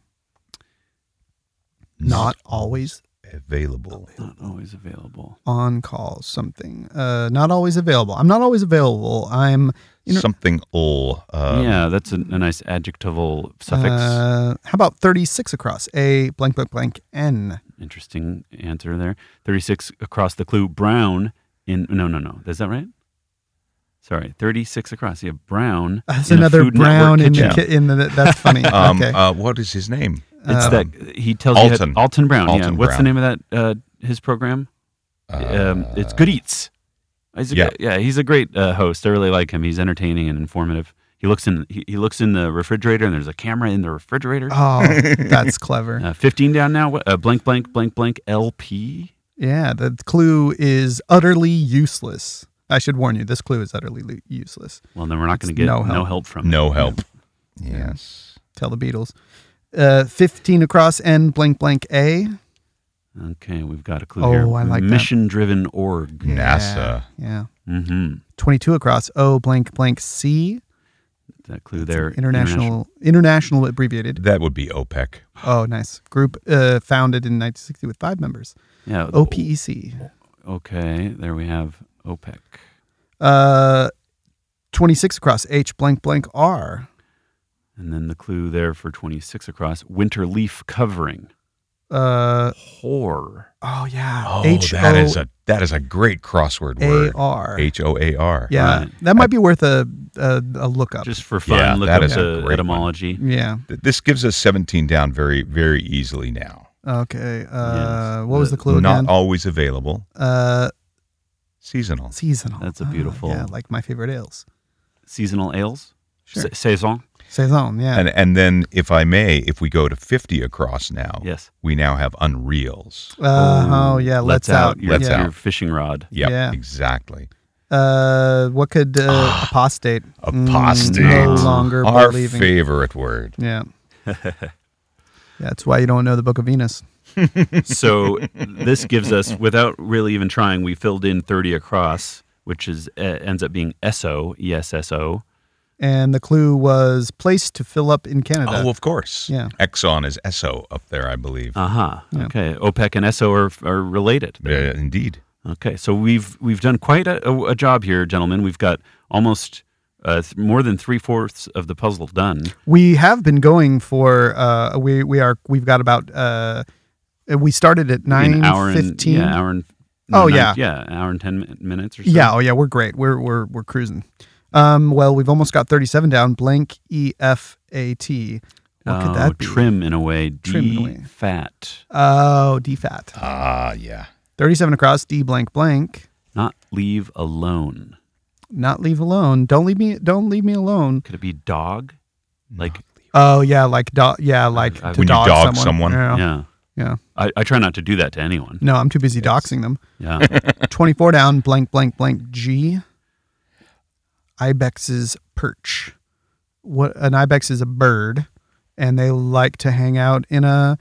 Speaker 1: Not always
Speaker 3: available.
Speaker 2: Not always available.
Speaker 1: on call something. Uh not always available. I'm not always available. I'm You know-
Speaker 3: Something ol. Um,
Speaker 2: yeah, that's a, a nice adjectival suffix.
Speaker 1: uh how about 36 across A blank blank blank N.
Speaker 2: Interesting answer there. 36 across the clue brown in no no no. Is that right? Sorry, 36 across. You have brown.
Speaker 1: That's
Speaker 2: in a
Speaker 1: another
Speaker 2: Food Network
Speaker 1: brown in the,
Speaker 2: kitchen.
Speaker 1: ki- in the that's funny.
Speaker 3: Um,
Speaker 1: okay.
Speaker 3: uh, what is his name?
Speaker 2: It's
Speaker 1: Um,
Speaker 2: that he tells you
Speaker 3: Alton.
Speaker 2: how- Alton Brown.
Speaker 3: Alton
Speaker 2: yeah. What's the
Speaker 3: Brown.
Speaker 2: name of that uh, his program? um,
Speaker 3: Uh,
Speaker 2: it's Good Eats. He's a
Speaker 3: yeah.
Speaker 2: great- yeah, he's a great uh, host. I really like him. He's entertaining and informative. He looks in he, he looks in the refrigerator, and there's a camera in the refrigerator.
Speaker 1: Oh, that's clever.
Speaker 2: Uh, Fifteen down now. What- Uh, blank blank blank blank LP.
Speaker 1: Yeah, the clue is utterly useless. I should warn you, this clue is utterly lu- useless.
Speaker 2: Well, then we're not
Speaker 1: It's
Speaker 2: going to get
Speaker 1: no
Speaker 2: no
Speaker 1: help.
Speaker 2: help, from
Speaker 3: No
Speaker 2: it.
Speaker 3: help. Yes.
Speaker 1: Tell the Beatles. Uh, 15 across N blank blank A.
Speaker 2: Okay, we've got a clue
Speaker 1: Oh,
Speaker 2: here.
Speaker 1: I like that.
Speaker 2: Mission driven org.
Speaker 3: NASA.
Speaker 1: Yeah. yeah.
Speaker 2: Mm-hmm.
Speaker 1: 22 across O blank blank C.
Speaker 2: That clue there.
Speaker 1: International, international abbreviated.
Speaker 3: That would be OPEC.
Speaker 1: Oh, nice. Group uh, founded in 1960 with five members. E
Speaker 2: Yeah.
Speaker 3: Oh.
Speaker 1: OPEC.
Speaker 2: Okay, there we have OPEC.
Speaker 1: Uh, 26 across H blank blank R.
Speaker 2: And then the clue there for 26 across winter leaf covering.
Speaker 1: Uh,
Speaker 2: Whore.
Speaker 1: oh, yeah.
Speaker 3: Oh, that is a that is a great crossword word.
Speaker 1: H-O-A-R.
Speaker 3: H O A R.
Speaker 1: Yeah,
Speaker 2: Right.
Speaker 1: that might be worth a a, a lookup.
Speaker 2: Just for fun,
Speaker 3: Yeah,
Speaker 2: look
Speaker 3: that
Speaker 2: up
Speaker 3: is a
Speaker 2: the
Speaker 3: great one.
Speaker 2: etymology.
Speaker 1: yeah.
Speaker 3: Th- This gives us 17 down very very easily now.
Speaker 1: Okay. Uh,
Speaker 2: Yes.
Speaker 1: What was the
Speaker 2: The-
Speaker 1: clue
Speaker 3: Not
Speaker 1: again?
Speaker 3: always available.
Speaker 1: uh,
Speaker 3: Seasonal.
Speaker 1: seasonal.
Speaker 2: That's a
Speaker 1: Ah,
Speaker 2: beautiful-
Speaker 1: yeah, like my favorite ales.
Speaker 2: Seasonal ales?
Speaker 1: Sure.
Speaker 2: Sa- saison?
Speaker 1: Saison. Yeah.
Speaker 3: And and then if I may, if we go to 50 across now,
Speaker 2: Yes.
Speaker 3: we now have unreals.
Speaker 1: uh, oh yeah. Let's, out.
Speaker 2: Your,
Speaker 3: Let's
Speaker 1: yeah.
Speaker 2: your fishing rod.
Speaker 3: Yep,
Speaker 1: Yeah.
Speaker 3: exactly.
Speaker 1: Uh, what could uh,
Speaker 2: Ah,
Speaker 1: apostate? Mm,
Speaker 3: Apostate.
Speaker 1: no longer
Speaker 3: Our
Speaker 1: believing.
Speaker 3: favorite word.
Speaker 1: yeah. That's why you don't know the Book of Venus.
Speaker 2: so this gives us, without really even trying, we filled in 30 across, which is uh, ends up being E SO, ESSO.
Speaker 1: And the clue was place to fill up in Canada.
Speaker 3: Oh, of course.
Speaker 1: Yeah.
Speaker 3: Exxon is SO up there, I believe.
Speaker 2: Uh huh.
Speaker 1: Yeah.
Speaker 2: Okay. OPEC and SO are, are related.
Speaker 3: Yeah, indeed.
Speaker 2: Okay. So we've we've done quite a, a, a job here, gentlemen. We've got almost uh, th- more than three fourths of the puzzle done.
Speaker 1: We have been going for uh we we are we've got about uh we started at nine
Speaker 2: An hour and
Speaker 1: fifteen.
Speaker 2: yeah, hour and
Speaker 1: Oh,
Speaker 2: nine-
Speaker 1: yeah.
Speaker 2: yeah, an hour and ten min- minutes or so.
Speaker 1: Yeah, oh yeah, we're great. We're we're we're cruising. Um, well, we've almost got 37 down. Blank E F A T. What could
Speaker 2: Oh,
Speaker 1: that be?
Speaker 2: Trim in a way.
Speaker 1: Trim in a
Speaker 2: D
Speaker 1: way.
Speaker 2: fat.
Speaker 1: Oh, D fat.
Speaker 3: Ah, yeah.
Speaker 1: 37 across, D blank blank.
Speaker 2: Not leave alone.
Speaker 1: Not leave alone. Don't leave me. Don't leave me alone.
Speaker 2: Could it be dog? Like
Speaker 1: Oh yeah, like do- yeah, like
Speaker 2: I've-
Speaker 1: to
Speaker 2: When
Speaker 3: Uh,
Speaker 1: dog
Speaker 3: you dog
Speaker 1: someone.
Speaker 3: someone.
Speaker 1: Yeah.
Speaker 2: yeah.
Speaker 1: Yeah.
Speaker 2: I, I try not to do that to anyone.
Speaker 1: No, I'm too busy doxing them.
Speaker 2: Yeah.
Speaker 1: 24 down, blank, blank, blank, G. Ibex's perch. What an ibex is a bird, and they like to hang out in a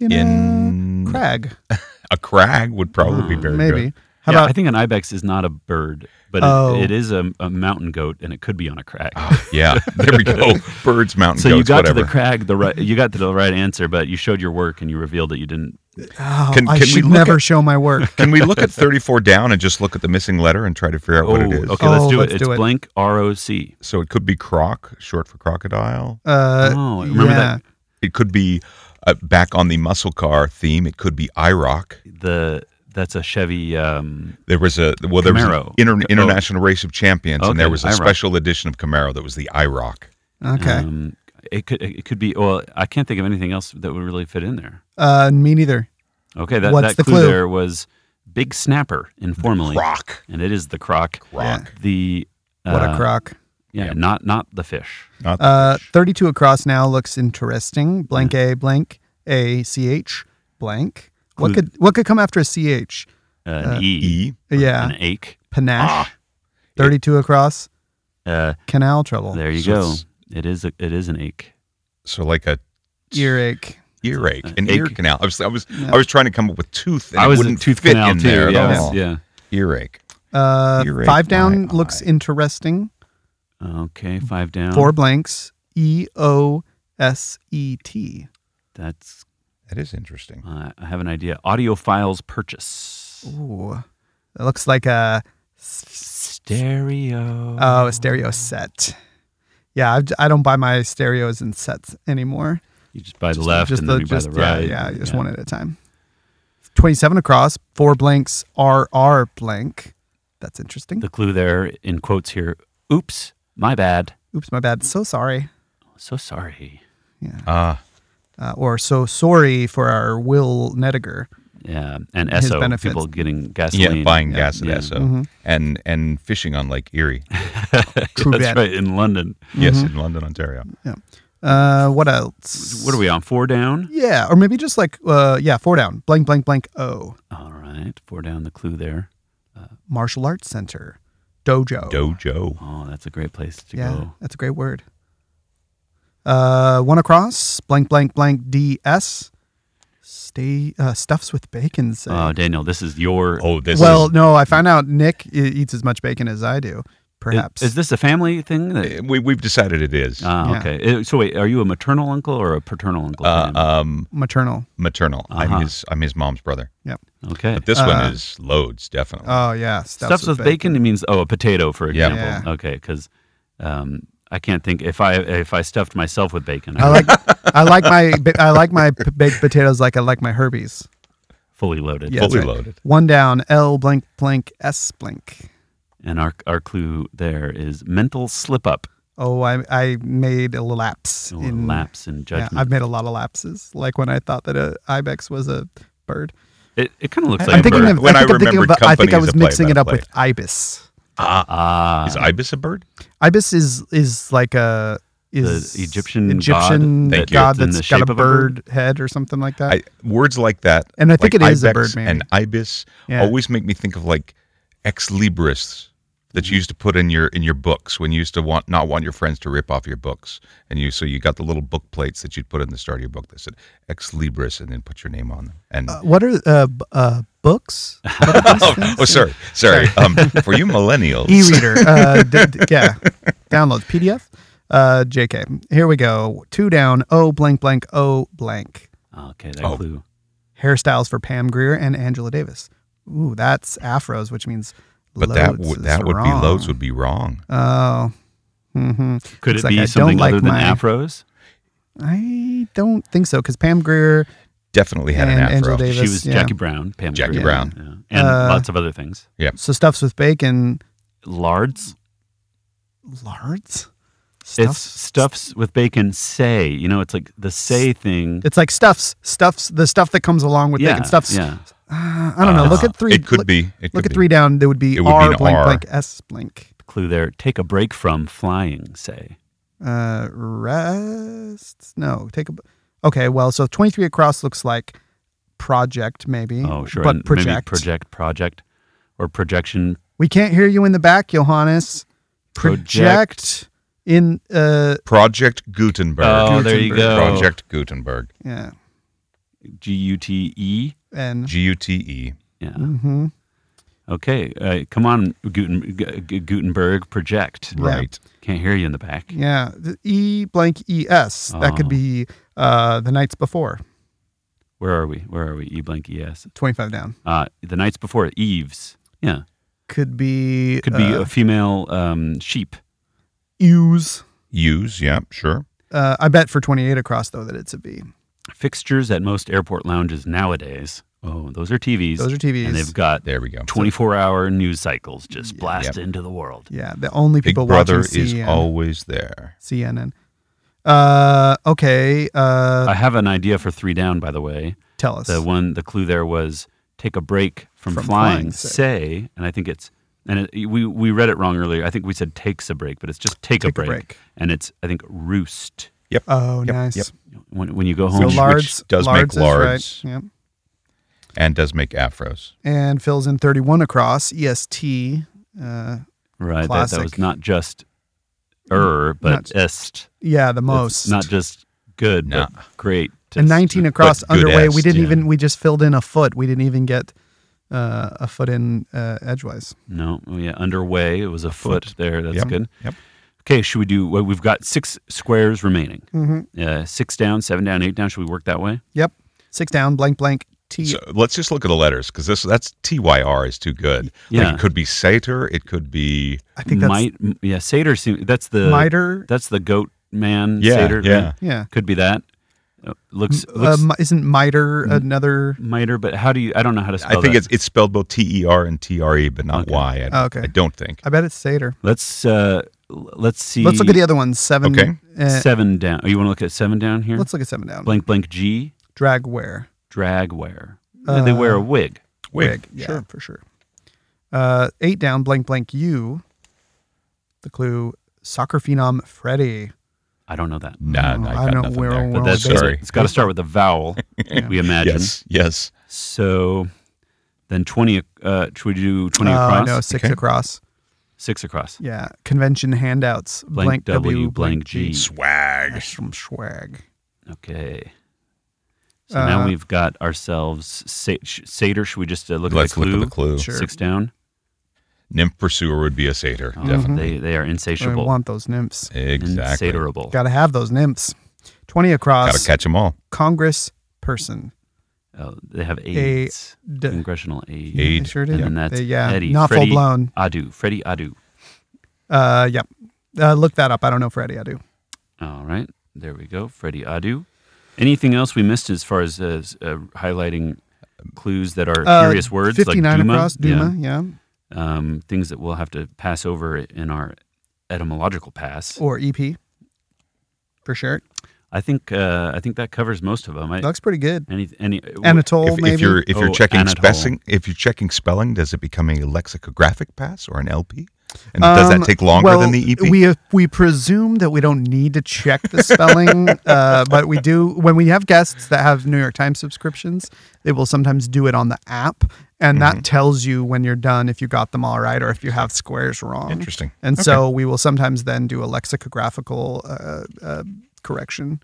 Speaker 1: in,
Speaker 3: In
Speaker 1: a crag. Ah,
Speaker 3: a crag would probably be
Speaker 2: Hmm,
Speaker 3: very
Speaker 1: Maybe.
Speaker 3: good.
Speaker 1: How
Speaker 2: yeah, I
Speaker 1: about
Speaker 2: think an ibex is not a bird, but it-
Speaker 1: Oh.
Speaker 2: it is a, a mountain goat, and it could be on a crag.
Speaker 3: Ah, yeah, there we go. Birds, mountain
Speaker 2: so
Speaker 3: goats,
Speaker 2: you got
Speaker 3: whatever.
Speaker 2: to the crag, the right, you got to the right answer, but you showed your work and you revealed that you didn't.
Speaker 1: oh,
Speaker 3: Can-
Speaker 1: I
Speaker 3: can we
Speaker 1: should
Speaker 3: look
Speaker 1: never show my work.
Speaker 3: Can we look at 34 down and just look at the missing letter and try to figure out what it is?
Speaker 2: okay,
Speaker 1: Oh,
Speaker 2: let's do
Speaker 1: let's
Speaker 2: it. It's
Speaker 1: do it.
Speaker 2: blank R O C.
Speaker 3: So it could be croc, short for crocodile.
Speaker 1: Uh,
Speaker 2: Oh, remember
Speaker 1: yeah.
Speaker 2: that
Speaker 3: It could be uh, back on the muscle car theme. It could be IROC.
Speaker 2: the that's a Chevy. Um,
Speaker 3: There was a well, there was
Speaker 2: Camaro.
Speaker 3: an inter-
Speaker 2: Oh.
Speaker 3: international race of champions,
Speaker 2: Okay,
Speaker 3: and there was a
Speaker 2: IROC.
Speaker 3: special edition of Camaro that was the IROC.
Speaker 1: Okay.
Speaker 2: Um, it could it could be. Well, I can't think of anything else that would really fit in there.
Speaker 1: Uh, me neither.
Speaker 2: Okay, that
Speaker 1: What's
Speaker 2: that
Speaker 1: the
Speaker 2: clue,
Speaker 1: clue?
Speaker 2: there was big snapper informally,
Speaker 3: Croc,
Speaker 2: and it is the croc.
Speaker 3: croc,
Speaker 2: The uh,
Speaker 1: What a crock.
Speaker 2: Yeah,
Speaker 3: Yeah.
Speaker 2: not not the fish.
Speaker 3: not the
Speaker 1: Uh,
Speaker 3: fish.
Speaker 1: 32 across now looks interesting. Blank A, blank A, C H, blank. What
Speaker 2: Clue-
Speaker 1: could what could come after a C H?
Speaker 2: Uh, an e,
Speaker 3: E.
Speaker 1: Yeah,
Speaker 2: an ache.
Speaker 1: panache.
Speaker 3: Ah.
Speaker 1: 32 across,
Speaker 2: Uh,
Speaker 1: canal trouble,
Speaker 2: there you
Speaker 3: So
Speaker 2: go.
Speaker 3: it's-
Speaker 2: It is a, it is an ache.
Speaker 3: So like a
Speaker 1: earache.
Speaker 3: earache,
Speaker 2: An
Speaker 3: an ear
Speaker 2: ache.
Speaker 3: canal. I was I was
Speaker 1: Yeah.
Speaker 3: I was trying to come up with tooth. And
Speaker 2: I was a
Speaker 3: it wouldn't
Speaker 2: tooth
Speaker 3: fit
Speaker 2: canal
Speaker 3: in
Speaker 2: too.
Speaker 3: there at
Speaker 2: yes,
Speaker 3: all.
Speaker 2: yeah.
Speaker 3: Earache.
Speaker 1: Uh,
Speaker 3: Earache,
Speaker 1: five down
Speaker 3: my
Speaker 1: looks
Speaker 3: eye.
Speaker 1: interesting.
Speaker 2: Okay, five down.
Speaker 1: Four blanks, E O S E T.
Speaker 2: That's
Speaker 3: That is interesting.
Speaker 2: uh, I have an idea. Audio files purchase.
Speaker 1: Ooh, that looks like a s-
Speaker 2: Stereo.
Speaker 1: oh a stereo set. Yeah, I've, I don't buy my stereos and sets anymore.
Speaker 2: You just by the
Speaker 1: Just-
Speaker 2: left
Speaker 1: just
Speaker 2: and then you buy the
Speaker 1: just- yeah,
Speaker 2: right.
Speaker 1: Yeah, just one at a time. 27 across, four blanks, RR blank. That's interesting.
Speaker 2: The clue there in quotes here. Oops, my bad.
Speaker 1: Oops, my bad. So sorry.
Speaker 2: So sorry.
Speaker 1: Yeah.
Speaker 3: Ah,
Speaker 1: Uh, or so sorry for our Will Nediger.
Speaker 2: Yeah, and
Speaker 1: His
Speaker 2: SO
Speaker 1: benefits.
Speaker 2: people getting gasoline.
Speaker 3: yeah, buying gas at
Speaker 2: yeah.
Speaker 3: Esso
Speaker 1: Mhm.
Speaker 3: and and fishing on Lake Erie.
Speaker 1: True
Speaker 2: That's
Speaker 1: bet.
Speaker 2: right in London.
Speaker 1: Mm-hmm.
Speaker 3: Yes, in London, Ontario.
Speaker 1: Uh, what else?
Speaker 2: What are we on? Four down.
Speaker 1: Yeah, or maybe just like, uh, yeah, four down. Blank, blank, blank, O.
Speaker 2: All right, four down. The clue there.
Speaker 1: Martial Arts Center. Dojo.
Speaker 3: Dojo.
Speaker 2: Oh, that's a great place to
Speaker 1: yeah,
Speaker 2: go.
Speaker 1: that's a great word. Uh, one across, blank, blank, blank, DS. Stay, uh, stuffs with bacon. say.
Speaker 2: Oh, Daniel, this is your.
Speaker 3: Oh, this
Speaker 1: well, no, I found out Nick e- eats as much bacon as I do. Perhaps.
Speaker 2: Is, is this a family thing? That,
Speaker 3: is we we've decided it is uh,
Speaker 2: ah,
Speaker 1: Yeah.
Speaker 2: okay. Uh, So wait, are you a maternal uncle or a paternal uncle? Dan?
Speaker 3: um
Speaker 1: maternal?
Speaker 3: maternal.
Speaker 2: Uh-huh.
Speaker 3: I'm his I'm his mom's brother.
Speaker 2: okay.
Speaker 3: But this
Speaker 1: Uh,
Speaker 3: one is loads definitely.
Speaker 1: Oh yeah, stuffs,
Speaker 2: Stuffs with bacon, means oh, a potato, for
Speaker 3: Yeah.
Speaker 2: example. Okay, because um, I can't think if I if I stuffed myself with bacon, I
Speaker 1: I
Speaker 2: would
Speaker 1: like I like my ba- I like my p- baked potatoes like I like my Herbies.
Speaker 2: fully loaded.
Speaker 1: yeah, that's
Speaker 3: Fully
Speaker 1: right.
Speaker 3: loaded.
Speaker 1: One down. L blank blank S blank.
Speaker 2: And our our clue there is mental slip up,
Speaker 1: Oh, I I made a lapse
Speaker 2: or
Speaker 1: in
Speaker 2: lapse in
Speaker 1: Yeah,
Speaker 2: judgment.
Speaker 1: I've made a lot of lapses. Like when I thought that a ibex was a bird.
Speaker 2: it it kind of looks
Speaker 1: I-
Speaker 2: like
Speaker 1: I'm
Speaker 2: a
Speaker 1: thinking
Speaker 2: bird.
Speaker 1: of
Speaker 3: When
Speaker 1: I
Speaker 3: I
Speaker 1: think I'm thinking of
Speaker 3: remembered
Speaker 1: the- I think
Speaker 3: company
Speaker 1: I
Speaker 3: as
Speaker 1: was
Speaker 3: a play
Speaker 1: mixing
Speaker 3: by
Speaker 1: it up
Speaker 3: play.
Speaker 1: with ibis. uh,
Speaker 3: Ah,
Speaker 2: ah,
Speaker 3: is ibis a bird?
Speaker 1: Ibis is is like a is
Speaker 2: The Egyptian
Speaker 1: Egyptian god,
Speaker 2: god
Speaker 3: Thank you.
Speaker 2: in the
Speaker 1: that's got
Speaker 2: shape
Speaker 1: a
Speaker 2: of a bird?
Speaker 1: bird head or something like that.
Speaker 3: I, words like that.
Speaker 1: And uh, I think
Speaker 3: like
Speaker 1: it is a
Speaker 3: ibex
Speaker 1: bird, maybe.
Speaker 3: And ibis
Speaker 1: Yeah.
Speaker 3: always make me think of like ex libris that
Speaker 1: Mm-hmm.
Speaker 3: you used to put in your in your books when you used to want not want your friends to rip off your books and you so you got the little book plates that you'd put in the start of your book that said ex libris and then put your name on them and
Speaker 1: Uh, what are uh, b- uh, books? What are those
Speaker 3: oh,
Speaker 1: things?
Speaker 3: oh sorry sorry um, for you millennials
Speaker 1: E-reader. Uh, d- d- yeah, downloads PDF. Uh, JK. Here we go. Two down. O blank blank. O blank.
Speaker 2: okay, that
Speaker 3: Oh.
Speaker 2: clue.
Speaker 1: Hairstyles for Pam Greer and Angela Davis. Ooh, that's afros, which means.
Speaker 3: but
Speaker 1: loads
Speaker 3: that would
Speaker 1: is
Speaker 3: that would be
Speaker 1: wrong.
Speaker 3: loads would be wrong
Speaker 1: Oh. hmm
Speaker 2: Could
Speaker 1: Looks like
Speaker 2: it
Speaker 1: I
Speaker 2: be
Speaker 1: don't
Speaker 2: something
Speaker 1: like
Speaker 2: other than
Speaker 1: my-
Speaker 2: afros?
Speaker 1: I don't think so because Pam Greer
Speaker 3: definitely had
Speaker 1: And
Speaker 3: an afro
Speaker 1: Angela Davis.
Speaker 2: She was
Speaker 1: yeah.
Speaker 2: Jackie Brown, Pam.
Speaker 3: Jackie
Speaker 2: Greer,
Speaker 3: Brown.
Speaker 2: yeah. and
Speaker 1: Uh,
Speaker 2: lots of other things.
Speaker 1: so stuffs with bacon.
Speaker 2: Lards.
Speaker 1: lards?
Speaker 2: It's stuffs with bacon. Say, you know, it's like the say thing.
Speaker 1: It's like stuffs, stuffs, the stuff that comes along with
Speaker 2: yeah,
Speaker 1: bacon. Stuffs.
Speaker 2: yeah.
Speaker 1: Uh, I don't know. Look at three.
Speaker 3: It could
Speaker 1: look,
Speaker 3: be. It
Speaker 1: Look
Speaker 3: could
Speaker 1: at
Speaker 3: be.
Speaker 1: three down. There would be
Speaker 3: It would be
Speaker 1: R
Speaker 3: an
Speaker 1: blank
Speaker 3: R.
Speaker 1: blank S blank.
Speaker 2: Clue there. Take a break from flying. Say.
Speaker 1: Uh, rest. No, take a. Okay, well, so twenty-three across looks like project maybe.
Speaker 2: Oh, sure.
Speaker 1: Mm, But
Speaker 2: and Maybe
Speaker 1: project.
Speaker 2: project, project, or projection.
Speaker 1: We can't hear you in the back, Johannes.
Speaker 2: Project.
Speaker 1: Project in uh
Speaker 3: Project Gutenberg.
Speaker 2: Oh, there you
Speaker 3: Gutenberg.
Speaker 2: go.
Speaker 3: Project Gutenberg.
Speaker 1: yeah
Speaker 2: G U T E.
Speaker 1: and
Speaker 3: G U T E.
Speaker 2: Yeah.
Speaker 1: mhm.
Speaker 2: Okay. Uh, come on, Guten, G- G- Gutenberg. Project.
Speaker 3: Right.
Speaker 2: Can't hear you in the back.
Speaker 1: yeah the E blank E S that could
Speaker 3: Ah.
Speaker 2: Oh.
Speaker 1: be uh the nights before
Speaker 2: Where are we? Where are we? E blank E S.
Speaker 1: twenty-five down
Speaker 2: Uh, the nights before Eve's. Yeah.
Speaker 1: could be
Speaker 2: Could be
Speaker 1: uh,
Speaker 2: a female um, sheep.
Speaker 1: use.
Speaker 3: Use. Yeah, sure.
Speaker 1: Uh, I bet for twenty-eight across though that it's a B.
Speaker 2: Fixtures at most airport lounges nowadays. Oh, those are TVs.
Speaker 1: Those are TVs.
Speaker 2: And they've got
Speaker 3: There we go.
Speaker 2: 24 hour news cycles just blast into the world.
Speaker 1: yeah, the only
Speaker 3: Big
Speaker 1: people
Speaker 3: Brother
Speaker 1: watching
Speaker 3: is
Speaker 1: CNN.
Speaker 3: always there.
Speaker 1: CNN. Uh, okay. Uh,
Speaker 2: I have an idea for three down, by the way.
Speaker 1: tell us.
Speaker 2: The one, the clue there was take a break from,
Speaker 1: From
Speaker 2: flying,
Speaker 1: flying, say.
Speaker 2: say. and I think it's, and it, we, we read it wrong earlier. I think we said takes a break, but it's just take,
Speaker 1: Take a break.
Speaker 2: And it's, I think, roost.
Speaker 1: oh, nice.
Speaker 3: yep.
Speaker 2: When, when you go
Speaker 1: So
Speaker 2: home,
Speaker 1: large
Speaker 3: does make lards.
Speaker 1: Right. Yep.
Speaker 3: And does make afros.
Speaker 1: And fills in 31 across EST. Uh,
Speaker 2: right, that, that
Speaker 1: classic.
Speaker 2: was not just er, but
Speaker 1: Not-
Speaker 2: est.
Speaker 1: yeah, the
Speaker 2: It's
Speaker 1: most.
Speaker 2: Not just good,
Speaker 3: Nah.
Speaker 2: but great.
Speaker 1: and 19 across
Speaker 3: but good
Speaker 1: underway.
Speaker 3: est,
Speaker 1: We didn't
Speaker 2: yeah.
Speaker 1: even. We just filled in a foot. We didn't even get uh, a foot in uh, edgewise.
Speaker 2: No, oh, yeah, underway. It was a foot, there. That's
Speaker 3: Yep,
Speaker 2: good.
Speaker 3: yep.
Speaker 2: Okay, should we do? Well, we've got six squares remaining.
Speaker 1: hmm
Speaker 2: Uh, six down, seven down, eight down. Should we work that way?
Speaker 1: Yep. Six down. Blank. Blank. T.
Speaker 3: So let's just look at the letters because this that's T Y R is too good.
Speaker 2: Yeah.
Speaker 3: Like, it could be satyr. It could be
Speaker 1: I think that's
Speaker 2: Might, uh, m- yeah, Seder. Seem, that's the
Speaker 1: miter.
Speaker 2: that's the goat man.
Speaker 3: yeah
Speaker 2: Seder,
Speaker 3: yeah.
Speaker 2: man.
Speaker 1: Yeah.
Speaker 2: could be that. Uh, looks
Speaker 1: Uh,
Speaker 2: looks
Speaker 1: mi- isn't miter another?
Speaker 2: miter, but how do you? I don't know how to spell.
Speaker 3: I think
Speaker 2: Oh, that.
Speaker 3: it's it's spelled both T E R and T R E, but not
Speaker 2: Okay.
Speaker 3: Y. I,
Speaker 1: Oh, okay.
Speaker 3: I don't think.
Speaker 1: I bet it's satyr.
Speaker 2: Let's uh, l- let's see.
Speaker 1: Let's look at the other ones. Seven.
Speaker 3: Okay.
Speaker 1: uh,
Speaker 2: seven down. Oh, you want to look at seven down here?
Speaker 1: Let's look at seven down.
Speaker 2: blank blank G
Speaker 1: Drag wear.
Speaker 2: drag wear.
Speaker 1: Uh,
Speaker 2: they wear a wig.
Speaker 3: Wig.
Speaker 1: Yeah,
Speaker 3: Sure.
Speaker 1: for sure. Uh, eight down. Blank blank. You. The clue: soccer phenom Freddie.
Speaker 2: I don't know that.
Speaker 3: Nah, nah,
Speaker 1: I
Speaker 3: I got
Speaker 1: don't-
Speaker 3: nothing
Speaker 1: we're-
Speaker 3: there.
Speaker 1: we're
Speaker 3: But
Speaker 1: all
Speaker 3: that's
Speaker 1: based-
Speaker 3: sorry.
Speaker 2: It's got to start with a vowel. We imagine.
Speaker 3: Yes. Yes.
Speaker 2: So then 20, uh, should we do 20
Speaker 1: Oh, I
Speaker 2: across?
Speaker 1: know. Six
Speaker 3: Okay.
Speaker 1: across.
Speaker 2: Six across.
Speaker 1: Yeah. Convention handouts.
Speaker 2: Blank, W, blank G.
Speaker 3: Swag.
Speaker 1: That's From swag.
Speaker 2: Okay. So now
Speaker 1: Uh,
Speaker 2: we've got ourselves sa- sh- Seder. Should we just uh, look
Speaker 3: Let's
Speaker 2: at the clue?
Speaker 3: look at the clue.
Speaker 1: Sure.
Speaker 2: Six down.
Speaker 3: Nymph pursuer would be a satyr.
Speaker 2: Oh,
Speaker 3: Definitely.
Speaker 2: They, they are
Speaker 1: I
Speaker 2: insatiable.
Speaker 1: want those nymphs.
Speaker 3: Exactly.
Speaker 2: Insaterable.
Speaker 1: Got to have those nymphs. Twenty
Speaker 3: Gotta
Speaker 1: across.
Speaker 3: catch them all.
Speaker 1: Congress person.
Speaker 2: Oh, they have AIDS.
Speaker 1: D-
Speaker 2: Congressional AIDS.
Speaker 1: They
Speaker 3: Aid.
Speaker 1: sure
Speaker 2: And
Speaker 1: did.
Speaker 2: then that's
Speaker 1: They- yeah.
Speaker 2: Eddie.
Speaker 1: Not
Speaker 2: Freddie
Speaker 1: full blown.
Speaker 2: Adu. Freddie Adu.
Speaker 1: Uh, yep. Uh, look that up. I don't know Freddie. I do.
Speaker 2: All right. There we go. Freddie Adu. Anything else we missed as far as uh, s- uh, highlighting clues that are
Speaker 1: Uh,
Speaker 2: curious words? like
Speaker 1: Fifty-nine
Speaker 2: Duma?
Speaker 1: across.
Speaker 2: Yeah.
Speaker 1: Duma. Yeah.
Speaker 2: um, things that we'll have to pass over in our etymological pass.
Speaker 1: Or EP. For sure.
Speaker 2: I think uh, I think that covers most of them. I,
Speaker 1: Looks pretty good.
Speaker 2: any any
Speaker 1: Anatole,
Speaker 3: If,
Speaker 1: maybe.
Speaker 3: if you're if you're
Speaker 2: Oh,
Speaker 3: checking
Speaker 2: Anatole.
Speaker 3: spelling, if you're checking spelling, does it become a lexicographic pass or an LP? And does
Speaker 1: Um,
Speaker 3: that take longer
Speaker 1: well,
Speaker 3: than the E EP?
Speaker 1: We uh, we presume that we don't need to check the spelling, uh, but we do when we have guests that have New York Times subscriptions. They will sometimes do it on the app, and
Speaker 3: Mm-hmm.
Speaker 1: that tells you when you're done if you got them all right or if you have squares wrong.
Speaker 3: Interesting.
Speaker 1: And
Speaker 3: Okay.
Speaker 1: so we will sometimes then do a lexicographical uh, uh, correction.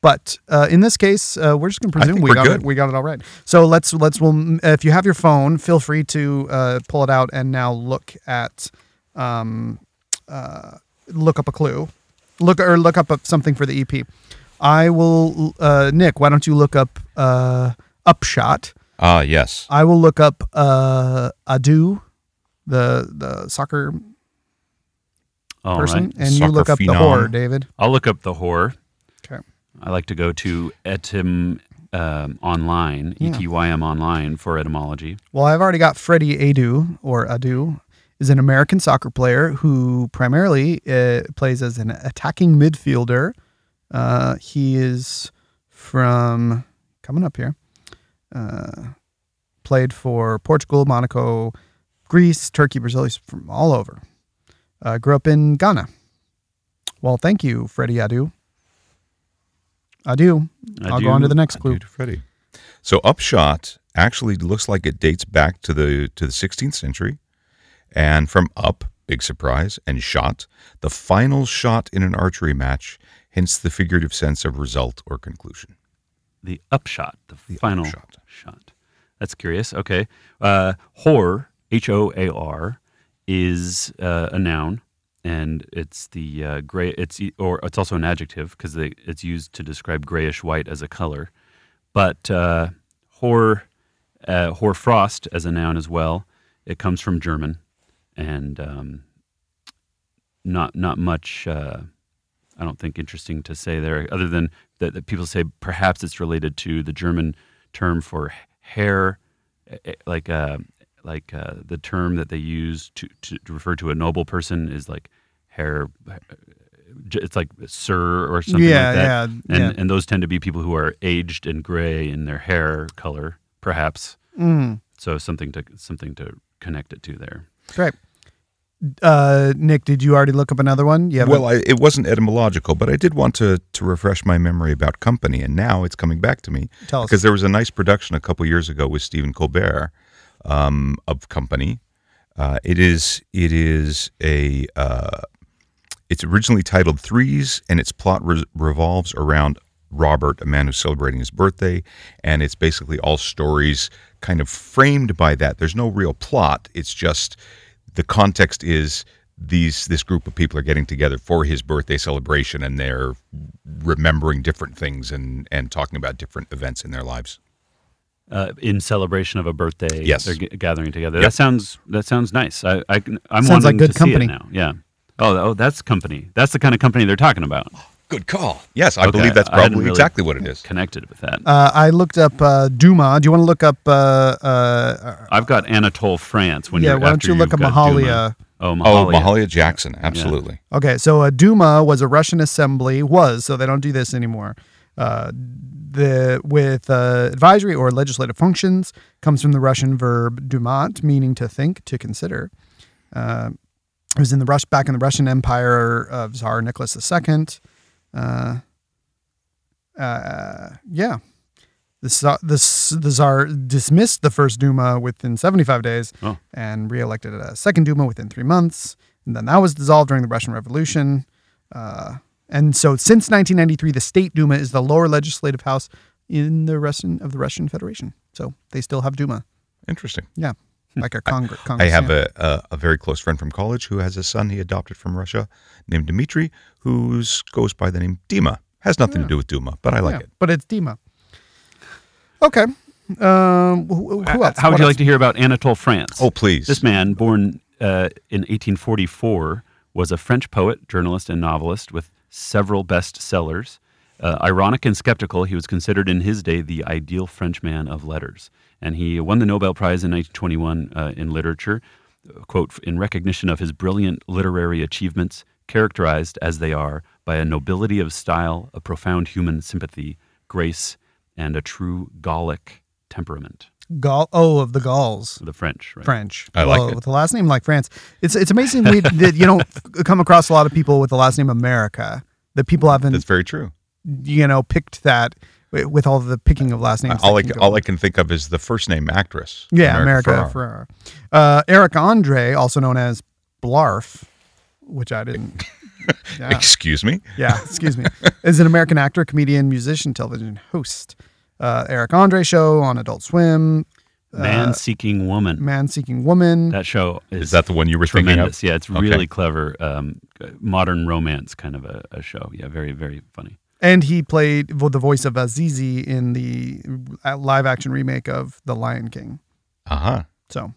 Speaker 1: But uh, in this case, uh, we're just going to
Speaker 3: I
Speaker 1: presume
Speaker 3: think
Speaker 1: we
Speaker 3: we're
Speaker 1: got
Speaker 3: good.
Speaker 1: it. We got it all right. So let's let's. We'll, if you have your phone, feel free to uh, pull it out and now look at, um, uh, look up a clue, look or look up something for the EP. I will, uh, Nick. Why don't you look up uh, upshot?
Speaker 3: Ah, yes.
Speaker 1: I will look up uh, Adu, the the soccer
Speaker 2: all
Speaker 1: person,
Speaker 2: right.
Speaker 1: and you
Speaker 3: Soccer
Speaker 1: look up the
Speaker 3: phenom.
Speaker 1: horror, David.
Speaker 2: I'll look up the whore.
Speaker 1: Okay.
Speaker 2: I like to go to etym um, online,
Speaker 1: Yeah.
Speaker 2: etym online for etymology.
Speaker 1: Well, I've already got Freddie Adu or Adu, is an American soccer player who primarily uh, plays as an attacking midfielder. Uh, he is from coming up here. Uh, played for Portugal, Monaco, Greece, Turkey, Brazil. He's from all over. Uh, grew up in Ghana. Well, thank you, Freddie Adu. Adu. I'll go on to the next clue.
Speaker 3: Dude, Freddie. So upshot actually looks like it dates back to the to the 16th century, and from up, big surprise, and shot, the final shot in an archery match. Hence the figurative sense of result or conclusion.
Speaker 2: the upshot, the, final
Speaker 3: upshot.
Speaker 2: shot. That's curious. Okay. Uh, horror, H O A R, is uh, a noun, and it's the uh, gray. It's e- or it's also an adjective because it's used to describe grayish white as a color. But uh, horror, uh, hoarfrost as a noun as well. It comes from German, and um, not not much. Uh, I don't think interesting to say there, other than that, that people say perhaps it's related to the German term for hair, eh, eh, like uh, like uh, the term that they use to, to, to refer to a noble person is like hair. It's like sir or something
Speaker 1: Yeah,
Speaker 2: like that.
Speaker 1: yeah,
Speaker 2: and
Speaker 1: yeah.
Speaker 2: and those tend to be people who are aged and gray in their hair color, perhaps.
Speaker 1: Mm,
Speaker 2: So something to something to connect it to there.
Speaker 1: great. Uh, Nick, did you already look up another one? Yeah.
Speaker 3: well, I, it wasn't etymological, but I did want to to refresh my memory about company, and now it's coming back to me.
Speaker 1: Tell us.
Speaker 3: because there was a nice production a couple years ago with Stephen Colbert um, of Company. Uh, it is it is a uh, it's originally titled Threes, and its plot re- revolves around Robert, a man who's celebrating his birthday, and it's basically all stories kind of framed by that. There's no real plot. It's just the context is these this group of people are getting together for his birthday celebration, and they're remembering different things and and talking about different events in their lives.
Speaker 2: uh, in celebration of a birthday.
Speaker 3: Yes.
Speaker 2: they're g- gathering together. That sounds that sounds nice. I, I can- I'm
Speaker 1: Sounds like
Speaker 2: wanting
Speaker 1: good
Speaker 2: to see it
Speaker 1: company.
Speaker 2: now. Yeah. Oh, th- oh, that's company. That's the kind of company they're talking about.
Speaker 3: Good call. Yes, I
Speaker 2: Okay,
Speaker 3: believe that's
Speaker 2: I hadn't
Speaker 3: probably
Speaker 2: really-
Speaker 3: exactly what it is.
Speaker 2: Connected with that.
Speaker 1: uh, I looked up uh, Duma. Do you want to look up? Uh, uh,
Speaker 2: I've got Anatole France. When
Speaker 1: yeah.
Speaker 2: you're,
Speaker 1: Why don't
Speaker 2: after
Speaker 1: you look up
Speaker 2: you've got Duma.
Speaker 1: Mahalia?
Speaker 2: Oh,
Speaker 3: Oh,
Speaker 2: Mahalia.
Speaker 3: Mahalia Jackson, absolutely.
Speaker 1: Okay, so a Duma was a Russian assembly, was, so they don't do this anymore. Uh, the with uh, advisory or legislative functions comes from the Russian verb dumat, meaning to think, to consider. Uh, it was in the Rus- back in the Russian Empire of Tsar Nicholas II. Uh, uh, yeah, the, Tsar- the S- the Tsar dismissed the first Duma within 75 days
Speaker 2: Oh.
Speaker 1: and reelected a second Duma within three months. And then that was dissolved during the Russian Revolution. Uh, and so since 1993, the State Duma is the lower legislative house in the Russian of the Russian Federation. So they still have Duma,
Speaker 3: Interesting.
Speaker 1: like a Congress.
Speaker 3: Hmm. I have a, a, a very close friend from college who has a son he adopted from Russia named Dmitri, who goes by the name Dima. Has nothing to do with Duma, but I like it.
Speaker 1: but it's Duma. Okay. Um, who, who else?
Speaker 2: How would
Speaker 1: What
Speaker 2: you
Speaker 1: else?
Speaker 2: like to hear about Anatole France?
Speaker 3: Oh, please.
Speaker 2: This man, born uh, in 1844, was a French poet, journalist, and novelist with several bestsellers. Uh, ironic and skeptical, he was considered in his day the ideal French man of letters. And he won the Nobel Prize in 1921 uh, in literature, uh, quote, in recognition of his brilliant literary achievements, characterized as they are by a nobility of style, a profound human sympathy, grace, and a true Gallic temperament.
Speaker 1: Gaul? Oh, of the Gauls.
Speaker 2: The French, right?
Speaker 1: French.
Speaker 3: I like
Speaker 1: well,
Speaker 3: it.
Speaker 1: with the last name like France. It's it's amazing we, that you don't come across a lot of people with the last name America. That people haven't
Speaker 3: That's very true.
Speaker 1: you know picked that wi- with all the picking of last names.
Speaker 3: all
Speaker 1: that
Speaker 3: I can,
Speaker 1: can go
Speaker 3: all I
Speaker 1: on.
Speaker 3: can think of is the first name actress.
Speaker 1: yeah, America,
Speaker 3: Ferrara.
Speaker 1: Ferrara. Uh, Eric Andre, also known as Blarf, which I didn't. Yeah,
Speaker 3: Excuse me.
Speaker 1: yeah excuse me. Is an American actor, comedian, musician, television host. Uh, Eric Andre show on Adult Swim. uh,
Speaker 2: Man seeking woman.
Speaker 1: Man Seeking Woman.
Speaker 2: That show is,
Speaker 3: Is that the one you were
Speaker 2: tremendous.
Speaker 3: thinking
Speaker 2: Yeah, it's
Speaker 3: Okay.
Speaker 2: really clever. Um, modern romance kind of a, a show. Yeah, very very funny.
Speaker 1: And he played vo- the voice of Azizi in the uh, live action remake of The Lion King.
Speaker 3: of? Uh huh.
Speaker 1: So,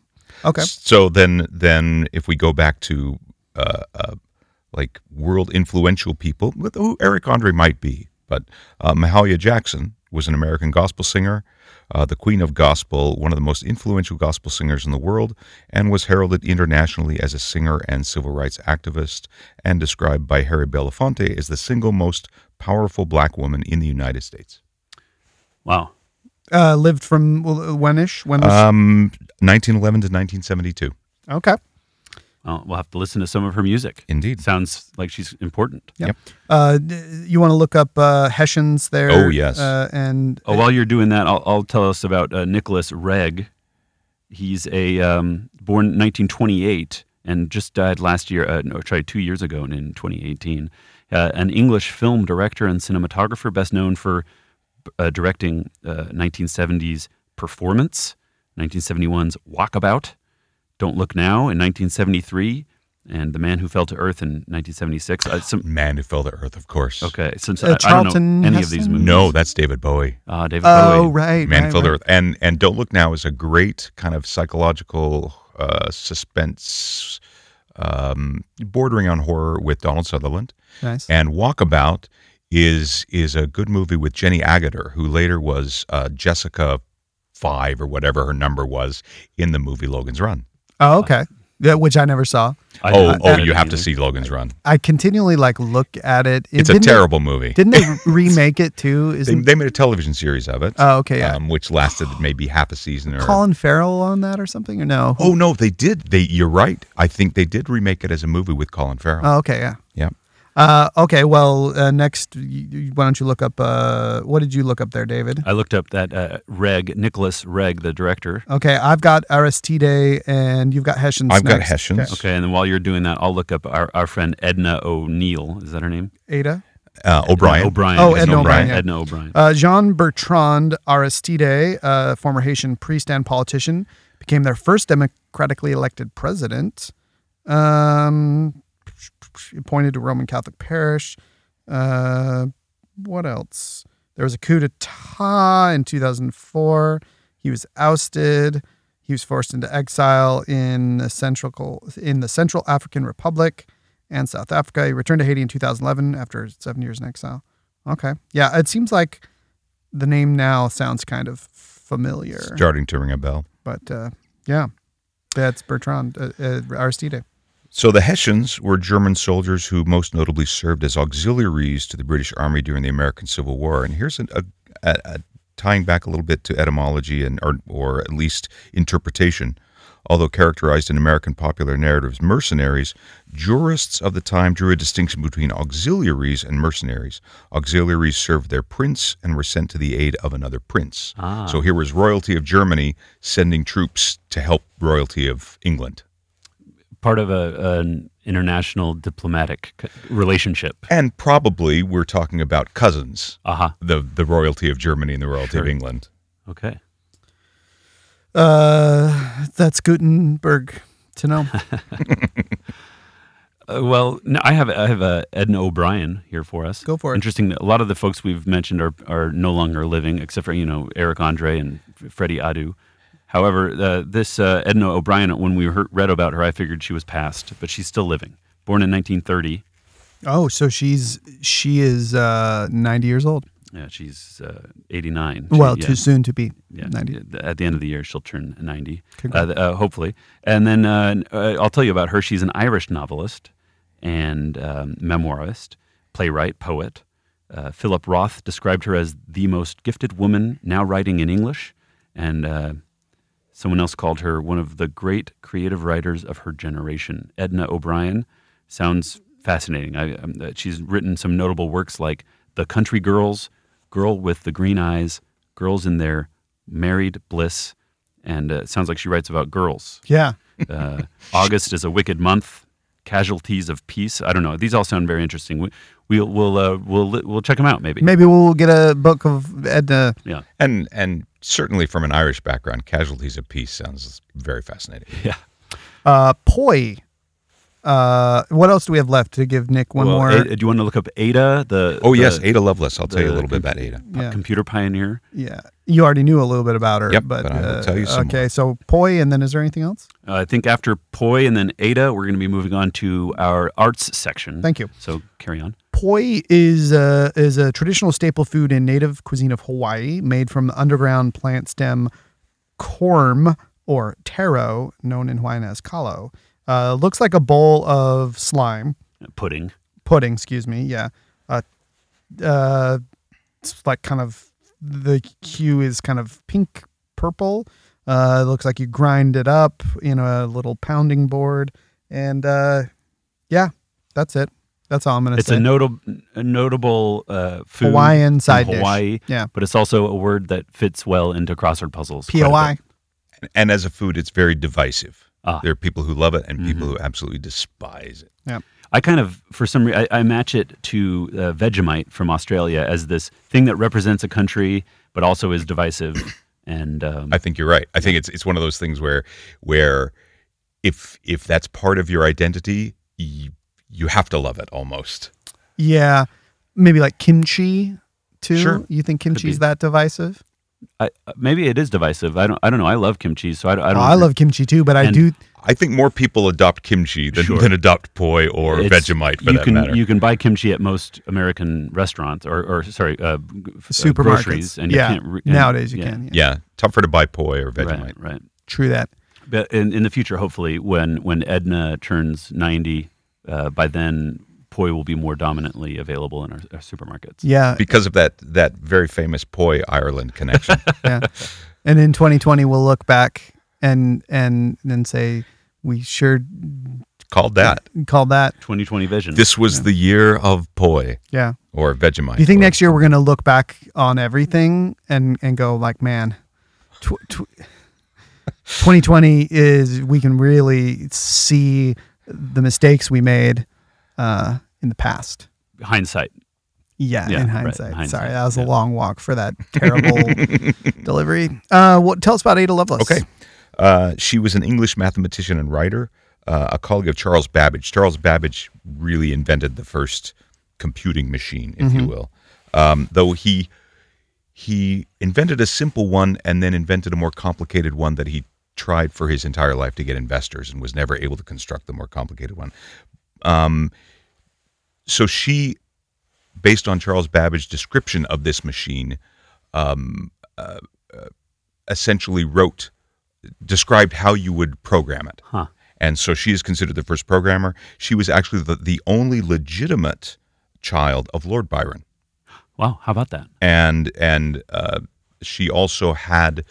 Speaker 1: okay.
Speaker 3: So then, then if we go back to uh, uh, like world influential people, with who Eric Andre might be, but uh, Mahalia Jackson was an American gospel singer, uh, the queen of gospel, one of the most influential gospel singers in the world, and was heralded internationally as a singer and civil rights activist, and described by Harry Belafonte as the single most powerful black woman in the United States.
Speaker 2: Wow.
Speaker 1: Uh, lived from well, when-ish? When
Speaker 2: Uh,
Speaker 1: was
Speaker 3: Um, 1911 to 1972.
Speaker 1: okay?
Speaker 2: Well, we'll have to listen to some of her music.
Speaker 3: Indeed.
Speaker 2: Sounds like she's important.
Speaker 1: Yeah. Uh, d- you want to look up uh, Hessians there?
Speaker 3: Oh, yes.
Speaker 1: Uh, and
Speaker 2: Oh, while you're doing that, I'll, I'll tell us about uh, Nicholas Reg. He's a um, born 1928 and just died last year, uh, no, sorry, two years ago in- in 2018. Uh, an English film director and cinematographer, best known for uh, directing uh, 1970s Performance, 1971's Walkabout, Don't Look Now in 1973, and The Man Who Fell to Earth in 1976. Uh, some,
Speaker 3: Man who fell to earth, of course.
Speaker 2: okay, since
Speaker 1: Uh,
Speaker 2: I- I, don't
Speaker 1: Charlton
Speaker 2: know any of these
Speaker 1: Heston?
Speaker 2: movies.
Speaker 3: No, that's David Bowie.
Speaker 2: Uh, David
Speaker 1: oh,
Speaker 2: Bowie.
Speaker 1: right,
Speaker 3: Man
Speaker 1: right,
Speaker 3: Filled
Speaker 1: right.
Speaker 3: Earth, and and Don't Look Now is a great kind of psychological uh, suspense, um, bordering on horror with Donald Sutherland.
Speaker 1: Nice.
Speaker 3: And Walkabout is is a good movie with Jenny Agutter, who later was uh, Jessica Five or whatever her number was in the movie Logan's Run.
Speaker 1: Oh, okay. Yeah, which I never saw.
Speaker 2: I
Speaker 3: oh,
Speaker 2: don't
Speaker 3: oh,
Speaker 2: get
Speaker 3: you
Speaker 2: it
Speaker 3: have to
Speaker 2: either.
Speaker 3: see Logan's Run.
Speaker 1: I continually like look at it. It-
Speaker 3: It's a
Speaker 1: didn't they-
Speaker 3: terrible movie.
Speaker 1: didn't they remake it too?
Speaker 3: They,
Speaker 1: Isn't
Speaker 3: they made a television series of it,
Speaker 1: oh okay. Yeah.
Speaker 3: um, which lasted maybe half a season or
Speaker 1: Colin Farrell on that or something or no?
Speaker 3: Oh no, they did. They you're right. I think they did remake it as a movie with Colin Farrell.
Speaker 1: Oh, okay. Yeah.
Speaker 3: yeah.
Speaker 1: Uh, okay. Well, uh, next, y- y- why don't you look up? Uh, what did you look up there, David?
Speaker 2: I looked up that uh, Reg, Nicholas Reg, the director.
Speaker 1: Okay, I've got Aristide, and you've got Hessians.
Speaker 3: I've got
Speaker 1: next.
Speaker 3: Hessians.
Speaker 2: Okay, and then while you're doing that, I'll look up our, our friend Edna O'Neill. Is that her name?
Speaker 1: Ada.
Speaker 3: Uh, O'Brien.
Speaker 2: No, O'Brien.
Speaker 1: Oh,
Speaker 2: It's
Speaker 1: Edna
Speaker 3: O'Brien,
Speaker 1: yeah.
Speaker 2: Edna O'Brien.
Speaker 1: Uh, Jean Bertrand Aristide, uh, former Haitian priest and politician, became their first democratically elected president. Um, appointed to Roman Catholic parish. Uh, what else? There was a coup d'etat in 2004. He was ousted. He was forced into exile in the Central in the Central African Republic and South Africa. He returned to Haiti in 2011 after seven years in exile. Okay, yeah, it seems like the name now sounds kind of familiar,
Speaker 3: starting to ring a bell.
Speaker 1: but uh, yeah, that's Bertrand uh, uh, Aristide.
Speaker 3: So the Hessians were German soldiers who most notably served as auxiliaries to the British Army during the American Civil War. And here's an, a, a, a tying back a little bit to etymology and or, or at least interpretation. Although characterized in American popular narratives as mercenaries, jurists of the time drew a distinction between auxiliaries and mercenaries. Auxiliaries served their prince and were sent to the aid of another prince.
Speaker 2: Ah.
Speaker 3: So here was royalty of Germany sending troops to help royalty of England.
Speaker 2: Part of a, an international diplomatic c- relationship.
Speaker 3: And probably we're talking about cousins,
Speaker 2: Aha.
Speaker 3: the the royalty of Germany and the royalty
Speaker 2: Sure.
Speaker 3: of England.
Speaker 2: Okay.
Speaker 1: Uh, that's Gutenberg to know.
Speaker 2: Uh, well, no, I have I have uh, Edna O'Brien here for us.
Speaker 1: Go for it.
Speaker 2: Interesting. that A lot of the folks we've mentioned are are no longer living, except for you know Eric Andre and F- Freddie Adu. However, uh, this uh, Edna O'Brien, when we heard, read about her, I figured she was passed, but she's still living. Born in 1930.
Speaker 1: Oh, so she's she is uh, 90 years old.
Speaker 2: Yeah, she's uh, 89.
Speaker 1: well,
Speaker 2: She- yeah.
Speaker 1: too soon to be
Speaker 2: Yeah,
Speaker 1: 90.
Speaker 2: yeah, at the end of the year, she'll turn 90, uh,
Speaker 1: Congrats.
Speaker 2: uh, hopefully. And then uh, n- uh, I'll tell you about her. She's an Irish novelist and um, memoirist, playwright, poet. Uh, Philip Roth described her as the most gifted woman now writing in English. And uh, someone else called her one of the great creative writers of her generation. Edna O'Brien sounds fascinating. I, um, uh, she's written some notable works like The Country Girls, Girl with the Green Eyes, Girls in Their Married Bliss, and uh, it sounds like she writes about girls.
Speaker 1: Yeah.
Speaker 2: Uh, August is a wicked month. Casualties of peace. I don't know. These all sound very interesting. We, we'll we'll uh, we'll li- we'll check them out maybe.
Speaker 1: Maybe we'll get a book of uh, Edna.
Speaker 2: Yeah.
Speaker 3: And and certainly from an Irish background, casualties of peace sounds very fascinating.
Speaker 2: Yeah.
Speaker 1: Uh, Poi. Uh, what else do we have left to give Nick one
Speaker 2: Well,
Speaker 1: more?
Speaker 2: Ada- do you want to look up Ada? The
Speaker 3: Oh yes,
Speaker 2: the
Speaker 3: Ada Lovelace. I'll tell you a
Speaker 2: the
Speaker 3: little bit about Ada.
Speaker 2: p-
Speaker 1: yeah.
Speaker 2: computer pioneer.
Speaker 1: yeah. You already knew a little bit about her.
Speaker 3: Yep,
Speaker 1: but,
Speaker 3: but I will
Speaker 1: uh,
Speaker 3: tell you some
Speaker 1: Okay. So Poi, and then is there anything else?
Speaker 2: Uh, I think after Poi and then Ada, we're going to be moving on to our arts section.
Speaker 1: Thank you.
Speaker 2: So carry on.
Speaker 1: Poi is a, is a traditional staple food in native cuisine of Hawaii, made from the underground plant stem korm or taro, known in Hawaiian as kalo. Uh, looks like a bowl of slime
Speaker 2: Uh, pudding.
Speaker 1: pudding. Excuse me. Yeah. Uh, uh, it's like kind of the hue is kind of pink purple. Uh, it looks like you grind it up in a little pounding board, and uh, yeah, that's it. That's all I'm gonna
Speaker 2: It's
Speaker 1: say.
Speaker 2: a notable a notable uh, food
Speaker 1: Hawaiian
Speaker 2: from
Speaker 1: side dish.
Speaker 2: Hawaii,
Speaker 1: Yeah.
Speaker 2: but it's also a word that fits well into crossword puzzles. quite a
Speaker 1: Poi.
Speaker 2: bit.
Speaker 3: And as a food, it's very divisive.
Speaker 2: Ah. Mm-hmm.
Speaker 3: There are people who love it and people who absolutely despise it.
Speaker 2: I kind of, for some reason, I, I match it to uh, Vegemite from Australia as this thing that represents a country, but also is divisive. And um,
Speaker 3: I think you're right. I think it's it's one of those things where where if if that's part of your identity, you, you have to love it almost.
Speaker 1: Yeah. Maybe like kimchi too.
Speaker 3: Sure.
Speaker 1: You think
Speaker 2: be.
Speaker 1: kimchi's that divisive?
Speaker 2: I, maybe it is divisive. I don't. I don't know. I love kimchi, so I, don't- I
Speaker 1: Oh,
Speaker 2: don't.
Speaker 1: I love kimchi too, but I
Speaker 2: And uh,
Speaker 1: do.
Speaker 3: I think more people adopt kimchi than,
Speaker 2: Sure.
Speaker 3: than adopt poi or
Speaker 2: It's-
Speaker 3: Vegemite for
Speaker 2: you
Speaker 3: that
Speaker 2: can
Speaker 3: matter.
Speaker 2: you can buy kimchi at most American restaurants or or sorry, uh, g- f- uh,
Speaker 1: Supermarkets.
Speaker 2: groceries, and
Speaker 1: Yeah.
Speaker 2: you can't re- and-
Speaker 1: Nowadays you
Speaker 2: yeah,
Speaker 1: can. Yeah.
Speaker 3: yeah, tougher to buy poi or
Speaker 2: Right,
Speaker 3: Vegemite.
Speaker 2: right.
Speaker 1: True that.
Speaker 2: But in, in the future, hopefully, when when Edna turns ninety, uh, by then poi will be more dominantly available in our, our supermarkets.
Speaker 1: Yeah.
Speaker 3: Because of that that very famous poi Ireland connection.
Speaker 1: yeah. And in 2020, we'll look back and and and say we sure
Speaker 3: Called that.
Speaker 1: called that.
Speaker 2: Twenty twenty vision.
Speaker 3: This was the year of poi
Speaker 1: Yeah.
Speaker 3: or Vegemite.
Speaker 1: Do you think
Speaker 3: or-
Speaker 1: next year we're gonna look back on everything and and go like, man, tw- tw- 2020 is we can really see the mistakes we made uh, in the past.
Speaker 2: hindsight.
Speaker 1: Yeah,
Speaker 2: Yeah,
Speaker 1: in
Speaker 2: right,
Speaker 1: hindsight.
Speaker 2: in hindsight,
Speaker 1: Sorry, that was
Speaker 2: yeah.
Speaker 1: a long walk for that terrible delivery. Uh, what? Tell us about Ada Lovelace.
Speaker 3: Okay. Uh, she was an English mathematician and writer, uh, a colleague of Charles Babbage. Charles Babbage really invented the first computing machine, if you will. Um, though he he invented a simple one and then invented a more complicated one that he tried for his entire life to get investors and was never able to construct the more complicated one. Um, so she, based on Charles Babbage's description of this machine, um, uh, uh, essentially wrote described how you would program it.
Speaker 2: Huh.
Speaker 3: And so she is considered the first programmer. She was actually the, the only legitimate child of Lord Byron.
Speaker 2: Wow. How about that?
Speaker 3: And and uh, she also had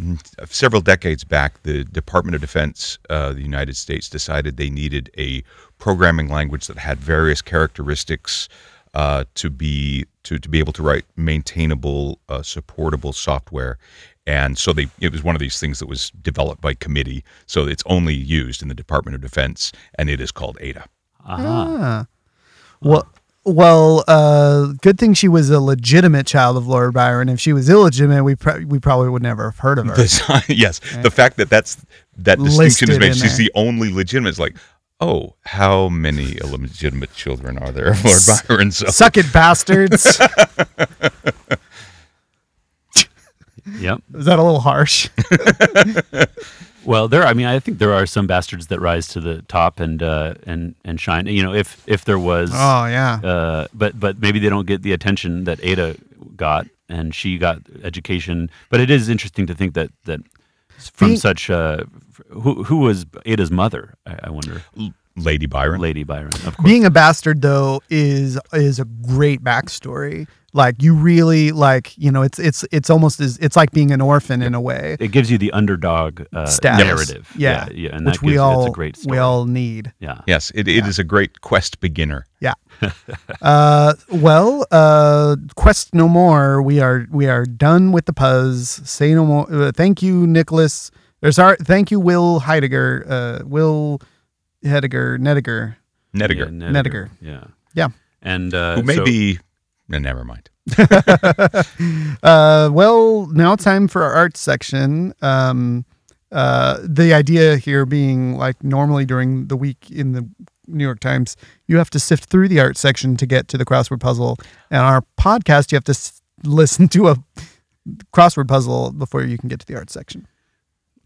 Speaker 3: mm, several decades back the Department of Defense uh, the United States decided they needed a programming language that had various characteristics uh, to be to, to be able to write maintainable uh, supportable software and so they it was one of these things that was developed by committee so it's only used in the Department of Defense and it is called ADA
Speaker 2: Aha.
Speaker 1: Ah. Well, well, uh, good thing she was a legitimate child of Lord Byron. If she was illegitimate, we pro- we probably would never have heard of her.
Speaker 3: The- yes, the fact that that's that distinction
Speaker 1: Listed
Speaker 3: is made.
Speaker 1: in
Speaker 3: She's
Speaker 1: there.
Speaker 3: the only legitimate. It's like, oh, how many illegitimate children are there of Lord Byron? So
Speaker 1: Suck it, bastards!
Speaker 2: Yep.
Speaker 1: Is that a little harsh?
Speaker 2: Well, there. I mean, I think there are some bastards that rise to the top and uh, and and shine. You know, if if there was,
Speaker 1: Oh yeah,
Speaker 2: uh, but but maybe they don't get the attention that Ada got, and she got education. But it is interesting to think that that from
Speaker 1: Being-
Speaker 2: such uh, who who was Ada's mother? I, I wonder,
Speaker 3: Lady Byron.
Speaker 2: Lady Byron, of course.
Speaker 1: being a bastard though is is a great backstory. Like you really like you know it's it's it's almost as it's like being an orphan in a way.
Speaker 2: It gives you the underdog uh,
Speaker 1: Status.
Speaker 2: narrative,
Speaker 1: Yeah.
Speaker 2: yeah, and
Speaker 1: which
Speaker 2: that
Speaker 1: we
Speaker 2: gives,
Speaker 1: all
Speaker 2: it's a great story.
Speaker 1: we all need.
Speaker 2: yeah,
Speaker 3: Yes, it, it is a great quest beginner.
Speaker 1: Yeah. uh, well, uh, quest no more. We are we are done with the puzz. Say no more. Uh, thank you, Nicholas. Or sorry, thank you, Will Heidegger. Uh, Will Hediger Nediger.
Speaker 3: Nediger,
Speaker 2: yeah,
Speaker 1: Nediger.
Speaker 2: yeah,
Speaker 1: Yeah.
Speaker 2: and uh,
Speaker 3: who may
Speaker 2: so-
Speaker 3: be. no, never mind.
Speaker 1: Uh, well, now it's time for our art section. Um, uh, the idea here being like normally during the week in the New York Times, you have to sift through the art section to get to the crossword puzzle. And our podcast, you have to s- listen to a crossword puzzle before you can get to the art section.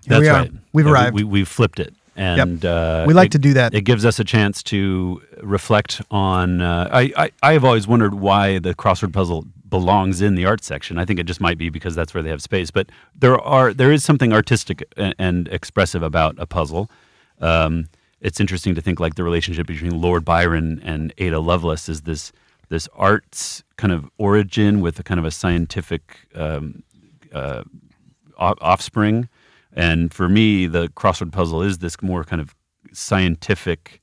Speaker 1: Here
Speaker 2: That's
Speaker 1: we are.
Speaker 2: right.
Speaker 1: We've
Speaker 2: Yeah,
Speaker 1: arrived.
Speaker 2: We, we, we flipped it. and uh,
Speaker 1: we like
Speaker 2: it,
Speaker 1: to do that.
Speaker 2: It gives us a chance to reflect on. Uh, I, I I have always wondered why the crossword puzzle belongs in the art section. I think it just might be because that's where they have space. But there are there is something artistic and, and expressive about a puzzle. Um, it's interesting to think like the relationship between Lord Byron and Ada Lovelace is this this arts kind of origin with a kind of a scientific um, o- offspring. And for me, the crossword puzzle is this more kind of scientific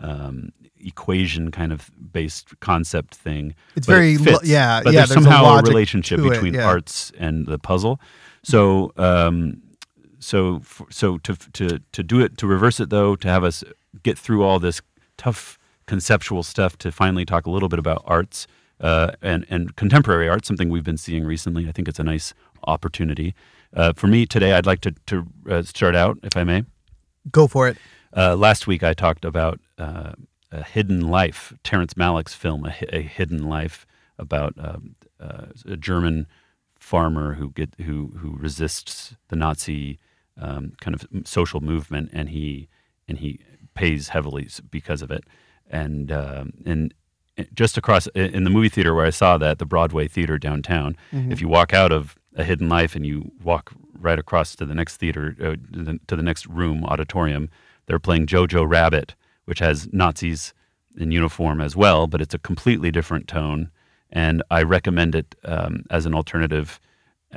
Speaker 2: um, equation kind of based concept thing.
Speaker 1: It's
Speaker 2: But it
Speaker 1: very lo-
Speaker 2: fits.
Speaker 1: yeah,
Speaker 2: But
Speaker 1: yeah,
Speaker 2: there's
Speaker 1: there's a
Speaker 2: somehow a,
Speaker 1: logic
Speaker 2: relationship
Speaker 1: to it,
Speaker 2: between
Speaker 1: yeah.
Speaker 2: arts and the puzzle. So um, so f- so to to to do it to reverse it though to have us get through all this tough conceptual stuff to finally talk a little bit about arts uh, and and contemporary art something we've been seeing recently I think it's a nice opportunity uh, for me today I'd like to to uh, start out if I may
Speaker 1: Go for it.
Speaker 2: uh, last week I talked about uh, a Hidden Life, Terrence Malick's film, a, Hi- a Hidden Life, about um, uh, a German farmer who get who who resists the Nazi um, kind of social movement, and he and he pays heavily s- because of it, and um, and. Just across in in the movie theater where I saw that, the Broadway theater downtown. If you walk out of A Hidden Life and you walk right across to the next theater, uh, to the- to the next room auditorium, they're playing Jojo Rabbit, which has Nazis in uniform as well, but it's a completely different tone. And I recommend it um, as an alternative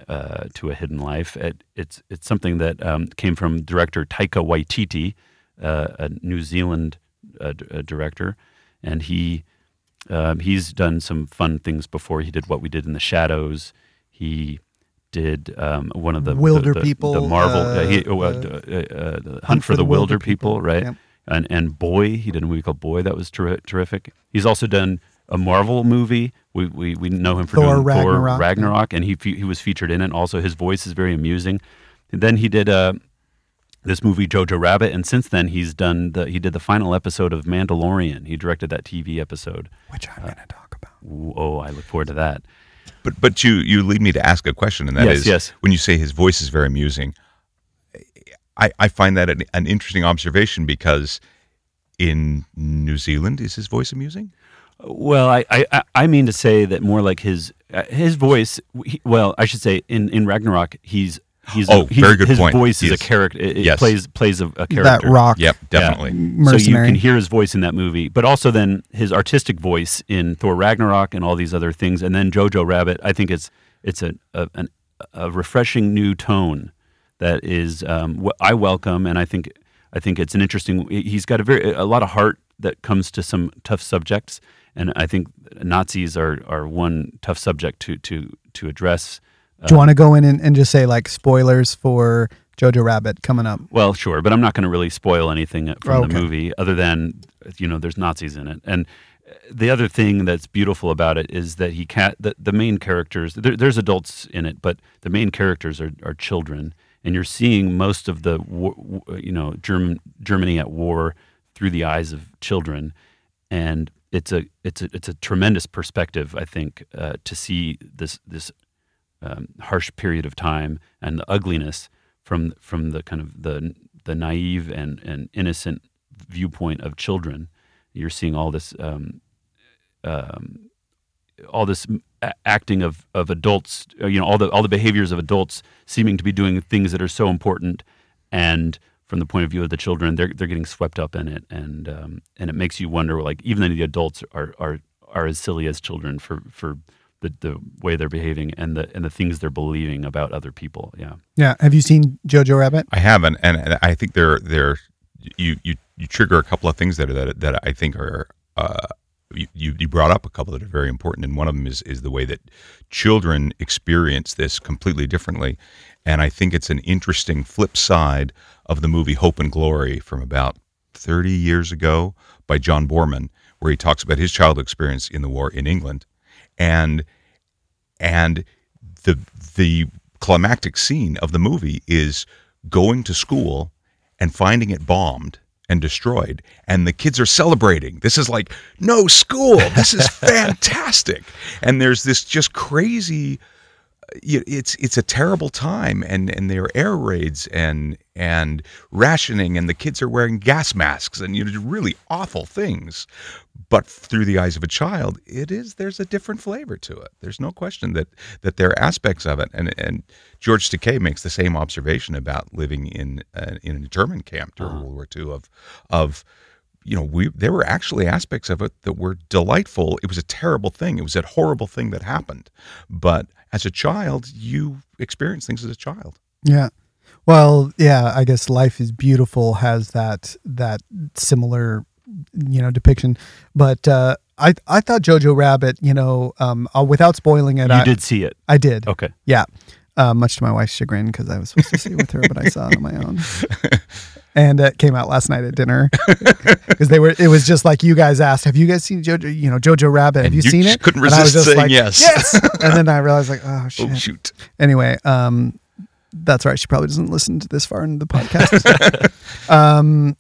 Speaker 2: uh, to A Hidden Life. It, it's it's something that um, came from director Taika Waititi, uh, a New Zealand uh, d- uh, director, and he um, he's done some fun things before. He did what we did in the shadows. He did um, one of the the-
Speaker 1: Wilder
Speaker 2: the,
Speaker 1: People,
Speaker 2: the Marvel,
Speaker 1: uh,
Speaker 2: uh, he, uh,
Speaker 1: uh,
Speaker 2: d- uh, uh, the Hunt, for, the, Wilder, People, right?
Speaker 1: Yep.
Speaker 2: And and Boy, he did a movie called Boy that was terri terrific. He's also done a Marvel movie. We we, we know him for
Speaker 1: Thor
Speaker 2: doing Thor
Speaker 1: Ragnarok.
Speaker 2: Ragnarok, and he fe- he was featured in it. Also, his voice is very amusing. And then he did uh, this movie Jojo Rabbit, and since then he's done the he did the final episode of Mandalorian. He directed that TV episode.
Speaker 1: Which I'm going to talk about.
Speaker 2: Ooh, oh, I look forward to that.
Speaker 3: But but you you lead me to ask a question, and that
Speaker 2: Yes,
Speaker 3: is
Speaker 2: yes.
Speaker 3: when you say his voice is very amusing. I, I find that an, an interesting observation because in New Zealand is his voice amusing?
Speaker 2: Well, I, I, I- I mean to say that more like his uh, his voice. he- well, I should say in, in Ragnarok, he's he's
Speaker 3: Oh,
Speaker 2: he's-
Speaker 3: very good
Speaker 2: His
Speaker 3: point.
Speaker 2: voice is a
Speaker 3: Yes.
Speaker 2: character. It, it
Speaker 3: Yes.
Speaker 2: plays plays a, a character.
Speaker 1: That rock
Speaker 3: Yep, definitely.
Speaker 2: So you
Speaker 1: mercenary.
Speaker 2: can hear his voice in that movie, but also then his artistic voice in Thor Ragnarok and all these other things, and then Jojo Rabbit. I think it's it's a a, an, a refreshing new tone that is um, what I welcome, and I think I think it's an interesting. He's got a very a lot of heart that comes to some tough subjects, and I think Nazis are are one tough subject to to to address.
Speaker 1: Do you want to go in and, and just say like spoilers for Jojo Rabbit coming up?
Speaker 2: Well, sure, but I'm not going to really spoil anything uh, from
Speaker 1: Oh,
Speaker 2: the
Speaker 1: okay.
Speaker 2: movie other than you know there's Nazis in it. And uh, the other thing that's beautiful about it is that he can the, the main characters there, there's adults in it, but the main characters are, are children, and you're seeing most of the war, w- you know German Germany at war through the eyes of children, and it's a it's a it's a tremendous perspective I think uh, to see this this um, harsh period of time and the ugliness from from the kind of the the naive and, and innocent viewpoint of children. You're seeing all this um, um, all this a- acting of of adults. uh, You know all the all the behaviors of adults seeming to be doing things that are so important, and from the point of view of the children, they're they're getting swept up in it, and um, and it makes you wonder. Like even the adults are are are as silly as children for for. The, the way they're behaving and the and the things they're believing about other people. Yeah.
Speaker 1: Yeah. Have you seen Jojo Rabbit?
Speaker 3: I haven't, and, and I think there there you you you trigger a couple of things that are, that that I think are uh, you you you brought up a couple that are very important, and one of them is is the way that children experience this completely differently, and I think it's an interesting flip side of the movie Hope and Glory from about thirty years ago by John Borman, where he talks about his child experience in the war in England, and and the the climactic scene of the movie is going to school and finding it bombed and destroyed and the kids are celebrating this is like no school this is fantastic and there's this just crazy you- it's it's a terrible time, and and there are air raids and and rationing, and the kids are wearing gas masks, and you know really awful things. But through the eyes of a child, it is there's a different flavor to it. There's no question that that there are aspects of it, and and George Takei makes the same observation about living in uh, in an internment camp during
Speaker 2: Uh-huh.
Speaker 3: World War II of of you know, we there were actually aspects of it that were delightful. It was a terrible thing. It was a horrible thing that happened. But as a child, you experience things as a child.
Speaker 1: Yeah. Well, yeah, I guess life is beautiful has that that similar you know depiction, but uh I I thought Jojo Rabbit, you know, um uh, without spoiling it,
Speaker 2: you
Speaker 1: I
Speaker 2: did see it.
Speaker 1: I did.
Speaker 3: Oh.
Speaker 2: Okay.
Speaker 1: Yeah. Uh, much to my wife's chagrin, because I was supposed to see it with her, but I saw it on my own, and it came out last night at dinner because they were. It was just like you guys asked, "Have you guys seen Jojo? You know, Jojo Rabbit? Have
Speaker 3: And
Speaker 1: you,
Speaker 3: you
Speaker 1: seen
Speaker 3: just
Speaker 1: it?"
Speaker 3: couldn't
Speaker 1: And I was
Speaker 3: resist
Speaker 1: just
Speaker 3: saying
Speaker 1: like,
Speaker 3: yes.
Speaker 1: Yes. And then I realized, like, oh shit.
Speaker 3: Oh shoot!
Speaker 1: anyway, um, that's right. She probably doesn't listen to this far into the podcast. um,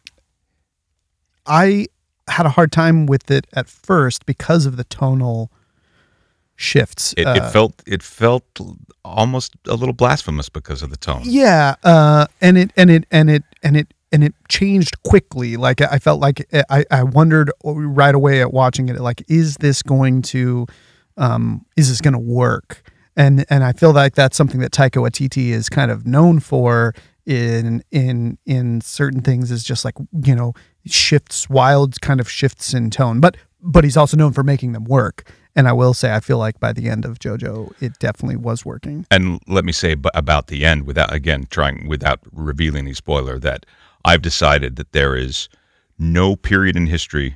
Speaker 1: I had a hard time with it at first because of the tonal shifts.
Speaker 3: It,
Speaker 1: Uh,
Speaker 3: it felt it felt almost a little blasphemous because of the tone.
Speaker 1: yeah, uh, and it and it and it and it and it changed quickly. Like I felt like I I wondered right away at watching it, like, is this going to, um, is this going to work? And and I feel like that's something that Taika Waititi is kind of known for in in in certain things is just like you know shifts wild kind of shifts in tone, but but he's also known for making them work. And I will say, I feel like by the end of JoJo, it definitely was working.
Speaker 3: And let me say b- about the end, without again trying without revealing any spoiler, that I've decided that there is no period in history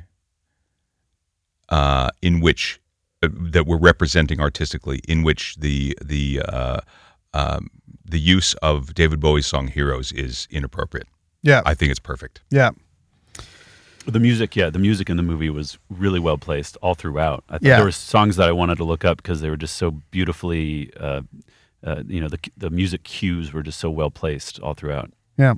Speaker 3: uh, in which uh, that we're representing artistically, in which the the uh, um, the use of David Bowie's song "Heroes" is inappropriate.
Speaker 1: Yeah,
Speaker 3: I think it's perfect.
Speaker 1: yeah.
Speaker 2: The music, yeah, the music in the movie was really well placed all throughout. I think
Speaker 1: Yeah.
Speaker 2: there were songs that I wanted to look up because they were just so beautifully, uh, uh, you know, the the music cues were just so well placed all throughout.
Speaker 1: Yeah.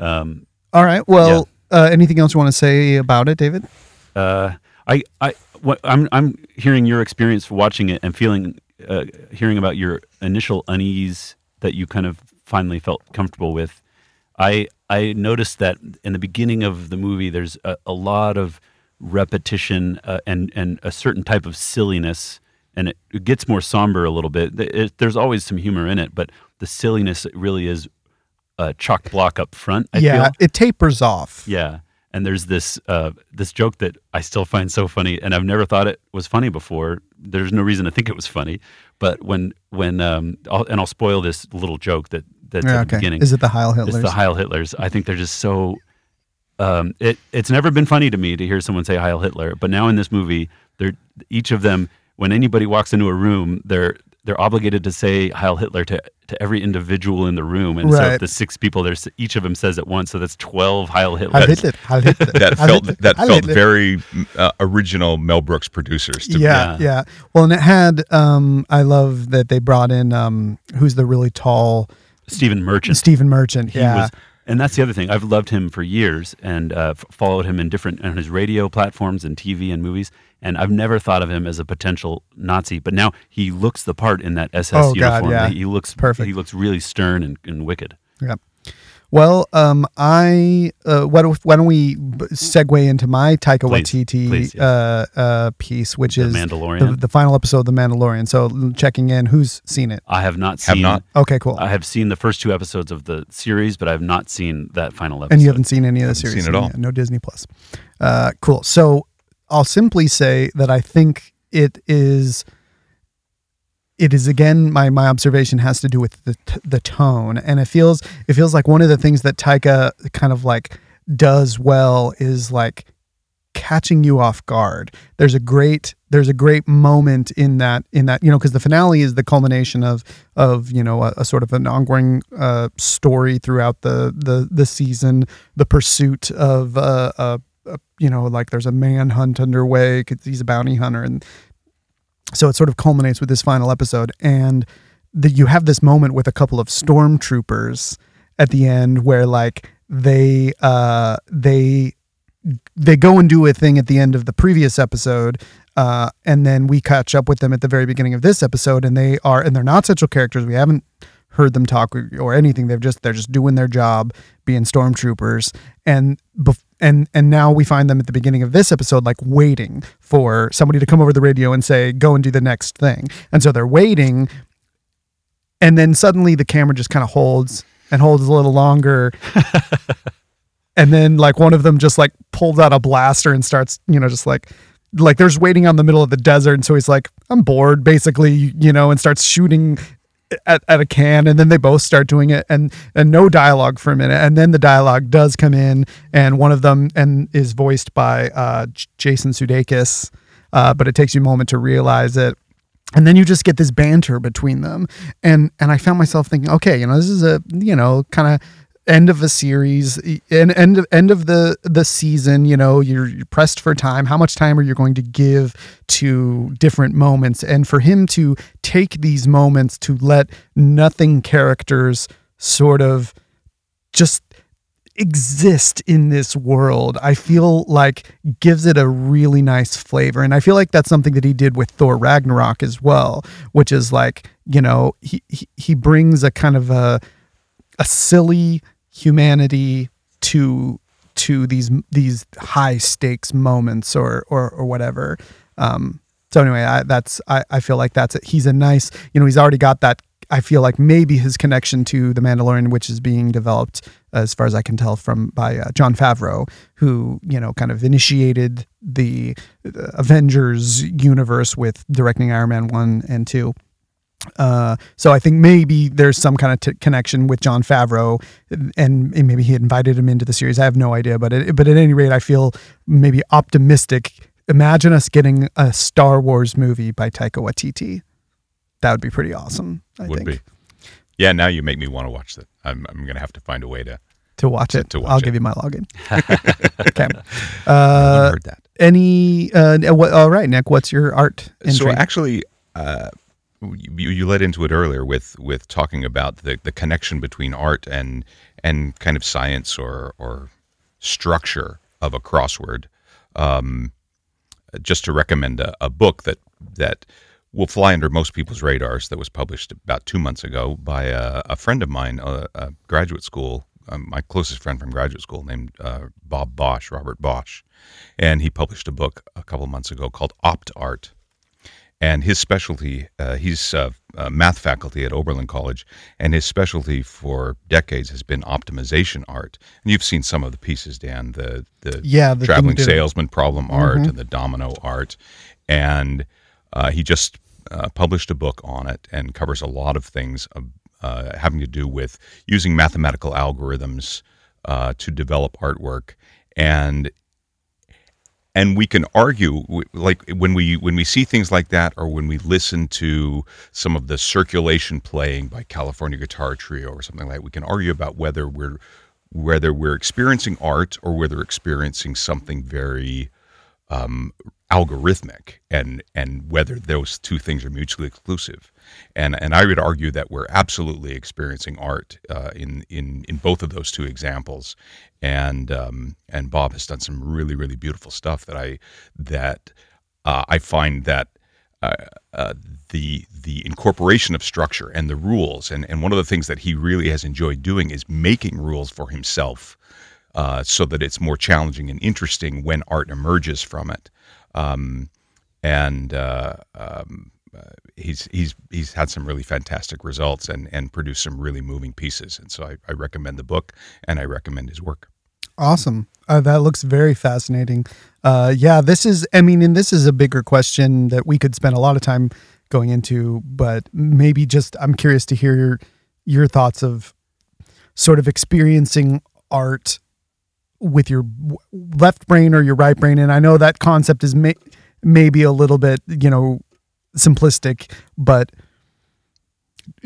Speaker 2: Um,
Speaker 1: All right. Well, uh, anything else you want to say about it, David?
Speaker 2: uh, I, I, what, I'm, I'm hearing your experience watching it and feeling, uh, hearing about your initial unease that you kind of finally felt comfortable with. I, I noticed that in the beginning of the movie, there's a, a lot of repetition uh, and and a certain type of silliness, and it, it gets more somber a little bit. Th- it- there's always some humor in it, but the silliness really is a chalk block up front. I
Speaker 1: yeah,
Speaker 2: feel.
Speaker 1: it tapers off.
Speaker 2: Yeah, and there's this uh, this joke that I still find so funny, and I've never thought it was funny before. There's no reason to think it was funny, but when when um, I'll, and I'll spoil this little joke that that's
Speaker 1: Yeah,
Speaker 2: at the
Speaker 1: okay.
Speaker 2: beginning.
Speaker 1: Is it the Heil
Speaker 2: It's
Speaker 1: Hitlers?
Speaker 2: the Heil Hitlers. I think they're just so. Um, it it's never been funny to me to hear someone say Heil Hitler, but now in this movie, they're each of them. When anybody walks into a room, they're they're obligated to say Heil Hitler to to every individual in the room, and so
Speaker 1: Right.
Speaker 2: if the six people there's each of them says it once, so that's twelve Heil
Speaker 1: Heil
Speaker 2: Hitlers.
Speaker 1: Hitler. Heil Hitler.
Speaker 3: That
Speaker 1: Heil
Speaker 3: felt
Speaker 1: Hitler,
Speaker 3: that
Speaker 1: Heil
Speaker 3: felt
Speaker 1: Hitler.
Speaker 3: very uh, original Mel Brooks producers. To
Speaker 1: Yeah, yeah,
Speaker 2: Yeah.
Speaker 1: Well, and it had. Um, I love that they brought in um, who's the really tall
Speaker 2: Stephen Merchant.
Speaker 1: Stephen Merchant.
Speaker 2: he
Speaker 1: yeah,
Speaker 2: was and that's the other thing i've loved him for years and uh, f- followed him in different on his radio platforms and tv and movies and i've never thought of him as a potential nazi but now he looks the part in that ss
Speaker 1: Oh, God,
Speaker 2: uniform
Speaker 1: yeah.
Speaker 2: he looks
Speaker 1: Perfect.
Speaker 2: he looks really stern and, and wicked
Speaker 1: yeah. Well, um, I uh, why don't why don't we b- segue into my Taika
Speaker 2: Please,
Speaker 1: Waititi
Speaker 2: please, yes.
Speaker 1: uh, uh, piece, which
Speaker 2: the
Speaker 1: is the,
Speaker 2: mandalorian
Speaker 1: the final episode of The Mandalorian. So checking in, who's seen it?
Speaker 2: i have not
Speaker 3: Have
Speaker 2: seen
Speaker 3: not.
Speaker 1: Okay, cool.
Speaker 2: i have seen the first two episodes of the series but i've not seen that final episode
Speaker 1: and you haven't seen any of the
Speaker 3: Haven't
Speaker 1: series
Speaker 3: seen it
Speaker 1: so
Speaker 3: all.
Speaker 1: yeah, no disney plus uh, cool so i'll simply say that i think it is it is again my my observation has to do with the t- the tone and it feels it feels like one of the things that taika kind of like does well is like catching you off guard there's a great there's a great moment in that in that you know because the finale is the culmination of of you know a, a sort of an ongoing uh, story throughout the the the season the pursuit of uh, a, a you know like there's a manhunt underway because he's a bounty hunter and so it sort of culminates with this final episode and that you have this moment with a couple of stormtroopers at the end where like they uh they they go and do a thing at the end of the previous episode uh, and then we catch up with them at the very beginning of this episode and they are and they're not central characters we haven't heard them talk or, or anything they've just they're just doing their job being stormtroopers and bef- and and now we find them at the beginning of this episode like waiting for somebody to come over the radio and say go and do the next thing and so they're waiting and then suddenly the camera just kind of holds and holds a little longer and then like one of them just like pulls out a blaster and starts you know just like like there's waiting on the middle of the desert and so he's like i'm bored basically you know and starts shooting at, at a can and then they both start doing it and and no dialogue for a minute and then the dialogue does come in and one of them and is voiced by uh, J- jason sudeikis uh, but it takes you a moment to realize it and then you just get this banter between them and and i found myself thinking okay you know this is a you know kind of end of a series and end of end of the the season you know you're, you're pressed for time how much time are you going to give to different moments and for him to take these moments to let nothing characters sort of just exist in this world i feel like gives it a really nice flavor and i feel like that's something that he did with thor ragnarok as well which is like you know he he, he brings a kind of a a silly humanity to to these these high stakes moments or or, or whatever. Um, so anyway, I, that's I, I feel like that's it. he's a nice you know he's already got that. I feel like maybe his connection to the Mandalorian, which is being developed as far as I can tell from by uh, John Favreau, who you know kind of initiated the uh, Avengers universe with directing Iron Man one and two. Uh, so I think maybe there's some kind of t- connection with John Favreau, and, and maybe he invited him into the series. I have no idea, but it, but at any rate, I feel maybe optimistic. Imagine us getting a Star Wars movie by Taika Waititi. That would be pretty awesome. I
Speaker 3: would
Speaker 1: think
Speaker 3: be. Yeah, now you make me want to watch that. I'm, I'm going to have to find a way to.
Speaker 1: to watch it.
Speaker 3: To watch
Speaker 1: I'll
Speaker 3: it.
Speaker 1: give you my login. okay. Uh,
Speaker 3: heard that.
Speaker 1: any? Uh, what, all right, Nick. What's your art entry?
Speaker 3: So actually, uh, you, you led into it earlier with with talking about the, the connection between art and and kind of science or or structure of a crossword. Um, just to recommend a, a book that that will fly under most people's radars that was published about two months ago by a, a friend of mine, a, a graduate school, um, my closest friend from graduate school named uh, Bob Bosch, Robert Bosch, and he published a book a couple months ago called Opt Art and his specialty uh, he's uh, uh, math faculty at oberlin college and his specialty for decades has been optimization art and you've seen some of the pieces dan the the
Speaker 1: Yeah, the
Speaker 3: traveling
Speaker 1: thing to-
Speaker 3: salesman problem art and the domino art and uh, he just uh, published a book on it and covers a lot of things uh, uh, having to do with using mathematical algorithms uh, to develop artwork and and we can argue w- like when we when we see things like that or when we listen to some of the circulation playing by California Guitar Trio or something like that, we can argue about whether we're whether we're experiencing art or whether we're experiencing something very um, algorithmic and and whether those two things are mutually exclusive and and I would argue that we're absolutely experiencing art uh, in in in both of those two examples and um, and Bob has done some really really beautiful stuff that I that uh, I find that uh, uh, the the incorporation of structure and the rules and and one of the things that he really has enjoyed doing is making rules for himself uh, so that it's more challenging and interesting when art emerges from it um, and uh, um, uh, he's he's he's had some really fantastic results and and produced some really moving pieces and so I, I recommend the book and I recommend his work
Speaker 1: Awesome. Uh, that looks very fascinating. Uh, yeah, this is, I mean, and this is a bigger question that we could spend a lot of time going into, but maybe just, I'm curious to hear your, your thoughts of sort of experiencing art with your w- left brain or your right brain. And I know that concept is may, maybe a little bit, you know, simplistic, but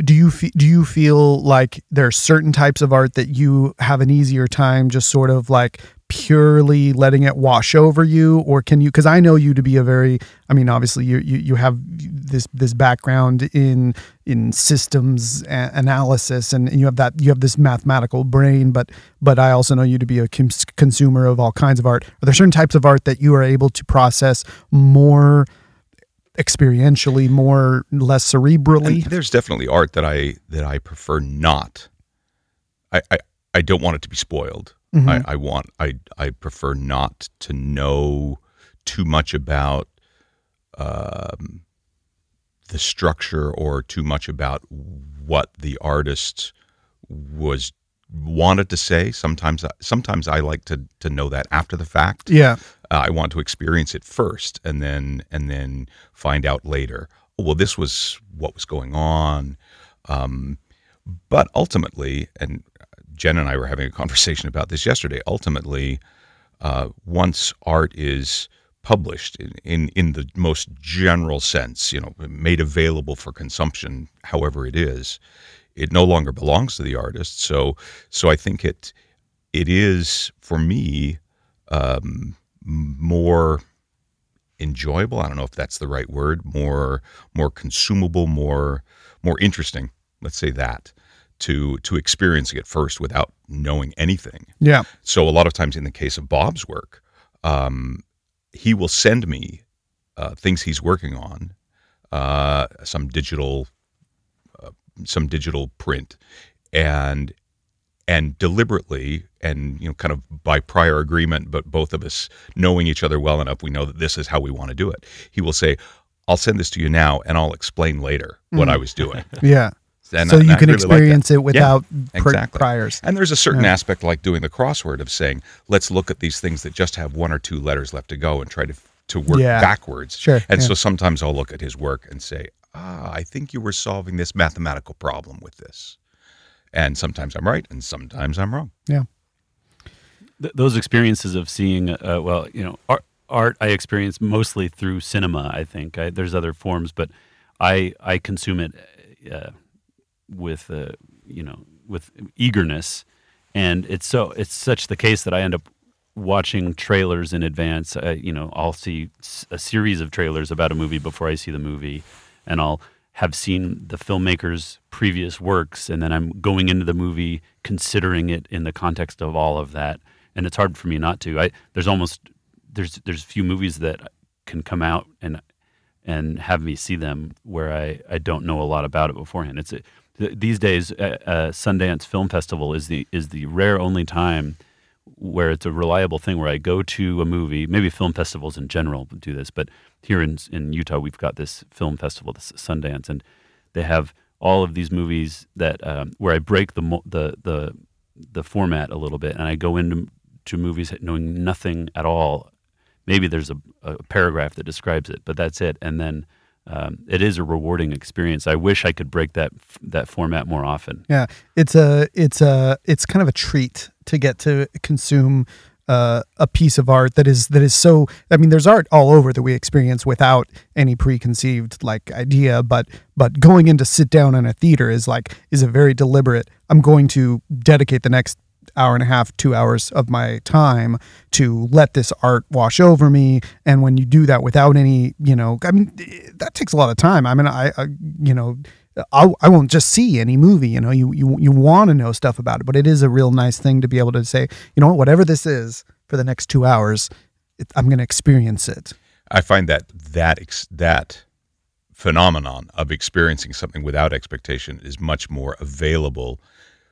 Speaker 1: do you fe- do you feel like there are certain types of art that you have an easier time just sort of like purely letting it wash over you or can you because i know you to be a very i mean obviously you you, you have this this background in in systems a- analysis and, and you have that you have this mathematical brain but but i also know you to be a cons- consumer of all kinds of art are there certain types of art that you are able to process more experientially more less
Speaker 3: And
Speaker 1: cerebrally
Speaker 3: there's definitely art that I that I prefer not. I I, I don't want it to be spoiled.
Speaker 1: Mhm.
Speaker 3: I, I want I I prefer not to know too much about um, the structure or too much about what the artist was wanted to say. Sometimes I- sometimes I like to to know that after the fact.
Speaker 1: yeah
Speaker 3: Uh, I want to experience it first, and then and then find out later. Oh, well, this was what was going on. Um, but ultimately, and uh, Jen and I were having a conversation about this yesterday. Ultimately, uh, once art is published in, in in the most general sense, you know, made available for consumption, however it is, it no longer belongs to the artist. So so I think it it is for me um, m- more enjoyable. I don't know if that's the right word. More more consumable. More more interesting. Let's say that to to experiencing it first without knowing anything.
Speaker 1: yeah
Speaker 3: So a lot of times in the case of Bob's work, um, he will send me uh, things he's working on, uh, some digital, uh, some digital print, and and deliberately and you know kind of by prior agreement, but both of us knowing each other well enough, we know that this is how we want to do it. He will say, "I'll send this to you now, and I'll explain later what
Speaker 1: Mhm.
Speaker 3: I was doing."
Speaker 1: yeah
Speaker 3: And
Speaker 1: so
Speaker 3: I- and
Speaker 1: you
Speaker 3: I
Speaker 1: can
Speaker 3: really like that.
Speaker 1: experience it without pr-
Speaker 3: exactly.
Speaker 1: priors
Speaker 3: And there's a certain aspect like doing the crossword of saying, let's look at these things that just have one or two letters left to go and try to to work
Speaker 1: Yeah.
Speaker 3: backwards.
Speaker 1: Sure,
Speaker 3: And
Speaker 1: yeah.
Speaker 3: so sometimes I'll look at his work and say, ah, I think you were solving this mathematical problem with this. And sometimes I'm right and sometimes I'm wrong.
Speaker 1: yeah
Speaker 2: Th- those experiences of seeing, uh, well, you know, art, art I experience mostly through cinema. I think I, there's other forms, but I I consume it uh, with uh, you know with eagerness, and it's so it's such the case that I end up watching trailers in advance. Uh, you know, I'll see s- a series of trailers about a movie before I see the movie, and I'll have seen the filmmaker's previous works, and then I'm going into the movie considering it in the context of all of that. And it's hard for me not to. I there's almost there's there's few movies that can come out and and have me see them where I, I don't know a lot about it beforehand. It's th- these days uh, uh, Sundance Film Festival is the is the rare only time where it's a reliable thing where I go to a movie. Maybe film festivals in general do this, but here in in Utah we've got this film festival, this Sundance, and they have all of these movies that um, where I break the mo- the the the format a little bit, and I go into to movies knowing nothing at all maybe there's a, a paragraph that describes it, but that's it. And then um, it is a rewarding experience. I wish I could break that that format more often.
Speaker 1: Yeah, it's a it's a it's kind of a treat to get to consume uh, a piece of art that is that is so. I mean, there's art all over that we experience without any preconceived like idea, but but going in to sit down in a theater is like is a very deliberate. I'm going to dedicate the next hour and a half, two hours of my time to let this art wash over me. And when you do that without any, you know, I mean, that takes a lot of time. I mean, I, I you know, I, I won't just see any movie. You know, you you you want to know stuff about it, but it is a real nice thing to be able to say, you know what, whatever this is for the next two hours, it, I'm going to experience it.
Speaker 3: I find that that ex- that phenomenon of experiencing something without expectation is much more available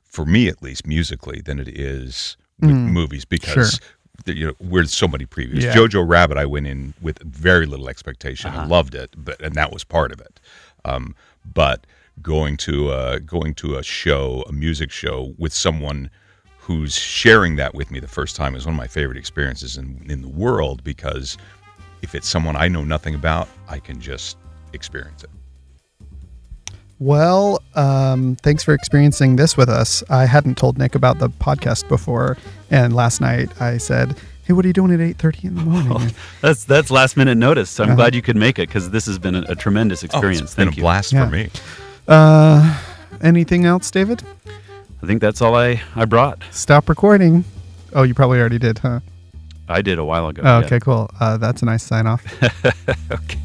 Speaker 3: for me at least musically than it is with movies because
Speaker 1: Mm. Sure.
Speaker 3: the- you know we're so many previews.
Speaker 1: Yeah. Uh-huh.
Speaker 3: Jojo Rabbit I went in with very little expectation and loved it but and that was part of it. Um, but going to a, going to a show, a music show with someone who's sharing that with me the first time is one of my favorite experiences in in the world because if it's someone I know nothing about, I can just experience it.
Speaker 1: Well, um, thanks for experiencing this with us. I hadn't told Nick about the podcast before, and last night I said, "Hey, what are you doing at 8:30 in the morning?"
Speaker 2: That's that's last minute notice. I'm glad you could make it because this has been a, a tremendous experience.
Speaker 3: Oh, it's been
Speaker 2: Oh, Thank
Speaker 3: a
Speaker 2: you.
Speaker 3: blast
Speaker 1: Yeah.
Speaker 3: for me.
Speaker 1: Uh, anything else, David?
Speaker 2: I think that's all I I brought.
Speaker 1: Stop recording. Oh, you probably already did, huh?
Speaker 2: I did a while ago.
Speaker 1: Oh,
Speaker 2: yeah.
Speaker 1: okay, cool. Uh, that's a nice sign off.
Speaker 2: okay.